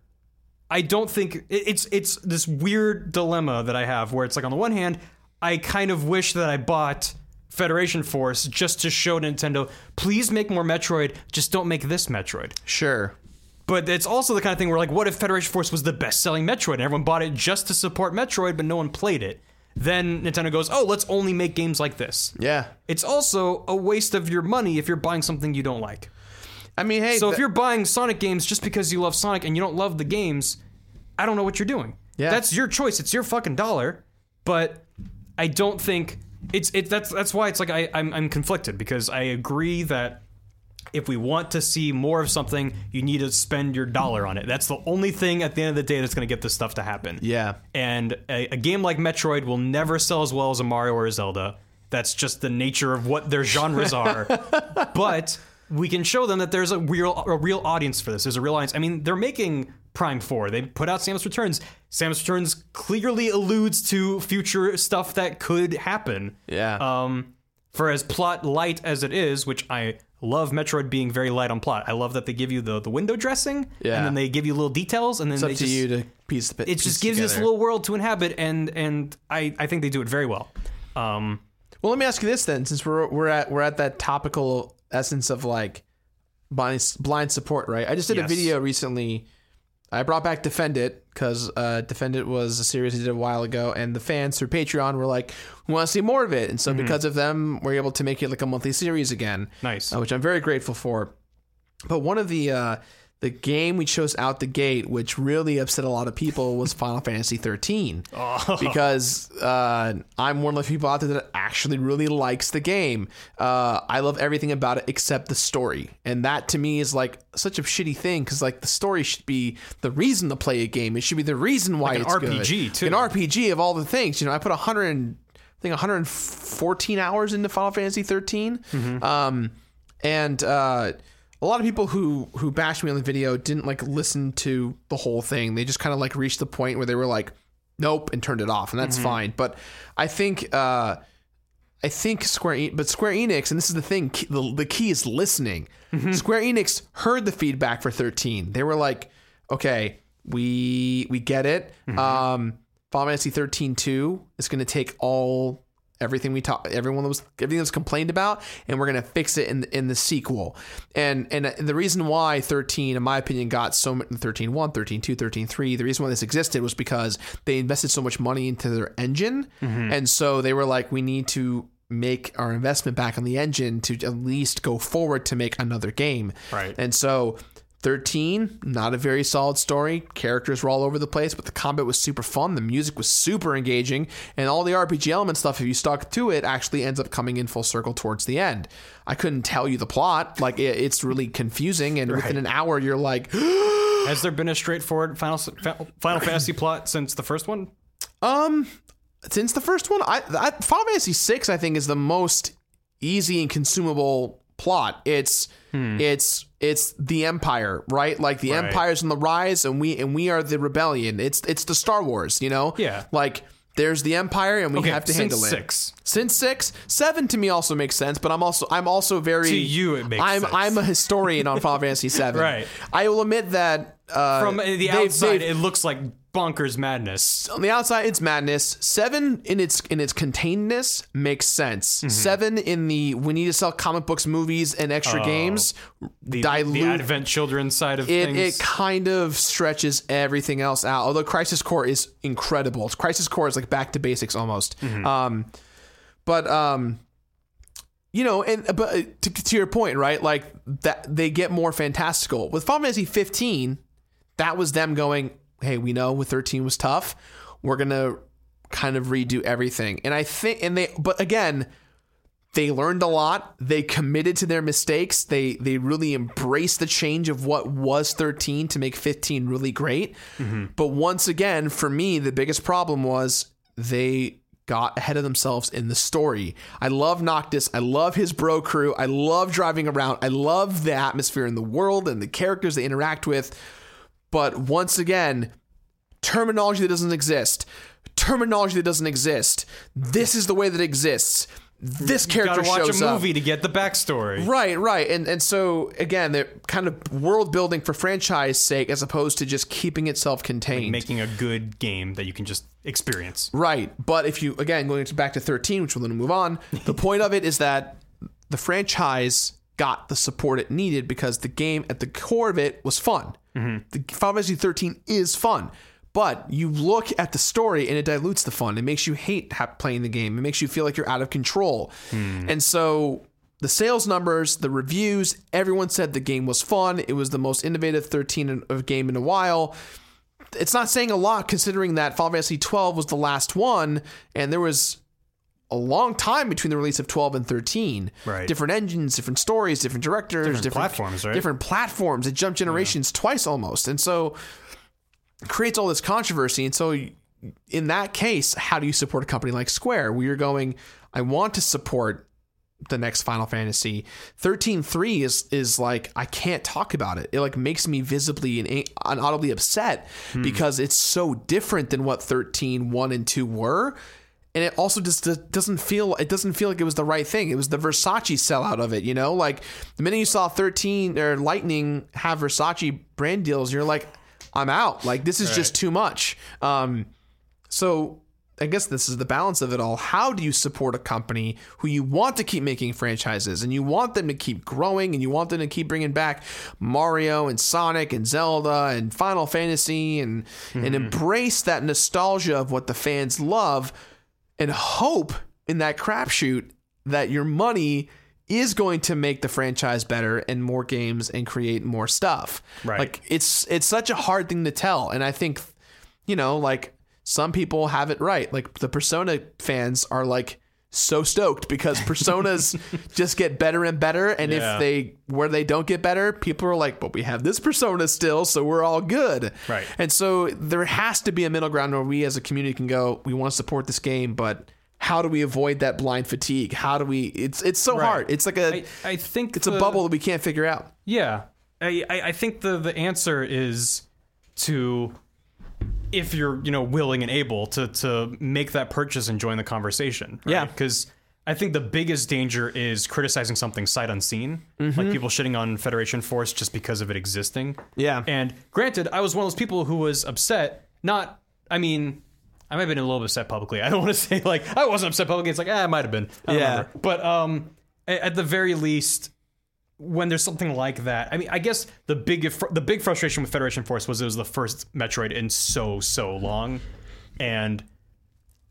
Speaker 2: I don't think it- it's it's this weird dilemma that I have where it's like on the one hand, I kind of wish that I bought Federation Force just to show Nintendo, please make more Metroid, just don't make this Metroid.
Speaker 1: Sure.
Speaker 2: But it's also the kind of thing where like, what if Federation Force was the best-selling Metroid and everyone bought it just to support Metroid, but no one played it? Then Nintendo goes, oh, let's only make games like this.
Speaker 1: Yeah.
Speaker 2: It's also a waste of your money if you're buying something you don't like.
Speaker 1: I mean, hey.
Speaker 2: So
Speaker 1: th-
Speaker 2: if you're buying Sonic games just because you love Sonic and you don't love the games, I don't know what you're doing.
Speaker 1: Yeah.
Speaker 2: That's your choice. It's your fucking dollar. But I don't think it's it that's that's why it's like I, I'm I'm conflicted because I agree that if we want to see more of something, you need to spend your dollar on it. That's the only thing at the end of the day that's going to get this stuff to happen.
Speaker 1: Yeah.
Speaker 2: And a, a game like Metroid will never sell as well as a Mario or a Zelda. That's just the nature of what their genres are. but we can show them that there's a real a real audience for this. There's a real audience. I mean, they're making Prime 4. They put out Samus Returns. Samus Returns clearly alludes to future stuff that could happen
Speaker 1: yeah.
Speaker 2: um, for as plot light as it is, which I love Metroid being very light on plot. I love that they give you the the window dressing,
Speaker 1: Yeah.
Speaker 2: and then they give you little details, and then
Speaker 1: It's up
Speaker 2: they
Speaker 1: to
Speaker 2: just,
Speaker 1: you to piece the bit.
Speaker 2: it just gives you this little world to inhabit, and and I I think they do it very well. Um,
Speaker 1: Well, let me ask you this then, since we're we're at we're at that topical essence of like blind blind support, right? I just did a
Speaker 2: Yes.
Speaker 1: video recently. I brought back Defend It because uh, Defend It was a series I did a while ago, and the fans through Patreon were like, "We want to see more of it," and so
Speaker 2: Mm-hmm.
Speaker 1: because of them, we're able to make it like a monthly series again,
Speaker 2: nice.
Speaker 1: uh, which I'm very grateful for. But one of the uh, the game we chose out the gate, which really upset a lot of people, was Final Fantasy 13
Speaker 2: Oh,
Speaker 1: because uh, I'm one of the people out there that actually really likes the game. Uh, I love everything about it except the story, and that to me is like such a shitty thing because like the story should be the reason to play a game. It should be the reason why
Speaker 2: an
Speaker 1: it's good.
Speaker 2: RPG, too.
Speaker 1: An RPG of all the things. You know, I put 100, and- I think 114 hours into Final Fantasy 13.
Speaker 2: Mm-hmm.
Speaker 1: Um, and uh, a lot of people who who bashed me on the video didn't like listen to the whole thing. They just kind of like reached the point where they were like, "Nope," and turned it off, and that's fine. But I think uh, I think Square, en- but Square Enix, and this is the thing, key- the, the key is listening. Square Enix heard the feedback for 13. They were like, okay, we we get it. Um, Final Fantasy 13 2 is going to take all everything we talked, everyone that was everything that was complained about, and we're going to fix it in in the sequel. And and the reason why 13, in my opinion, got so much 13 1, 13 2, 13 3, the reason why this existed was because they invested so much money into their engine, and so they were like, we need to make our investment back on the engine to at least go forward to make another game.
Speaker 2: Right.
Speaker 1: And so 13, not a very solid story. Characters were all over the place, but the combat was super fun. The music was super engaging. And all the RPG element stuff, if you stuck to it, actually ends up coming in full circle towards the end. I couldn't tell you the plot. Like, it, it's really confusing. And within an hour, you're like,
Speaker 2: has there been a straightforward Final Final Fantasy plot since the first one?
Speaker 1: Um, since the first one, I, I Final Fantasy VI, I think, is the most easy and consumable plot. It's
Speaker 2: Hmm.
Speaker 1: it's it's the Empire, right? Like the Empire's on the rise, and we and we are the rebellion. It's it's the Star Wars, you know?
Speaker 2: Yeah.
Speaker 1: Like there's the Empire, and we
Speaker 2: Okay,
Speaker 1: have to
Speaker 2: since
Speaker 1: handle it.
Speaker 2: six.
Speaker 1: Since six, seven to me also makes sense, but I'm also I'm also very
Speaker 2: To you it makes
Speaker 1: I'm
Speaker 2: sense.
Speaker 1: I'm a historian on Final Fantasy VII.
Speaker 2: Right.
Speaker 1: I will admit that uh,
Speaker 2: From the
Speaker 1: they've-
Speaker 2: outside,
Speaker 1: they've-
Speaker 2: it looks like bonkers madness.
Speaker 1: on the outside it's madness. Seven in its in its containedness makes sense.
Speaker 2: Mm-hmm.
Speaker 1: Seven in the we need to sell comic books, movies, and extra games
Speaker 2: Oh. The,
Speaker 1: dilute
Speaker 2: the Advent Children side of
Speaker 1: it,
Speaker 2: things.
Speaker 1: it kind of stretches everything else out. Although Crisis Core is incredible. It's- Crisis Core is like back to basics almost.
Speaker 2: Mm-hmm.
Speaker 1: Um, but um, you know, and but uh, to, to your point, right? Like that they get more fantastical with Final Fantasy 15. That was them going, hey, we know with 13 was tough. We're gonna kind of redo everything, and I think, and they, but again they learned a lot they committed to their mistakes they they really embraced the change of what was 13 to make 15 really great but once again for me the biggest problem was they got ahead of themselves in the story i love noctis i love his bro crew i love driving around i love the atmosphere in the world and the characters they interact with but once again terminology that doesn't exist terminology that doesn't exist this is the way that it exists this character
Speaker 2: Gotta watch
Speaker 1: shows
Speaker 2: a
Speaker 1: up
Speaker 2: movie to get the backstory.
Speaker 1: Right, right, and and so again, they're kind of world building for franchise sake, as opposed to just keeping it self contained.
Speaker 2: making a good game that you can just experience.
Speaker 1: Right. But if you again going to back to 13, which we're going to move on, the point of it is that the franchise got the support it needed because the game at the core of it was fun. The Final Fantasy 13 is fun. But you look at the story and it dilutes the fun. It makes you hate ha- playing the game. It makes you feel like you're out of control. And so the sales numbers, the reviews, everyone said the game was fun. It was the most innovative 13 in- of game in a while it's not saying a lot considering that Final Fantasy 12 was the last one, and there was a long time between the release of 12 and 13.
Speaker 2: Right.
Speaker 1: Different engines, different stories, different directors, different,
Speaker 2: platforms, right?
Speaker 1: Different platforms. It jumped generations twice almost, and so it creates all this controversy. And so, in that case, how do you support a company like Square, where you're going? I want to support the next Final Fantasy. Thirteen three is is like I can't talk about it. It like makes me visibly and and audibly upset because it's so different than what 13 1 and 2 were. and it also just d- doesn't feel it doesn't feel like it was the right thing. It was the Versace sellout of it, you know. Like the minute you saw thirteen or Lightning have Versace brand deals, you're like, I'm out. Like this is just too much. Um, so I guess this is the balance of it all. How do you support a company who you want to keep making franchises and you want them to keep growing and you want them to keep bringing back Mario and Sonic and Zelda and Final Fantasy and and embrace that nostalgia of what the fans love and hope in that crapshoot that your money is going to make the franchise better and more games and create more stuff.
Speaker 2: Right.
Speaker 1: Like it's it's such a hard thing to tell and I think you know, like some people have it right. Like the Persona fans are like so stoked because personas just get better and better and
Speaker 2: Yeah.
Speaker 1: if they where they don't get better people are like but we have this persona still so we're all good
Speaker 2: Right.
Speaker 1: and so there has to be a middle ground where we as a community can go we want to support this game but how do we avoid that blind fatigue how do we it's it's so hard it's like a
Speaker 2: I, I think uh,
Speaker 1: it's a bubble that we can't figure out
Speaker 2: Yeah, I, I, I think the the answer is to if you're you know willing and able to to make that purchase and join the conversation.
Speaker 1: Yeah.
Speaker 2: because I think the biggest danger is criticizing something sight unseen,
Speaker 1: Mm-hmm.
Speaker 2: like people shitting on Federation Force just because of it existing.
Speaker 1: Yeah.
Speaker 2: and granted, I was one of those people who was upset. Not, I mean. I might have been a little bit upset publicly. I don't want to say like I wasn't upset publicly. It's like ah, I might have been. I don't
Speaker 1: Yeah.
Speaker 2: remember. But um, a- at the very least, when there's something like that, I mean, I guess the big the big frustration with Federation Force was it was the first Metroid in so so long, and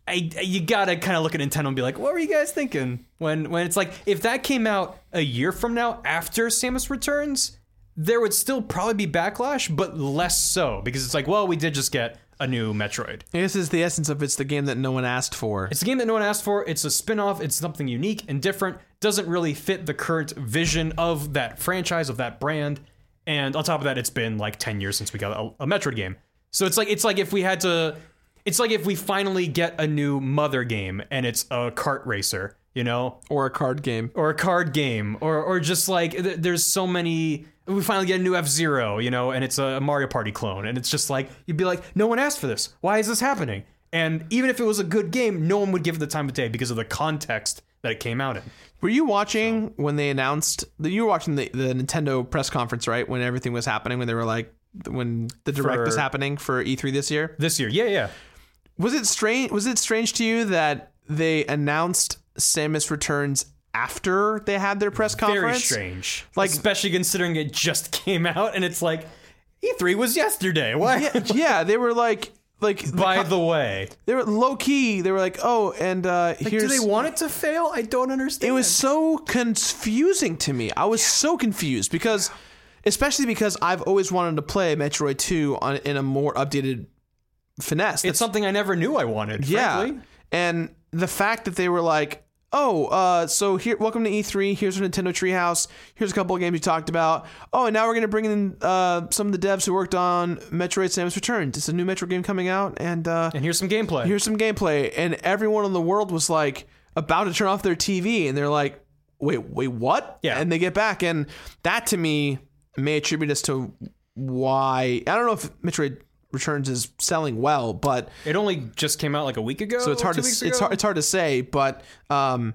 Speaker 2: I you gotta kind of look at Nintendo and be like, what were you guys thinking when when it's like if that came out a year from now after Samus Returns, there would still probably be backlash, but less so because it's like, well, we did just get a new Metroid.
Speaker 1: this is the essence of it's the game that no one asked for
Speaker 2: It's a game that no one asked for. It's a spin-off. It's something unique and different. Doesn't really fit the current vision of that franchise of that brand. And on top of that, it's been like 10 years since we got a, a Metroid game. So it's like it's like if we had to it's like if we finally get a new Mother game and it's a kart racer, you know?
Speaker 1: or a card game
Speaker 2: or a card game, or or just like th- there's so many. We finally get a new F Zero, you know, and it's a Mario Party clone, and it's just like you'd be like, no one asked for this. Why is this happening? And even if it was a good game, no one would give it the time of day because of the context that it came out in.
Speaker 1: Were you watching when they announced that you were watching the, the Nintendo press conference, right? When everything was happening, when they were like, when the direct
Speaker 2: For-
Speaker 1: was happening for E3 this year,
Speaker 2: This year, yeah, yeah,
Speaker 1: was it strange? Was it strange to you that they announced Samus Returns after they had their press
Speaker 2: very
Speaker 1: conference?
Speaker 2: strange. Like
Speaker 1: Like-
Speaker 2: especially considering it just came out, and it's like E3 was yesterday. Why?
Speaker 1: yeah, they were like, like the
Speaker 2: By
Speaker 1: co-
Speaker 2: the way,
Speaker 1: they were low key. They were like, oh, and uh, here's
Speaker 2: want it to fail? I don't understand.
Speaker 1: it was so confusing to me. I was so confused because, especially because I've always wanted to play Metroid Two on in a more updated finesse.
Speaker 2: It's something I never knew I wanted.
Speaker 1: yeah,
Speaker 2: frankly.
Speaker 1: and the fact that they were like, "Oh, uh, so here, welcome to E3. Here's our Nintendo Treehouse. Here's a couple of games you talked about. Oh, and now we're gonna bring in uh, some of the devs who worked on Metroid: Samus Returns. It's a new Metroid game coming out, and uh,
Speaker 2: And here's some gameplay.
Speaker 1: here's some gameplay and everyone in the world was like about to turn off their tv and they're like wait wait what
Speaker 2: Yeah.
Speaker 1: and they get back and that to me may attribute us to why i don't know if metroid returns is selling well but
Speaker 2: It only just came out like a week ago.
Speaker 1: so it's hard to it's hard, it's hard to say but um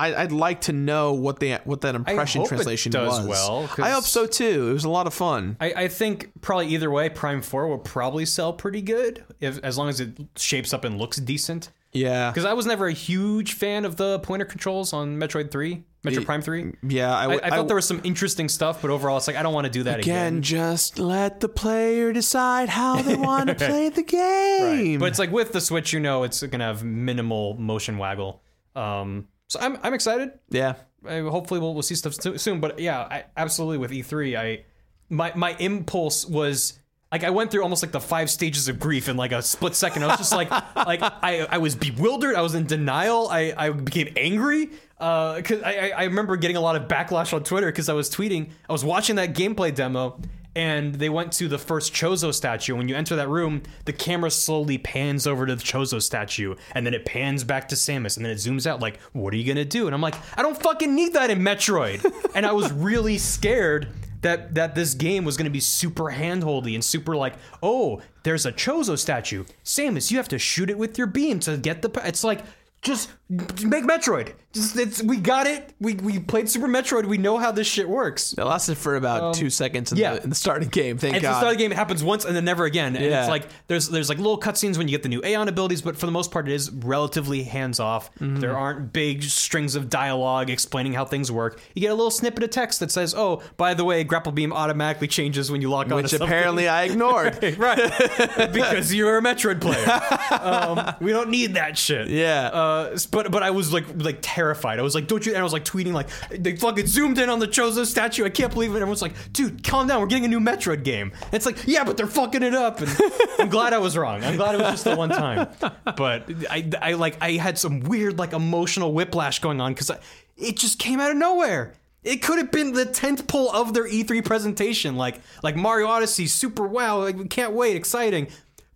Speaker 1: I, I'd like to know what the what that impression
Speaker 2: hope it
Speaker 1: translation
Speaker 2: does
Speaker 1: was.
Speaker 2: well, 'cause-
Speaker 1: I hope so too. It was a lot of fun.
Speaker 2: I, I think probably either way, Prime Four will probably sell pretty good if as long as it shapes up and looks decent.
Speaker 1: Yeah,
Speaker 2: Because I was never a huge fan of the pointer controls on Metroid Three, Metroid Prime Three.
Speaker 1: yeah. I,
Speaker 2: I,
Speaker 1: w-
Speaker 2: I thought there was some interesting stuff, but overall, it's like I don't want to do that again.
Speaker 1: Again, just let the player decide how they want to play the game.
Speaker 2: But it's like with the Switch, you know, it's gonna have minimal motion waggle. Um, so I'm I'm excited.
Speaker 1: yeah.
Speaker 2: I, hopefully we'll, we'll see stuff so- soon. But yeah, I, absolutely with E3, I my my impulse was like I went through almost like the five stages of grief in like a split second. I was just like like I, I was bewildered. I was in denial. I, I became angry because I, I I remember getting a lot of backlash on Twitter because I was tweeting. I was watching that gameplay demo. And they went to the first Chozo statue. When you enter that room, the camera slowly pans over to the Chozo statue, and then it pans back to Samus, and then it zooms out. Like, what are you gonna do? And I'm like, I don't fucking need that in Metroid. and I was really scared that that this game was going to be super handholdy and super like, oh, there's a Chozo statue. Samus, you have to shoot it with your beam to get the. p-" It's like just make Metroid. Just it's, we got it. We we played Super Metroid. We know how this shit works.
Speaker 1: That lasted for about two seconds in,
Speaker 2: Um, yeah.
Speaker 1: the, in the starting game. Thank
Speaker 2: And it's
Speaker 1: God.
Speaker 2: the start of the game. It happens once and then never again. And
Speaker 1: Yeah.
Speaker 2: it's like there's there's like little cutscenes when you get the new Aeon abilities, but for the most part, it is relatively hands off.
Speaker 1: Mm-hmm.
Speaker 2: There aren't big strings of dialogue explaining how things work. You get a little snippet of text that says, "Oh, by the way, grapple beam automatically changes when you lock on."
Speaker 1: which apparently I ignored.
Speaker 2: right because you're a Metroid player. Um, we don't need that shit.
Speaker 1: Yeah.
Speaker 2: Uh, s- but but I was like like terrified. I was like, don't you? And I was like tweeting like they fucking zoomed in on the Chozo statue. I can't believe it. Everyone's like, dude, calm down. We're getting a new Metroid game. And it's like, yeah, but they're fucking it up. And I'm glad I was wrong. I'm glad it was just the one time. But I I like I had some weird like emotional whiplash going on because it just came out of nowhere. It could have been the tenth pull of their E3 presentation, like like Mario Odyssey, super wow, like we can't wait, exciting.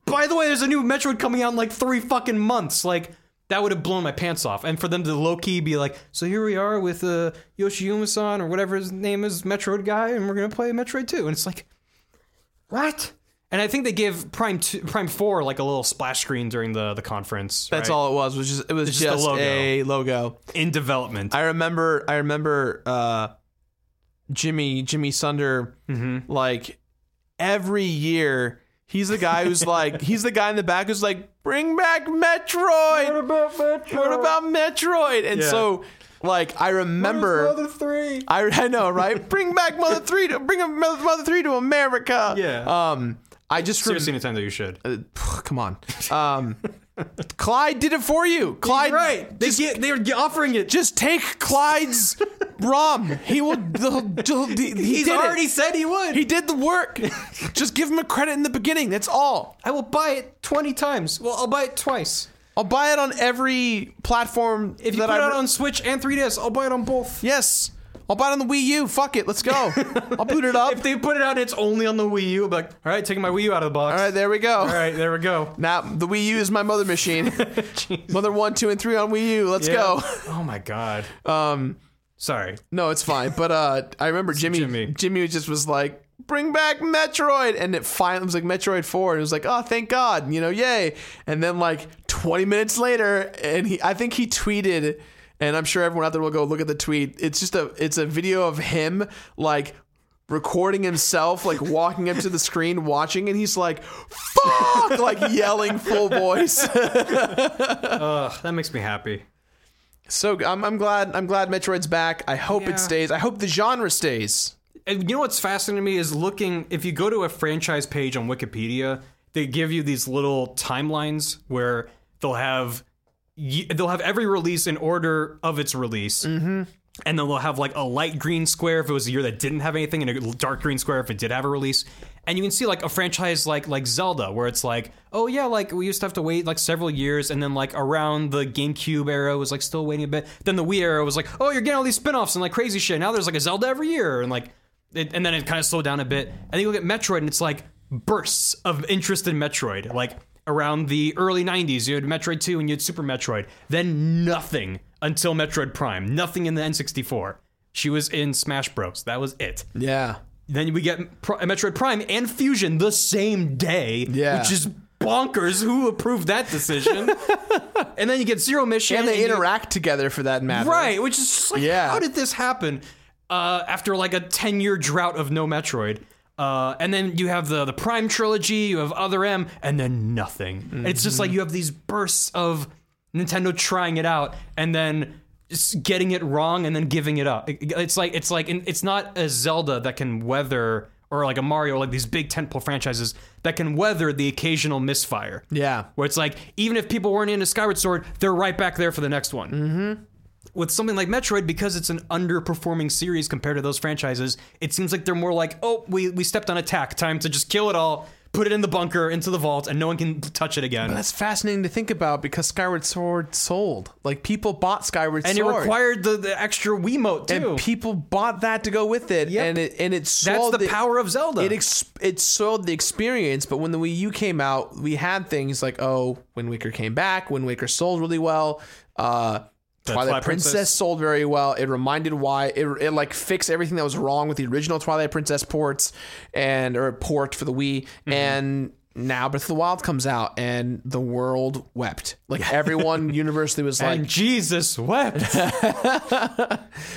Speaker 2: By the way, there's a new Metroid coming out in like three fucking months. Like that would have blown my pants off. And for them to low key be like, so here we are with uh, Yoshiyuma-san or whatever his name is, Metroid guy, and we're gonna play Metroid 2. And it's like, what? And I think they give Prime two, Prime Four like a little splash screen during the the conference.
Speaker 1: That's all it was. Was just it was
Speaker 2: just a
Speaker 1: just
Speaker 2: logo.
Speaker 1: a logo.
Speaker 2: in development.
Speaker 1: I remember I remember uh Jimmy Jimmy Sunder
Speaker 2: Mm-hmm.
Speaker 1: like every year he's the guy who's like he's the guy in the back who's like bring back Metroid what about Metroid and
Speaker 2: Yeah.
Speaker 1: so like I remember
Speaker 2: three?
Speaker 1: I, I know right bring back Mother 3 to bring a Mother Mother 3 to America
Speaker 2: Yeah.
Speaker 1: um I just rem-
Speaker 2: Seriously, Nintendo, you should.
Speaker 1: uh, phew, come on um Clyde did it for you Clyde
Speaker 2: They get, they're offering it.
Speaker 1: just take Clyde's ROM. He will. He'll, he'll, he he
Speaker 2: He's
Speaker 1: did it.
Speaker 2: already said he would.
Speaker 1: He did the work. just give him a credit in the beginning. That's all.
Speaker 2: I will buy it 20 times. Well, I'll buy it twice.
Speaker 1: I'll buy it on every platform
Speaker 2: If you
Speaker 1: that
Speaker 2: put it
Speaker 1: I
Speaker 2: out on Switch and 3DS, I'll buy it on both.
Speaker 1: yes. I'll buy it on the Wii U. Fuck it. Let's go. I'll boot it up.
Speaker 2: If they put it out, it's only on the Wii U. I'll be like, all right, taking my Wii U out of the box.
Speaker 1: all right, there we go.
Speaker 2: All right, there we go.
Speaker 1: Now the Wii U is my mother machine. mother one, two, and three on Wii U. Let's go.
Speaker 2: Oh my god.
Speaker 1: Um,
Speaker 2: Sorry.
Speaker 1: No, it's fine. But uh, I remember Jimmy, Jimmy.
Speaker 2: Jimmy.
Speaker 1: just was like, "Bring back Metroid," and it finally was like Metroid Four, and it was like, "Oh, thank God!" You know, yay! And then like 20 minutes later, and he, I think he tweeted, and I'm sure everyone out there will go look at the tweet. It's just a, it's a video of him like recording himself like walking up to the screen watching and he's like fuck like yelling full voice
Speaker 2: Ugh, that makes me happy.
Speaker 1: so I'm, I'm glad i'm glad metroid's back i hope
Speaker 2: Yeah.
Speaker 1: it stays i hope the genre stays
Speaker 2: And you know what's fascinating to me is looking if you go to a franchise page on Wikipedia, they give you these little timelines where they'll have y- they'll have every release in order of its release. Mm-hmm. And then they'll have like a light green square if it was a year that didn't have anything, and a dark green square if it did have a release. And you can see like a franchise like like Zelda, where it's like, oh yeah, like we used to have to wait like several years, and then like around the GameCube era was like still waiting a bit. Then the Wii era was like, oh, you're getting all these spin-offs and like crazy shit. Now there's like a Zelda every year, and like, it, and then it kind of slowed down a bit. And then you look at Metroid, and it's like bursts of interest in Metroid, like around the early 90s you had metroid 2 and you had super metroid then nothing until metroid prime nothing in the n64 she was in smash bros that was it
Speaker 1: yeah
Speaker 2: then we get Pro- uh, metroid prime and fusion the same day
Speaker 1: Yeah.
Speaker 2: which is bonkers who approved that decision and then you get zero mission
Speaker 1: and they
Speaker 2: you-
Speaker 1: interact together for that matter.
Speaker 2: right which is just like
Speaker 1: Yeah.
Speaker 2: how did this happen uh, after like a 10 year drought of no metroid uh, and then you have the the prime trilogy you have other m and then nothing And it's just like
Speaker 1: Mm-hmm.
Speaker 2: you have these bursts of nintendo trying it out and then s- getting it wrong and then giving it up It- it's like it's like it's not a zelda that can weather or like a mario like these big tentpole franchises that can weather the occasional misfire
Speaker 1: Yeah.
Speaker 2: where it's like even if people weren't into Skyward Sword, they're right back there for the next one. Mm-hmm. With something like Metroid, because it's an underperforming series compared to those franchises, it seems like they're more like, oh, we we stepped on attack. Time to just kill it all, put it in the bunker, into the vault, and no one can touch it again.
Speaker 1: That's fascinating to think about because Skyward Sword sold. Like people bought Skyward
Speaker 2: And it
Speaker 1: Sword.
Speaker 2: required the, the extra Wiimote too.
Speaker 1: and people bought that to go with it,
Speaker 2: Yep.
Speaker 1: and it and it
Speaker 2: That's
Speaker 1: sold
Speaker 2: the power of Zelda.
Speaker 1: It ex- it sold the experience. But when the Wii U came out, we had things like oh, Wind Waker came back. Wind Waker sold really well. Uh, Twilight,
Speaker 2: Twilight
Speaker 1: Princess,
Speaker 2: Princess.
Speaker 1: sold very well. It reminded why it, it like fixed everything that was wrong with the original Twilight Princess ports and or port for the Wii
Speaker 2: Mm-hmm.
Speaker 1: and now Breath of the Wild comes out and the world wept. Like everyone universally was like
Speaker 2: and Jesus wept.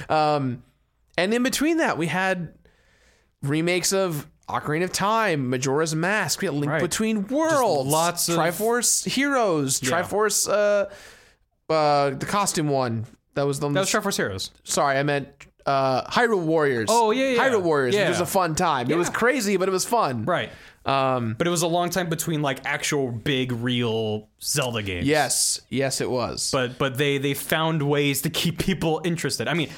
Speaker 1: And in between that, we had remakes of Ocarina of Time, Majora's Mask, we had Link
Speaker 2: Right.
Speaker 1: Between Worlds,
Speaker 2: lots of-
Speaker 1: Triforce Heroes, Triforce uh, uh, the costume one that was the
Speaker 2: that was Triforce Heroes.
Speaker 1: sorry, I meant uh, Hyrule Warriors.
Speaker 2: Oh, yeah, yeah.
Speaker 1: Hyrule Warriors, which
Speaker 2: Yeah.
Speaker 1: was a fun time. It was crazy, but it was fun.
Speaker 2: Right. Um, but it was a long time between like actual big real Zelda games.
Speaker 1: Yes, yes, it was.
Speaker 2: But but they they found ways to keep people interested. I mean,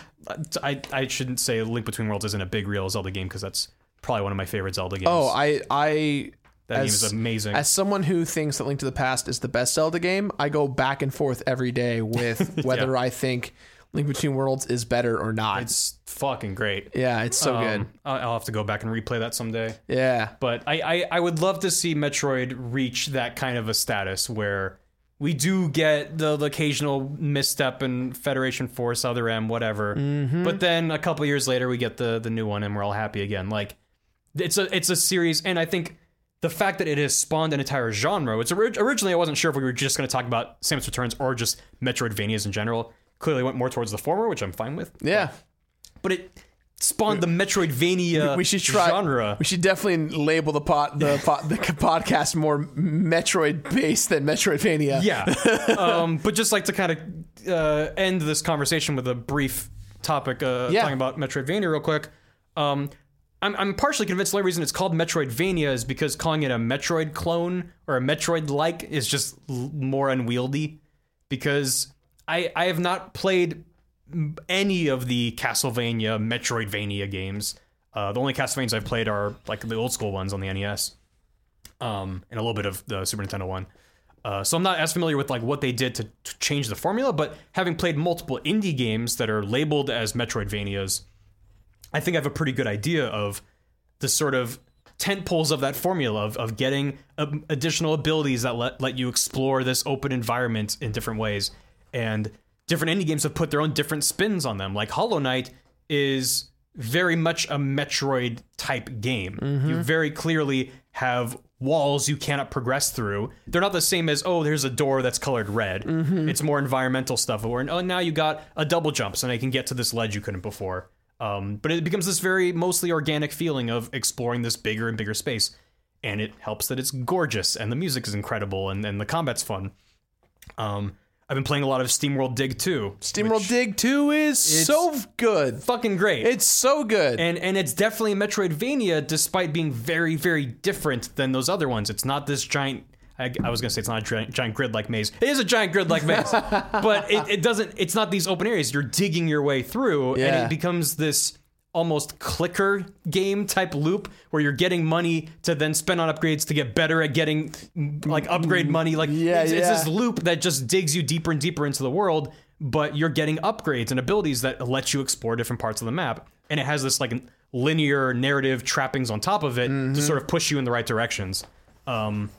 Speaker 2: I I shouldn't say Link Between Worlds isn't a big real Zelda game because that's probably one of my favorite Zelda games.
Speaker 1: oh, I I.
Speaker 2: that
Speaker 1: as-
Speaker 2: game is amazing.
Speaker 1: As someone who thinks that Link to the Past is the best Zelda game, I go back and forth every day with whether I think Link Between Worlds is better or not.
Speaker 2: it's fucking great.
Speaker 1: yeah, it's so good.
Speaker 2: Um, I- I'll have to go back and replay that someday.
Speaker 1: Yeah.
Speaker 2: But I, I, I would love to see Metroid reach that kind of a status where we do get the, the occasional misstep in Federation Force, Other M, whatever.
Speaker 1: Mm-hmm.
Speaker 2: But then a couple years later, we get the the new one, and we're all happy again. Like it's a it's a series, and I think the fact that it has spawned an entire genre. It's orig- originally I wasn't sure if we were just going to talk about Samus Returns or just Metroidvanias in general. Clearly went more towards the former, which I'm fine with.
Speaker 1: Yeah.
Speaker 2: But it spawned the Metroidvania
Speaker 1: We should try
Speaker 2: genre.
Speaker 1: We should definitely label the pot the pot the podcast more Metroid based than Metroidvania.
Speaker 2: Yeah. um, but just like to kind of uh, end this conversation with a brief topic, uh,
Speaker 1: Yeah.
Speaker 2: talking about Metroidvania real quick. Um, I'm, I'm partially convinced the only reason it's called Metroidvania is because calling it a Metroid clone or a Metroid like is just l- more unwieldy. Because I, I have not played m- any of the Castlevania Metroidvania games. Uh, the only Castlevanias I've played are like the old school ones on the E NES um, and a little bit of the Super Nintendo one. Uh, so I'm not as familiar with like what they did to, to change the formula, but having played multiple indie games that are labeled as Metroidvanias, I think I have a pretty good idea of the sort of tent poles of that formula of, of getting um, additional abilities that let, let you explore this open environment in different ways. And different indie games have put their own different spins on them. Like Hollow Knight is very much a Metroid type game. You very clearly have walls you cannot progress through. They're not the same as, oh, there's a door that's colored red. It's more environmental stuff. Or, oh, now you got a double jump, so now you can get to this ledge you couldn't before. Um, but it becomes this very mostly organic feeling of exploring this bigger and bigger space. And it helps that it's gorgeous and the music is incredible and, and the combat's fun. Um, I've been playing a lot of SteamWorld Dig 2.
Speaker 1: Steamroll Dig 2 is so good.
Speaker 2: Fucking great.
Speaker 1: It's so good.
Speaker 2: and and it's definitely a Metroidvania, despite being very very different than those other ones. It's not this giant. I, I was gonna say it's not a giant, giant grid like maze. It is a giant grid like maze, but it, it doesn't. It's not these open areas. You're digging your way through, and
Speaker 1: Yeah.
Speaker 2: it becomes this almost clicker game type loop where you're getting money to then spend on upgrades to get better at getting like upgrade money. Like
Speaker 1: Yeah,
Speaker 2: it's, it's
Speaker 1: yeah.
Speaker 2: this loop that just digs you deeper and deeper into the world, but you're getting upgrades and abilities that let you explore different parts of the map. And it has this like linear narrative trappings on top of it
Speaker 1: Mm-hmm.
Speaker 2: to sort of push you in the right directions. Um,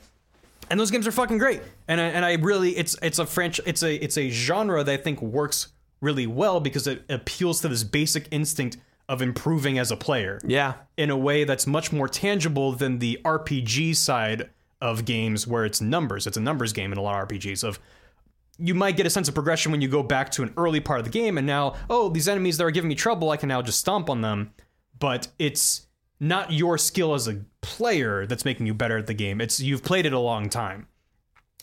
Speaker 2: and those games are fucking great. And I, and I really it's it's a French it's a it's a genre that I think works really well because it appeals to this basic instinct of improving as a player
Speaker 1: yeah.
Speaker 2: in a way that's much more tangible than the RPG side of games where it's numbers. It's a numbers game in a lot of RPGs of you might get a sense of progression when you go back to an early part of the game and now, oh, these enemies that are giving me trouble, I can now just stomp on them. But it's not your skill as a player that's making you better at the game. It's you've played it a long time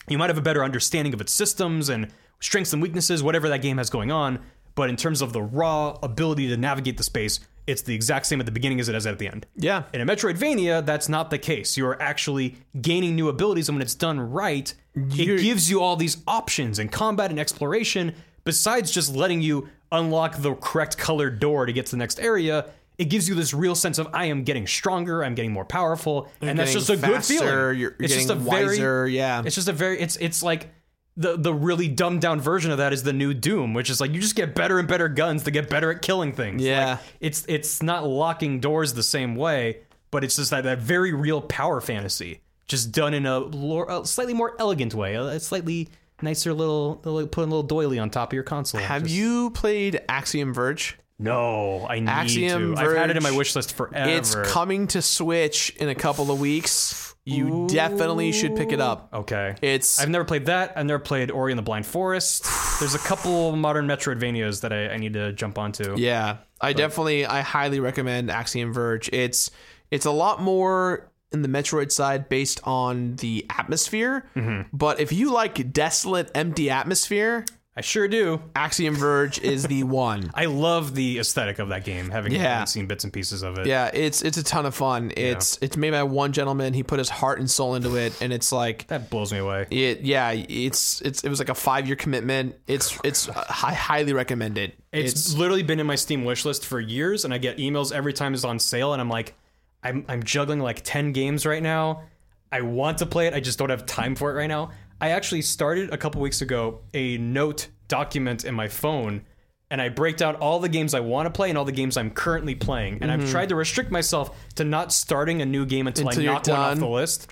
Speaker 2: you might have a better understanding of its systems and strengths and weaknesses, whatever that game has going on. But in terms of the raw ability to navigate the space, it's the exact same at the beginning as it is at the end.
Speaker 1: Yeah.
Speaker 2: In a Metroidvania, that's not the case. You are actually gaining new abilities, and when it's done right, it gives you all these options in combat and exploration. Besides just letting you unlock the correct colored door to get to the next area, it gives you this real sense of I am getting stronger, I'm getting more powerful, and that's
Speaker 1: getting
Speaker 2: just a good
Speaker 1: faster,
Speaker 2: feeling.
Speaker 1: you're- you're
Speaker 2: it's just a
Speaker 1: getting wiser,
Speaker 2: very
Speaker 1: yeah.
Speaker 2: It's just a very it's it's like the the really dumbed down version of that is the new Doom, which is like you just get better and better guns to get better at killing things.
Speaker 1: Yeah.
Speaker 2: Like, it's it's not locking doors the same way, but it's just that that very real power fantasy, just done in a, lore, a slightly more elegant way, a, a slightly nicer little, little put a little doily on top of your console.
Speaker 1: Have
Speaker 2: Just-
Speaker 1: you played Axiom Verge?
Speaker 2: No, I need
Speaker 1: Axiom
Speaker 2: to. I've had it in
Speaker 1: Verge.
Speaker 2: my wish list forever.
Speaker 1: It's coming to Switch in a couple of weeks. You definitely should pick it up.
Speaker 2: okay.
Speaker 1: It's
Speaker 2: I've never played that. I've never played Ori and the Blind Forest. There's a couple modern Metroidvanias that I, I need to jump onto.
Speaker 1: yeah. I definitely I highly recommend Axiom Verge. It's it's a lot more in the Metroid side based on the atmosphere. But if you like desolate, empty atmosphere,
Speaker 2: I sure do.
Speaker 1: Axiom Verge is the one.
Speaker 2: I love the aesthetic of that game, having
Speaker 1: Yeah.
Speaker 2: having seen bits and pieces of it.
Speaker 1: Yeah, it's it's a ton of fun. It's it's made by one gentleman. He put his heart and soul into it, and it's like
Speaker 2: That blows me away.
Speaker 1: it. Yeah, it's it's it was like a five year commitment. It's it's I highly recommend it.
Speaker 2: It's, literally been in my Steam wish list for years, and I get emails every time it's on sale, and I'm like, I'm, I'm juggling like 10 games right now. I want to play it, I just don't have time for it right now. I actually started a couple weeks ago a note document in my phone, and I break down all the games I want to play and all the games I'm currently playing. And I've tried to restrict myself to not starting a new game until,
Speaker 1: Mm-hmm.
Speaker 2: I
Speaker 1: Until you're
Speaker 2: knock one off
Speaker 1: done.
Speaker 2: the list.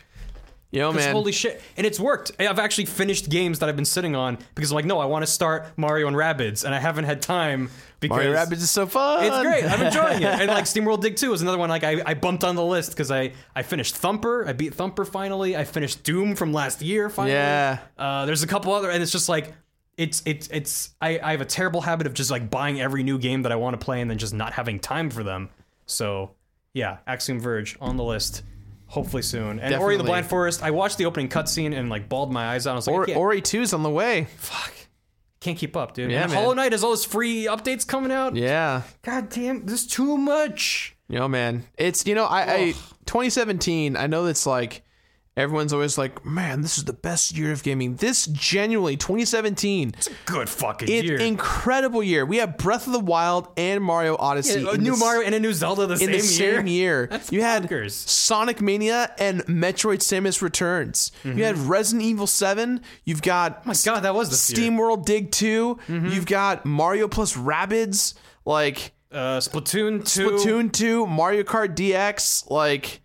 Speaker 1: yo Oh, man.
Speaker 2: Holy shit. And it's worked. I've actually finished games that I've been sitting on because I'm like, no, I want to start Mario and Rabbids, and I haven't had time because
Speaker 1: Mario Rabbids is so fun.
Speaker 2: It's great. I'm enjoying it. And like SteamWorld Dig 2 is another one like I, I bumped on the list because I, I finished Thumper. I beat Thumper finally. I finished Doom from last year finally.
Speaker 1: Yeah.
Speaker 2: Uh, there's a couple other and it's just like it's it's it's I, I have a terrible habit of just like buying every new game that I want to play and then just not having time for them. So yeah, Axiom Verge on the list. Hopefully soon. And Ori and the
Speaker 1: Definitely.
Speaker 2: Blind Forest, I watched the opening cutscene and like bawled my eyes out. I was like, I
Speaker 1: Or,
Speaker 2: can't,
Speaker 1: Ori 2's on the way.
Speaker 2: fuck. Can't keep up, dude.
Speaker 1: Yeah,
Speaker 2: and
Speaker 1: man.
Speaker 2: Hollow Knight has all those free updates coming out.
Speaker 1: Yeah.
Speaker 2: God damn, there's too much.
Speaker 1: Yo man. It's you know, I, I 2017, I know that's like everyone's always like, man, this is the best year of gaming. This genuinely 2017. It's
Speaker 2: Good fucking
Speaker 1: an
Speaker 2: year.
Speaker 1: incredible year. We have Breath of the Wild and Mario Odyssey.
Speaker 2: a
Speaker 1: in
Speaker 2: new
Speaker 1: the s-
Speaker 2: Mario and a new Zelda the
Speaker 1: in
Speaker 2: same
Speaker 1: the
Speaker 2: year.
Speaker 1: same year.
Speaker 2: That's
Speaker 1: you had
Speaker 2: bonkers.
Speaker 1: Sonic Mania and Metroid Samus Returns. You had
Speaker 2: Mm-hmm.
Speaker 1: Resident Evil 7. You've got
Speaker 2: My God, that was the
Speaker 1: Steam World Dig 2.
Speaker 2: Mm-hmm.
Speaker 1: You've got Mario plus Rabbids, like
Speaker 2: Uh, Splatoon two.
Speaker 1: Platoon 2, Mario Kart DX, like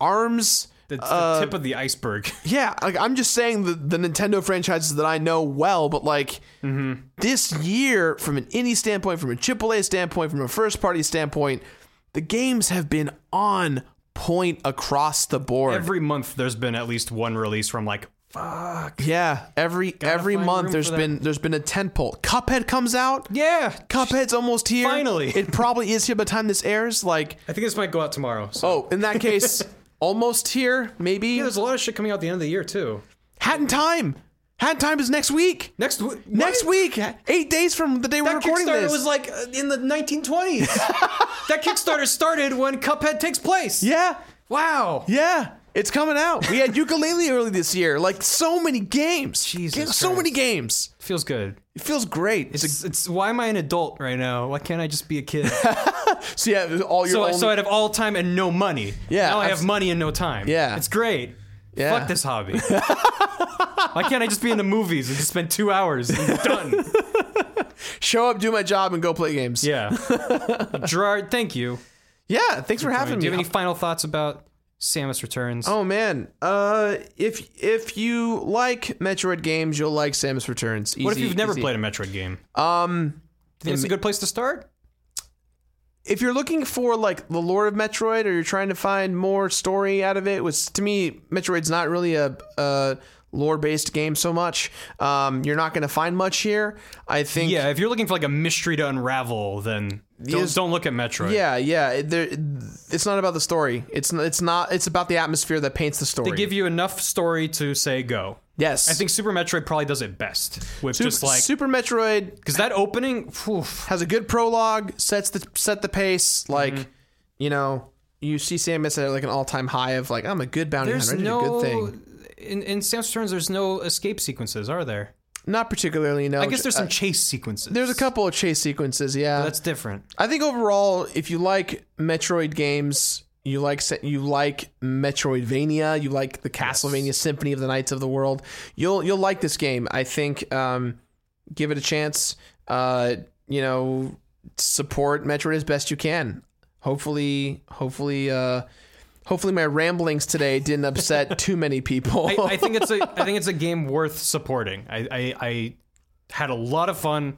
Speaker 1: ARMS.
Speaker 2: The, the
Speaker 1: uh,
Speaker 2: tip of the iceberg.
Speaker 1: Yeah, like I'm just saying the, the Nintendo franchises that I know well, but like
Speaker 2: Mm-hmm.
Speaker 1: this year, from an indie standpoint, from a AAA standpoint, from a first party standpoint, the games have been on point across the board.
Speaker 2: Every month, there's been at least one release from like, fuck.
Speaker 1: yeah, every every
Speaker 2: find room
Speaker 1: month there's
Speaker 2: for that.
Speaker 1: been there's been a tentpole. Cuphead comes out.
Speaker 2: Yeah.
Speaker 1: Cuphead's almost here.
Speaker 2: Finally.
Speaker 1: it probably is here by the time this airs. Like,
Speaker 2: I think this might go out tomorrow. So.
Speaker 1: oh, in that case, almost here. Maybe
Speaker 2: There's a lot of shit coming out at the end of the year, too.
Speaker 1: Hat in Time. Hat in Time is next week.
Speaker 2: Next week.
Speaker 1: Next week, eight days from the day we're
Speaker 2: That
Speaker 1: recording
Speaker 2: Kickstarter
Speaker 1: this.
Speaker 2: was like uh, in the 1920s. that Kickstarter started when Cuphead takes place.
Speaker 1: yeah,
Speaker 2: Wow.
Speaker 1: yeah, it's coming out. We had ukulele early this year. Like so many games,
Speaker 2: Jesus
Speaker 1: so many
Speaker 2: Christ.
Speaker 1: games.
Speaker 2: Feels good.
Speaker 1: It feels great. It's,
Speaker 2: It's, it's why am I an adult right now? Why can't I just be a kid?
Speaker 1: like, so yeah, all your
Speaker 2: So,
Speaker 1: own,
Speaker 2: so I'd have all time and no money.
Speaker 1: Yeah,
Speaker 2: Now I
Speaker 1: abs-
Speaker 2: have money and no time.
Speaker 1: Yeah.
Speaker 2: It's great.
Speaker 1: Yeah.
Speaker 2: Fuck this hobby. Why can't I just be in the movies and just spend two hours and done?
Speaker 1: show up, do my job, and go play games.
Speaker 2: Yeah. Gerard, thank you.
Speaker 1: yeah. Thanks for having
Speaker 2: do you
Speaker 1: me.
Speaker 2: have any final thoughts about Samus Returns?
Speaker 1: Oh man, uh, if if you like Metroid games, you'll like Samus Returns.
Speaker 2: what if you've never played a Metroid game? Um, think it's a good place to start.
Speaker 1: if you're looking for like the lore of Metroid, or you're trying to find more story out of it, which to me, Metroid's not really a, a lore-based game so much. Um, you're not going to find much here. I think.
Speaker 2: Yeah, if you're looking for like a mystery to unravel, then don't,
Speaker 1: Yes.
Speaker 2: don't look at Metroid.
Speaker 1: Yeah, yeah. it- there- it's not about the story. It's n- it's not. It's about the atmosphere that paints the story.
Speaker 2: They give you enough story to say go.
Speaker 1: yes,
Speaker 2: I think Super Metroid probably does it best with just like
Speaker 1: Super Metroid
Speaker 2: because that opening. phew,
Speaker 1: has a good prologue, sets the set the pace. Like,
Speaker 2: Mm-hmm.
Speaker 1: you know, you see Samus at like an all time high of like, I'm a good bounty
Speaker 2: There's
Speaker 1: hunter. I did
Speaker 2: no
Speaker 1: a good thing.
Speaker 2: In, in Sam's Returns, there's no escape sequences, are there?
Speaker 1: Not particularly. No,
Speaker 2: I guess there's some chase sequences.
Speaker 1: Oh, uh, There's a couple uh, of chase sequences, yeah.
Speaker 2: That's different.
Speaker 1: I think overall, if you like Metroid games, you like se- you like Metroidvania, you like the Castlevania Symphony of the Knights of the World, you'll you'll like this game. I think um, give it a chance. Uh, you know, support Metroid as best you can. Hopefully, hopefully, uh, Hopefully, my ramblings today didn't upset too many people.
Speaker 2: I, I think it's a I think it's a game worth supporting. I, I I had a lot of fun.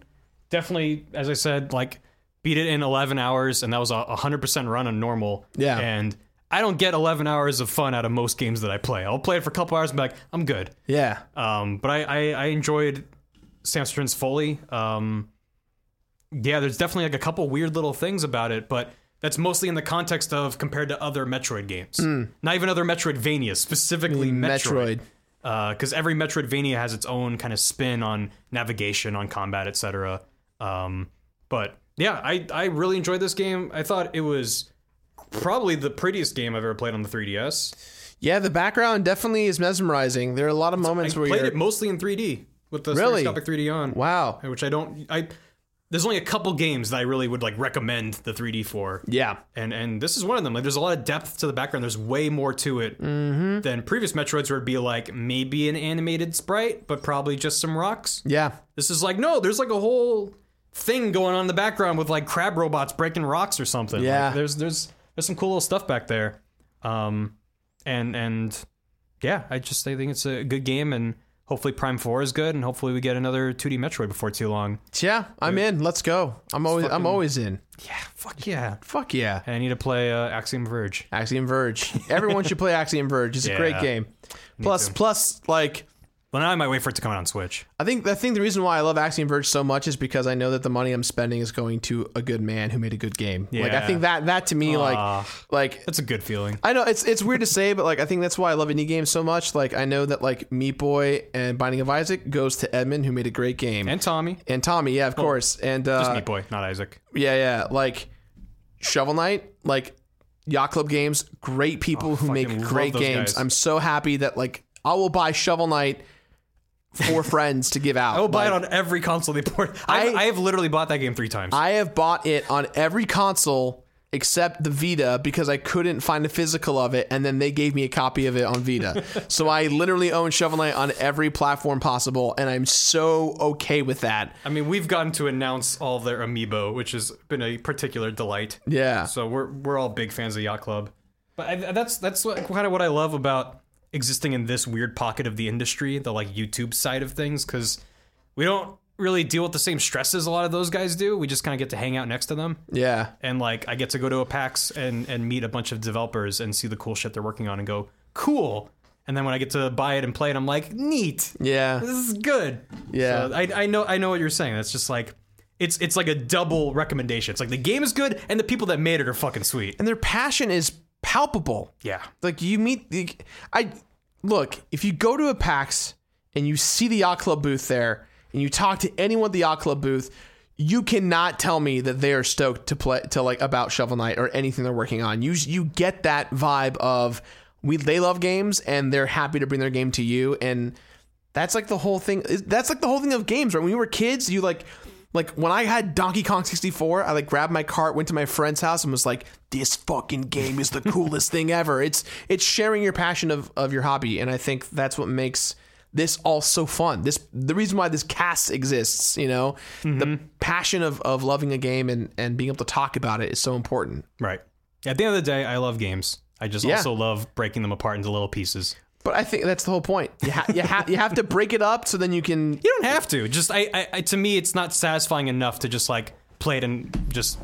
Speaker 2: Definitely, as I said, like beat it in 11 hours, and that was a 100% run on normal.
Speaker 1: Yeah.
Speaker 2: And I don't get 11 hours of fun out of most games that I play. I'll play it for a couple hours and be like, I'm good.
Speaker 1: yeah,
Speaker 2: Um, but I, I, I enjoyed Sam's Returns fully. Um, yeah, there's definitely like a couple weird little things about it, but that's mostly in the context of compared to other Metroid games. Not even other Metroidvania, specifically Metroid.
Speaker 1: Hmm. Mm, Metroid.
Speaker 2: Because every Metroidvania has its own kind of spin on navigation, on combat, etc. Um, but yeah, I, I really enjoyed this game. I thought it was probably the prettiest game I've ever played on the 3DS.
Speaker 1: Yeah, the background definitely is mesmerizing. There are a lot of moments
Speaker 2: I
Speaker 1: where
Speaker 2: played
Speaker 1: you're
Speaker 2: it mostly in 3D with the
Speaker 1: Really?
Speaker 2: stereoscopic 3D on.
Speaker 1: wow.
Speaker 2: Which I don't. I there's only a couple games that I really would like recommend the 3D for.
Speaker 1: Yeah,
Speaker 2: And and this is one of them. Like there's a lot of depth to the background. There's way more to it
Speaker 1: Mm-hmm.
Speaker 2: than previous Metroids, where it'd be like maybe an animated sprite, but probably just some rocks.
Speaker 1: yeah,
Speaker 2: This is like no, there's like a whole thing going on in the background with like crab robots breaking rocks or something.
Speaker 1: Yeah.
Speaker 2: Like, there's there's there's some cool little stuff back there. Um and and yeah, I just I think it's a good game and hopefully Prime 4 is good and hopefully we get another 2D Metroid before too long.
Speaker 1: yeah. I'm in. Let's go. I'm always I'm always in.
Speaker 2: Yeah, fuck yeah.
Speaker 1: Fuck yeah.
Speaker 2: And I need to play uh, Axiom Verge.
Speaker 1: Axiom Verge. Everyone should play Axiom Verge. It's a great
Speaker 2: Yeah.
Speaker 1: game. Plus,
Speaker 2: too.
Speaker 1: plus, like
Speaker 2: Well, now I might wait for it to come out on Switch.
Speaker 1: I think I think the reason why I love Axiom Verge so much is because I know that the money I'm spending is going to a good man who made a good game. Like I
Speaker 2: Yeah.
Speaker 1: think that that to me
Speaker 2: Aw.
Speaker 1: like like
Speaker 2: That's a good feeling.
Speaker 1: I know it's it's weird to say, but like I think that's why I love indie games so much. Like I know that like Meat Boy and Binding of Isaac goes to Edmund who made a great game.
Speaker 2: And Tommy,
Speaker 1: And Tommy, yeah, of course. And
Speaker 2: just
Speaker 1: uh,
Speaker 2: Meat Boy, not Isaac.
Speaker 1: yeah, yeah, like Shovel Knight, like Yacht Club Games, great people who make
Speaker 2: Oh, fucking love
Speaker 1: great
Speaker 2: those
Speaker 1: games.
Speaker 2: guys.
Speaker 1: I'm so happy that like I will buy Shovel Knight for friends to give out.
Speaker 2: I will buy it on every console they port. I, I have literally bought that game three times.
Speaker 1: I have bought it on every console except the Vita because I couldn't find a physical of it, and then they gave me a copy of it on Vita. so I literally own Shovel Knight on every platform possible, and I'm so okay with that.
Speaker 2: I mean, we've gotten to announce all their amiibo, which has been a particular delight.
Speaker 1: Yeah,
Speaker 2: So we're we're all big fans of Yacht Club, but I, that's that's what, kind of what I love about existing in this weird pocket of the industry, the like YouTube side of things, because we don't really deal with the same stresses a lot of those guys do. We just kind of get to hang out next to them,
Speaker 1: yeah,
Speaker 2: and like I get to go to a PAX and and meet a bunch of developers and see the cool shit they're working on and go cool. And then when I get to buy it and play it, I'm like, neat
Speaker 1: yeah,
Speaker 2: this is good.
Speaker 1: Yeah.
Speaker 2: So I, I know I know what you're saying. That's just like it's it's like a double recommendation. It's like the game is good and the people that made it are fucking sweet.
Speaker 1: and their passion is palpable.
Speaker 2: Yeah.
Speaker 1: Like you meet the I look, if you go to a PAX and you see the yacht club booth there and you talk to anyone at the yacht club booth, you cannot tell me that they are stoked to play to like about Shovel Knight or anything they're working on. You you get that vibe of we they love games and they're happy to bring their game to you and that's like the whole thing. That's like the whole thing of games, right? When we were kids, you like, like when I had Donkey Kong 64, I like grabbed my cart, went to my friend's house, and was like, "This fucking game is the coolest thing ever." It's it's sharing your passion of of your hobby, and I think that's what makes this all so fun. This the reason why this cast exists, you know, the passion of of loving a game and and being able to talk about it is so important.
Speaker 2: Right. At the end of the day, I love games. I just also love breaking them apart into little pieces.
Speaker 1: But I think that's the whole point. You ha- you, ha- you have to break it up so then you can.
Speaker 2: You don't have to. Just I, I, I to me it's not satisfying enough to just like play it and just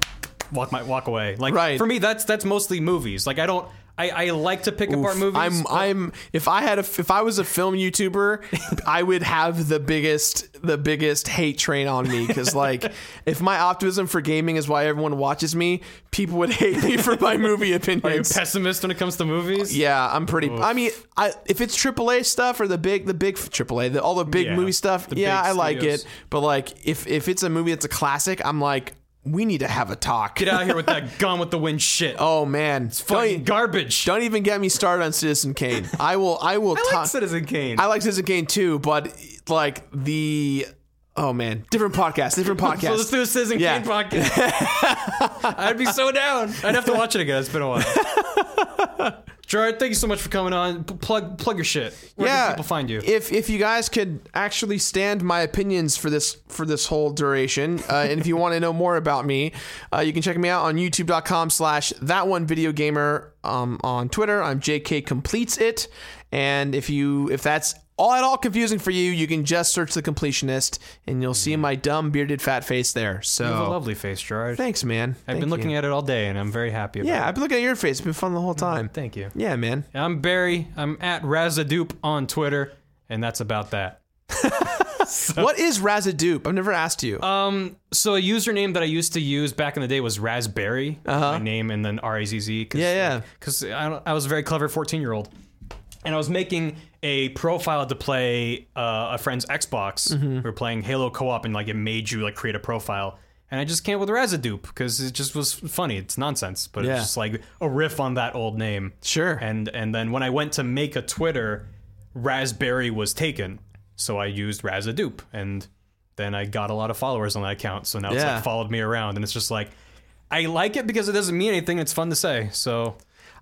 Speaker 2: walk my walk away. Like
Speaker 1: Right.
Speaker 2: for me that's that's mostly movies. Like I don't I, I like to pick apart movies.
Speaker 1: I'm I'm if I had a if I was a film YouTuber, I would have the biggest the biggest hate train on me cuz like if my optimism for gaming is why everyone watches me, people would hate me for my movie
Speaker 2: a
Speaker 1: opinions.
Speaker 2: pessimist when it comes to movies.
Speaker 1: Yeah, I'm pretty I mean, I if it's AAA stuff or the big the big AAA, the, all the big
Speaker 2: Yeah,
Speaker 1: movie stuff,
Speaker 2: the
Speaker 1: yeah,
Speaker 2: big
Speaker 1: I like
Speaker 2: studios.
Speaker 1: it. But like if if it's a movie that's a classic, I'm like we need to have a talk.
Speaker 2: Get out of here with that gun with the wind shit.
Speaker 1: Oh man, don't,
Speaker 2: fucking
Speaker 1: e-
Speaker 2: garbage.
Speaker 1: don't even get me started on Citizen Kane. I will I will
Speaker 2: I
Speaker 1: talk
Speaker 2: like Citizen Kane.
Speaker 1: I like Citizen Kane too, but like the oh man, different podcast, different
Speaker 2: so let's
Speaker 1: podcast.
Speaker 2: do a Citizen
Speaker 1: Yeah.
Speaker 2: Kane podcast. I'd be so down. I'd have to watch it again. It's been a while. Gerard, thank you so much for coming on. P- plug plug your shit. Where
Speaker 1: yeah,
Speaker 2: can people find you?
Speaker 1: If if you guys could actually stand my opinions for this for this whole duration, uh, and if you want to know more about me, uh, you can check me out on YouTube.com/slash that one video gamer. Um, on Twitter, I'm JK completes it, and if you if that's all at all confusing for you, you can just search the completionist, and you'll
Speaker 2: Mm-hmm.
Speaker 1: see my dumb bearded fat face there.
Speaker 2: you have a
Speaker 1: So
Speaker 2: lovely face, Gerard.
Speaker 1: thanks, man.
Speaker 2: I've been looking at it all day, and I'm very happy about
Speaker 1: Yeah,
Speaker 2: it.
Speaker 1: I've been looking at your face. It's been fun the whole time.
Speaker 2: Mm-hmm. Thank you.
Speaker 1: Yeah, man.
Speaker 2: I'm Barry. I'm at Razadoop on Twitter, and that's about that.
Speaker 1: What is Razadoop? I've never asked you.
Speaker 2: Um, so a username that I used to use back in the day was Raspberry, my name, and then R A Z Z.
Speaker 1: Uh-huh. Yeah, yeah.
Speaker 2: Because I, don't- I was a very clever fourteen-year-old, and I was making a profile to play uh, a friend's Xbox.
Speaker 1: Mm-hmm.
Speaker 2: We were playing Halo co-op, and like it made you like create a profile. And I just came up with Razadoop because it just was funny. It's nonsense, but
Speaker 1: Yeah.
Speaker 2: it's just like a riff on that old name.
Speaker 1: Sure.
Speaker 2: And and then when I went to make a Twitter, Raspberry was taken, so I used Razadoop, and then I got a lot of followers on that account. So now it's
Speaker 1: Yeah.
Speaker 2: like followed me around, and it's just like I like it because it doesn't mean anything. It's fun to say, so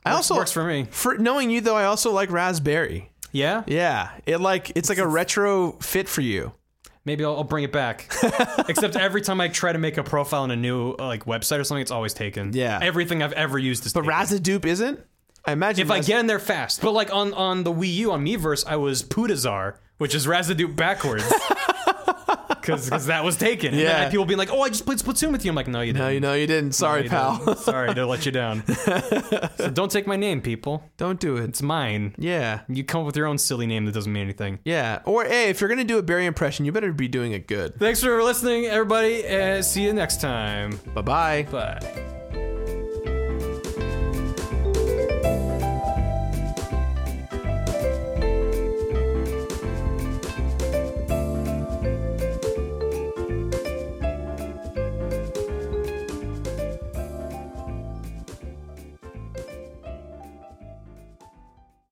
Speaker 1: I also
Speaker 2: works for me.
Speaker 1: For knowing you though, I also like raspberry.
Speaker 2: Yeah,
Speaker 1: Yeah, it like it's like a retro fit for you.
Speaker 2: maybe I'll, I'll bring it back. Except every time I try to make a profile on a new uh, like website or something, it's always taken.
Speaker 1: Yeah.
Speaker 2: everything I've ever used is.
Speaker 1: But Razadoop isn't. I imagine
Speaker 2: if I get in there fast. But like on on the Wii U on Miiverse, I was Pudazar, which is Razadoop backwards. Because that was taken. And then
Speaker 1: Yeah.
Speaker 2: I had people being like, "Oh, I just played Splatoon with you." I'm like, "No, you didn't.
Speaker 1: No, you know you didn't. Sorry,
Speaker 2: You
Speaker 1: pal.
Speaker 2: didn't. Sorry to let you down." so don't take my name, people.
Speaker 1: Don't do it.
Speaker 2: It's mine.
Speaker 1: Yeah,
Speaker 2: You come up with your own silly name that doesn't mean anything.
Speaker 1: yeah. Or hey, if you're gonna do a Barry impression, you better be doing it good.
Speaker 2: Thanks for listening, everybody. Uh, see you next time.
Speaker 1: Bye bye.
Speaker 2: Bye.